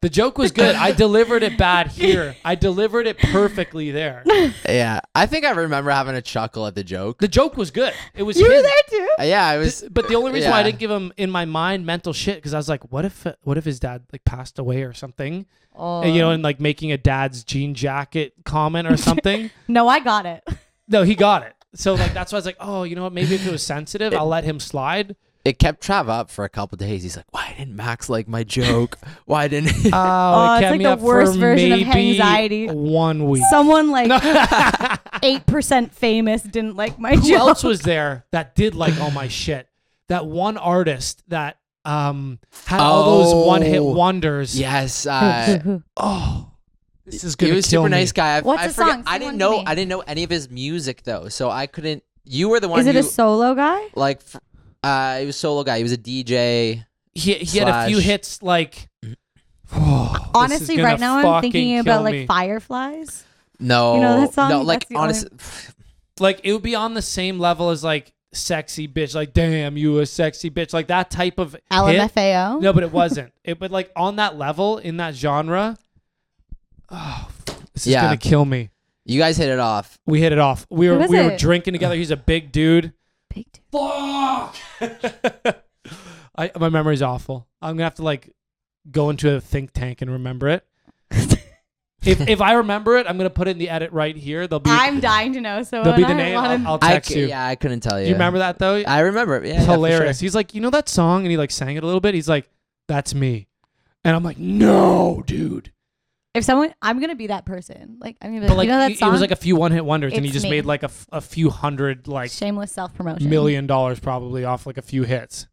[SPEAKER 2] The joke was good. I delivered it bad here. I delivered it perfectly there.
[SPEAKER 3] Yeah. I think I remember having a chuckle at the joke.
[SPEAKER 2] The joke was good. It was
[SPEAKER 4] You were
[SPEAKER 2] his-
[SPEAKER 4] there too.
[SPEAKER 3] Uh, yeah, I was.
[SPEAKER 2] Th- but the only reason why I
[SPEAKER 3] yeah.
[SPEAKER 2] didn't give him in my mind mental shit because I was like, what if what if his dad like passed away or something,
[SPEAKER 4] Oh.
[SPEAKER 2] And, you know, and like making a dad's jean jacket comment or something.
[SPEAKER 4] no, I got it.
[SPEAKER 2] No, he got it. So like that's why I was like, oh, you know what? Maybe if it was sensitive, I'll let him slide.
[SPEAKER 3] It kept Trav up for a couple days. He's like, "Why didn't Max like my joke? Why didn't?"
[SPEAKER 2] <laughs>
[SPEAKER 3] He? <laughs>
[SPEAKER 2] Oh,
[SPEAKER 4] it's like the worst version of anxiety.
[SPEAKER 2] One week. <laughs>
[SPEAKER 6] someone like
[SPEAKER 2] Who
[SPEAKER 6] eight percent famous didn't like my joke.
[SPEAKER 2] else <laughs> was there that did like all my shit? That one artist that um had all those
[SPEAKER 3] Oh.
[SPEAKER 2] one hit wonders.
[SPEAKER 3] yes. Uh,
[SPEAKER 4] <laughs>
[SPEAKER 2] Oh, this is good.
[SPEAKER 3] he was super nice guy. I,
[SPEAKER 4] What's
[SPEAKER 3] I
[SPEAKER 4] the
[SPEAKER 3] forget-
[SPEAKER 4] song?
[SPEAKER 3] I
[SPEAKER 4] Someone
[SPEAKER 3] didn't
[SPEAKER 4] to
[SPEAKER 3] know.
[SPEAKER 4] me.
[SPEAKER 3] I didn't know any of his music though, so I couldn't. You were the one
[SPEAKER 4] Is it
[SPEAKER 3] who
[SPEAKER 4] a solo guy?
[SPEAKER 3] like. f- Uh, he was a solo guy. He was a DJ.
[SPEAKER 2] He, he had a few
[SPEAKER 3] Slash.
[SPEAKER 2] hits like. <sighs> Oh, this is
[SPEAKER 4] Honestly,
[SPEAKER 2] gonna
[SPEAKER 4] right now I'm
[SPEAKER 2] fucking
[SPEAKER 4] thinking about
[SPEAKER 2] kill
[SPEAKER 4] like
[SPEAKER 2] me.
[SPEAKER 4] fireflies.
[SPEAKER 3] No,
[SPEAKER 4] You know that song?
[SPEAKER 3] no, like
[SPEAKER 4] That's the
[SPEAKER 3] honestly,
[SPEAKER 2] like it would be on the same level as like sexy bitch, like damn, you a sexy bitch, like that type of hit.
[SPEAKER 4] LMFAO.
[SPEAKER 2] No, but it wasn't. It but like on that level in that genre. Oh, this is
[SPEAKER 3] Yeah.
[SPEAKER 2] gonna kill me.
[SPEAKER 3] <sighs> You guys hit it off.
[SPEAKER 2] We hit it off. We
[SPEAKER 4] Who
[SPEAKER 2] were
[SPEAKER 4] is
[SPEAKER 2] we were
[SPEAKER 4] it?
[SPEAKER 2] drinking together. He's a big dude.
[SPEAKER 4] Big
[SPEAKER 2] <laughs>
[SPEAKER 4] dude.
[SPEAKER 2] Fuck. I, my memory's awful. I'm gonna have to like go into a think tank and remember it. if if I remember it, I'm gonna put it in the edit right here. They'll be
[SPEAKER 7] I'm dying to know. So
[SPEAKER 2] they'll be
[SPEAKER 7] when
[SPEAKER 2] the
[SPEAKER 7] I
[SPEAKER 2] name.
[SPEAKER 7] wanna-
[SPEAKER 2] I'll, I'll
[SPEAKER 3] I
[SPEAKER 2] text
[SPEAKER 3] c-
[SPEAKER 2] you.
[SPEAKER 3] Yeah, I couldn't tell you.
[SPEAKER 2] Do you remember that though?
[SPEAKER 3] I remember. it. Yeah,
[SPEAKER 2] it's
[SPEAKER 3] yeah, for sure.
[SPEAKER 2] hilarious. He's like, you know that song, and he like sang it a little bit. He's like, that's me, and I'm like, no, dude.
[SPEAKER 4] If someone, I'm gonna be that person. Like I'm gonna be like,
[SPEAKER 2] But like,
[SPEAKER 4] you know that
[SPEAKER 2] it-
[SPEAKER 4] song.
[SPEAKER 2] it was like a few one hit wonders, and he
[SPEAKER 4] It's
[SPEAKER 2] just
[SPEAKER 4] me.
[SPEAKER 2] made like a, f- a few hundred like
[SPEAKER 4] shameless self promotion.
[SPEAKER 2] million dollars probably off like a few hits.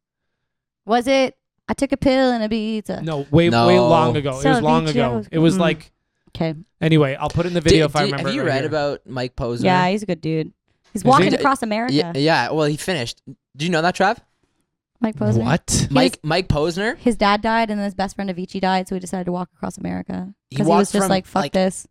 [SPEAKER 4] Was it? I took a pill and a pizza.
[SPEAKER 2] No, way way
[SPEAKER 3] No.
[SPEAKER 2] long ago. It was long
[SPEAKER 4] Salvicchio.
[SPEAKER 2] ago. It was
[SPEAKER 4] Mm.
[SPEAKER 2] like
[SPEAKER 4] Okay.
[SPEAKER 2] anyway. I'll put it in the video
[SPEAKER 3] Did-
[SPEAKER 2] if I
[SPEAKER 3] did-
[SPEAKER 2] remember.
[SPEAKER 3] Have you
[SPEAKER 2] it right
[SPEAKER 3] read
[SPEAKER 2] here.
[SPEAKER 3] about Mike Posner?
[SPEAKER 7] yeah, he's a good dude.
[SPEAKER 4] He's
[SPEAKER 2] he-
[SPEAKER 4] walking
[SPEAKER 3] Yeah,
[SPEAKER 4] across America.
[SPEAKER 3] yeah, yeah. Well, he finished. Do you know that, Trav?
[SPEAKER 4] Mike Posner.
[SPEAKER 2] what?
[SPEAKER 3] Mike Mike Posner.
[SPEAKER 4] His dad died, and then his best friend Avicii died, so he decided to walk across America
[SPEAKER 3] He
[SPEAKER 4] because he,
[SPEAKER 3] walked
[SPEAKER 4] was just
[SPEAKER 3] from,
[SPEAKER 4] like, "Fuck
[SPEAKER 3] like,
[SPEAKER 4] this,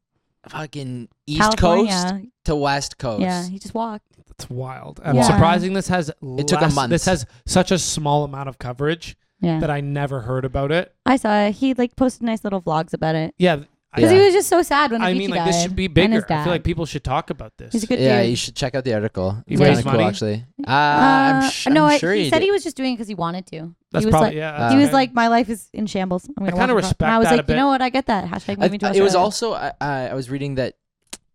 [SPEAKER 3] Fucking East Coast
[SPEAKER 4] California."
[SPEAKER 3] to West Coast.
[SPEAKER 4] Yeah, he just walked.
[SPEAKER 2] That's wild. I'm
[SPEAKER 4] Yeah.
[SPEAKER 2] surprising this has.
[SPEAKER 3] It took a
[SPEAKER 2] less-
[SPEAKER 3] month.
[SPEAKER 2] This has such a small amount of coverage
[SPEAKER 4] Yeah,
[SPEAKER 2] that I never heard about it.
[SPEAKER 4] I saw it. he like posted nice little vlogs about it
[SPEAKER 2] Yeah, I-
[SPEAKER 4] because
[SPEAKER 3] Yeah.
[SPEAKER 4] he was just so sad when Avicii
[SPEAKER 2] I mean, like
[SPEAKER 4] died.
[SPEAKER 2] this should be
[SPEAKER 4] and his
[SPEAKER 2] bigger. I
[SPEAKER 4] dad.
[SPEAKER 2] feel like people should talk about this.
[SPEAKER 4] he's a good
[SPEAKER 3] Yeah,
[SPEAKER 4] dude.
[SPEAKER 3] you should check out the article.
[SPEAKER 2] He
[SPEAKER 3] It's kinda
[SPEAKER 2] raised money?
[SPEAKER 3] cool, actually. Uh,
[SPEAKER 4] Uh,
[SPEAKER 3] I'm, sh-
[SPEAKER 4] no,
[SPEAKER 3] I'm
[SPEAKER 4] I-
[SPEAKER 3] sure
[SPEAKER 4] he,
[SPEAKER 3] he,
[SPEAKER 4] said
[SPEAKER 3] did.
[SPEAKER 4] he was just doing because he wanted to.
[SPEAKER 2] That's
[SPEAKER 4] he was
[SPEAKER 2] probably
[SPEAKER 4] like,
[SPEAKER 2] yeah.
[SPEAKER 3] uh,
[SPEAKER 2] that's
[SPEAKER 4] he was
[SPEAKER 2] okay.
[SPEAKER 4] like, my life is in shambles. I'm
[SPEAKER 2] I
[SPEAKER 4] gonna
[SPEAKER 2] kinda
[SPEAKER 4] walk across-"
[SPEAKER 2] respect
[SPEAKER 4] And I was
[SPEAKER 2] that a
[SPEAKER 4] like, you
[SPEAKER 2] bit.
[SPEAKER 4] know what? I get that. Hashtag
[SPEAKER 3] I-
[SPEAKER 4] moving to
[SPEAKER 3] I- it was
[SPEAKER 4] Australia.
[SPEAKER 3] also I, I I was reading that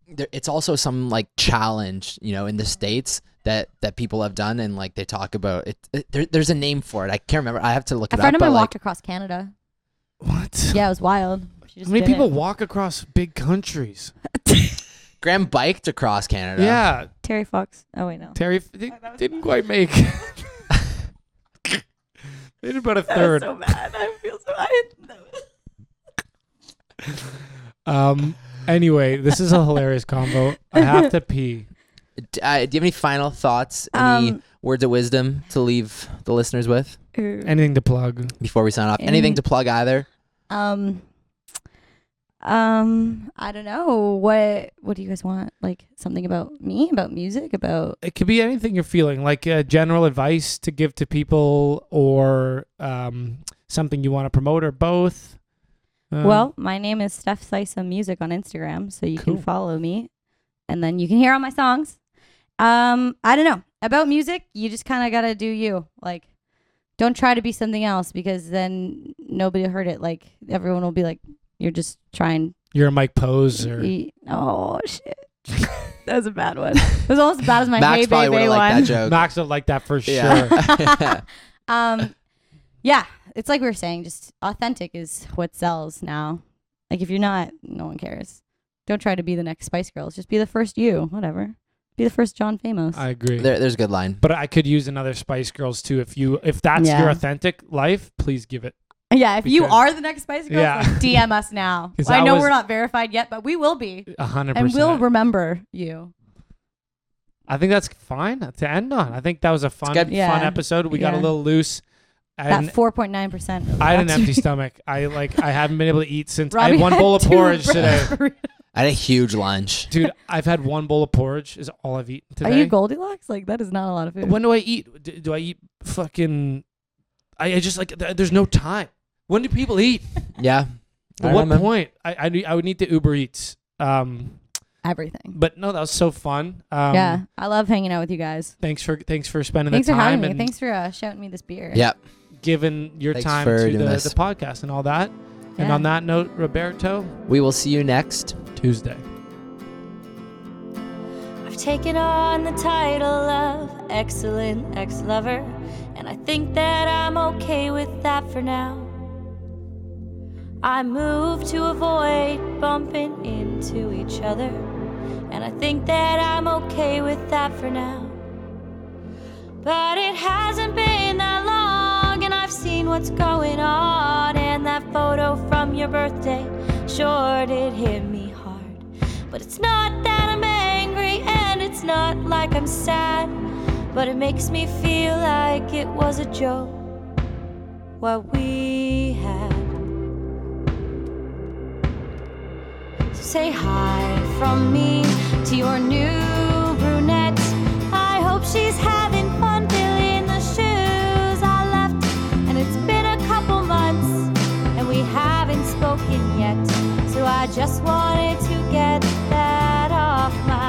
[SPEAKER 3] there, it's also some like challenge you know in
[SPEAKER 4] Mm-hmm.
[SPEAKER 3] the states that that people have done and like they talk about it, it- there, there's a name for it i can't remember i have to look
[SPEAKER 4] A
[SPEAKER 3] it
[SPEAKER 4] friend
[SPEAKER 3] up
[SPEAKER 4] of mine
[SPEAKER 3] but like
[SPEAKER 4] walked across Canada.
[SPEAKER 2] what?
[SPEAKER 4] Yeah, it was wild. She just
[SPEAKER 2] How many
[SPEAKER 4] did it.
[SPEAKER 2] people walk across big countries?
[SPEAKER 3] graham biked across canada
[SPEAKER 2] Yeah,
[SPEAKER 7] Terry Fox. Oh wait, no.
[SPEAKER 4] <laughs>
[SPEAKER 2] Terry f- di- didn't quite make. <laughs> they did about a third.
[SPEAKER 7] so
[SPEAKER 4] <laughs>
[SPEAKER 7] bad. I feel so. I
[SPEAKER 2] Um. Anyway, this is a hilarious combo. I have <laughs> to pee.
[SPEAKER 3] D- uh, do you have any final thoughts any
[SPEAKER 7] Um,
[SPEAKER 3] words of wisdom to leave the listeners with
[SPEAKER 2] Anything to plug?
[SPEAKER 3] before we sign off anything
[SPEAKER 7] Mm.
[SPEAKER 3] to plug either
[SPEAKER 4] Um, um, I don't know what. What do you guys want? Like something about me, about music, about
[SPEAKER 2] It could be anything you're feeling, like uh, general advice to give to people, or um, something you want to promote, or both. Um,
[SPEAKER 7] Well, my name is Steph Sisa Music on Instagram, so you
[SPEAKER 2] Cool.
[SPEAKER 7] can follow me, and then you can hear all my songs. Um, I don't know about music. You just kind of gotta do you. Like,
[SPEAKER 4] don't try to be something else because then nobody will heard it. Like everyone will be like, you're just trying.
[SPEAKER 2] you're a Mike Pose, or
[SPEAKER 4] to Oh shit! <laughs>
[SPEAKER 7] that was a bad one.
[SPEAKER 4] <laughs> It was almost as bad as my
[SPEAKER 3] max
[SPEAKER 4] hey
[SPEAKER 3] probably would
[SPEAKER 4] baby
[SPEAKER 3] have
[SPEAKER 4] one.
[SPEAKER 3] liked that joke
[SPEAKER 2] Max would like that for
[SPEAKER 3] Yeah.
[SPEAKER 4] <laughs>
[SPEAKER 2] sure.
[SPEAKER 4] um yeah it's like we were saying just authentic is what sells now like if you're not no one cares don't try to be the next spice girls just be the first you whatever be the first john famous
[SPEAKER 2] I agree.
[SPEAKER 3] <laughs> there, there's a good line
[SPEAKER 2] But I could use another Spice Girls too. If you if that's
[SPEAKER 4] Yeah.
[SPEAKER 2] your authentic life, please give it.
[SPEAKER 4] yeah if you
[SPEAKER 2] Because-
[SPEAKER 4] are the next spice girls
[SPEAKER 2] Yeah.
[SPEAKER 4] like, dm us now
[SPEAKER 2] <laughs> 'Cause
[SPEAKER 4] i
[SPEAKER 2] I
[SPEAKER 4] know
[SPEAKER 2] was-
[SPEAKER 4] we're not verified yet but we will be
[SPEAKER 2] A hundred
[SPEAKER 4] and we'll
[SPEAKER 2] percent.
[SPEAKER 4] remember you
[SPEAKER 2] I think that's fine to end on. I think that was a fun
[SPEAKER 3] good.
[SPEAKER 2] fun
[SPEAKER 4] Yeah.
[SPEAKER 2] episode. We got a
[SPEAKER 4] Yeah.
[SPEAKER 2] little loose. And
[SPEAKER 4] that 4.9%
[SPEAKER 2] I had an empty stomach. I like I haven't been able to eat since I
[SPEAKER 4] Robbie
[SPEAKER 2] had one
[SPEAKER 4] had
[SPEAKER 2] bowl of
[SPEAKER 4] two
[SPEAKER 2] porridge today.
[SPEAKER 3] i had a huge lunch
[SPEAKER 2] Dude, I've had one bowl of porridge is all I've eaten
[SPEAKER 4] are
[SPEAKER 2] today.
[SPEAKER 4] you goldilocks like that is not a lot of food
[SPEAKER 2] when do I eat? Do, do I eat fucking I, I just like th- there's no time. When do people
[SPEAKER 4] <laughs>
[SPEAKER 2] eat?
[SPEAKER 3] yeah
[SPEAKER 2] At
[SPEAKER 3] I
[SPEAKER 2] what
[SPEAKER 3] remember.
[SPEAKER 2] point? I, I need- I would need to Uber Eats. Um
[SPEAKER 4] everything
[SPEAKER 2] but no, that was so fun. Um
[SPEAKER 4] yeah i love hanging out with you guys
[SPEAKER 2] thanks for thanks for spending
[SPEAKER 4] thanks
[SPEAKER 2] the
[SPEAKER 4] for
[SPEAKER 2] time
[SPEAKER 4] having me
[SPEAKER 2] and
[SPEAKER 4] thanks for uh, shouting me this beer
[SPEAKER 3] yeah
[SPEAKER 2] giving your
[SPEAKER 3] Thanks
[SPEAKER 2] time
[SPEAKER 3] for
[SPEAKER 2] to the,
[SPEAKER 3] doing this.
[SPEAKER 2] the podcast and all that. And
[SPEAKER 4] Yeah.
[SPEAKER 2] on that note, Roberto,
[SPEAKER 3] we will see you next
[SPEAKER 2] Tuesday.
[SPEAKER 8] I've taken on the title of excellent ex lover, and I think that I'm okay with that for now. I move to avoid bumping into each other, and I think that I'm okay with that for now. But it hasn't been that long, and I've seen what's going on. And that photo from your birthday sure did hit me hard. But it's not that I'm angry, and it's not like I'm sad. But it makes me feel like it was a joke what we had. So say hi from me to your new brunette. I hope she's having fun Oh,
[SPEAKER 2] Yes.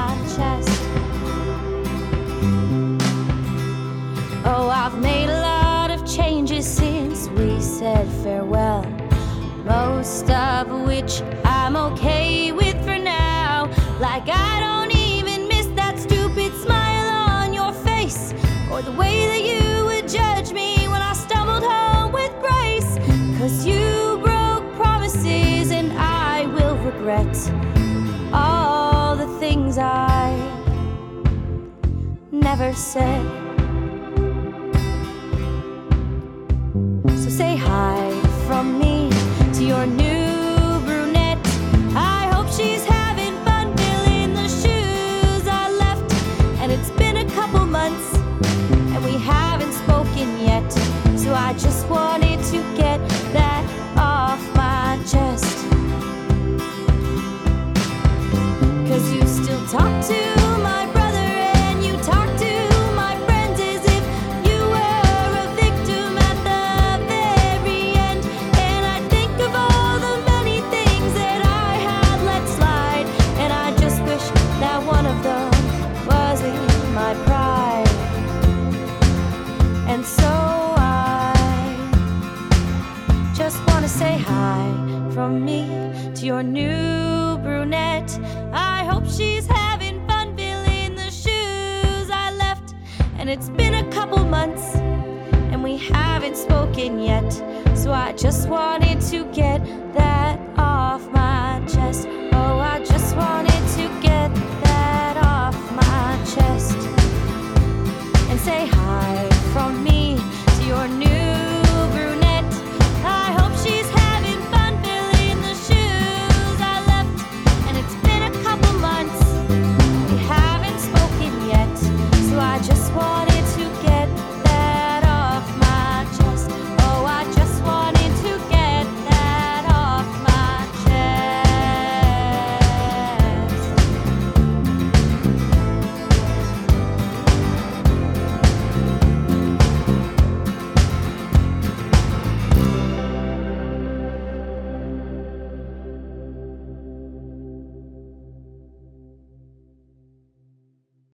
[SPEAKER 8] I'm okay with for now. Like I don't even miss that stupid smile on your face, or the way that you would judge me when I stumbled home with grace. Cause you broke promises, and I will regret all the things I never said. So say hi from me to your new brunette. I hope she's having fun filling the shoes I left. And it's been a couple months and we haven't spoken yet. So I just wanted to get that off my chest. Cause you still talk to my brother and you talk to my friends as if you were a victim at the very end. And I think of all the many things that I had let slide. And I just wish that one of them was in my pride. And so I just wanna say hi from me to your new brunette. I hope she's having fun filling the shoes I left. And it's been a couple months and we haven't spoken yet. So I just wanted to get that off my chest. Oh,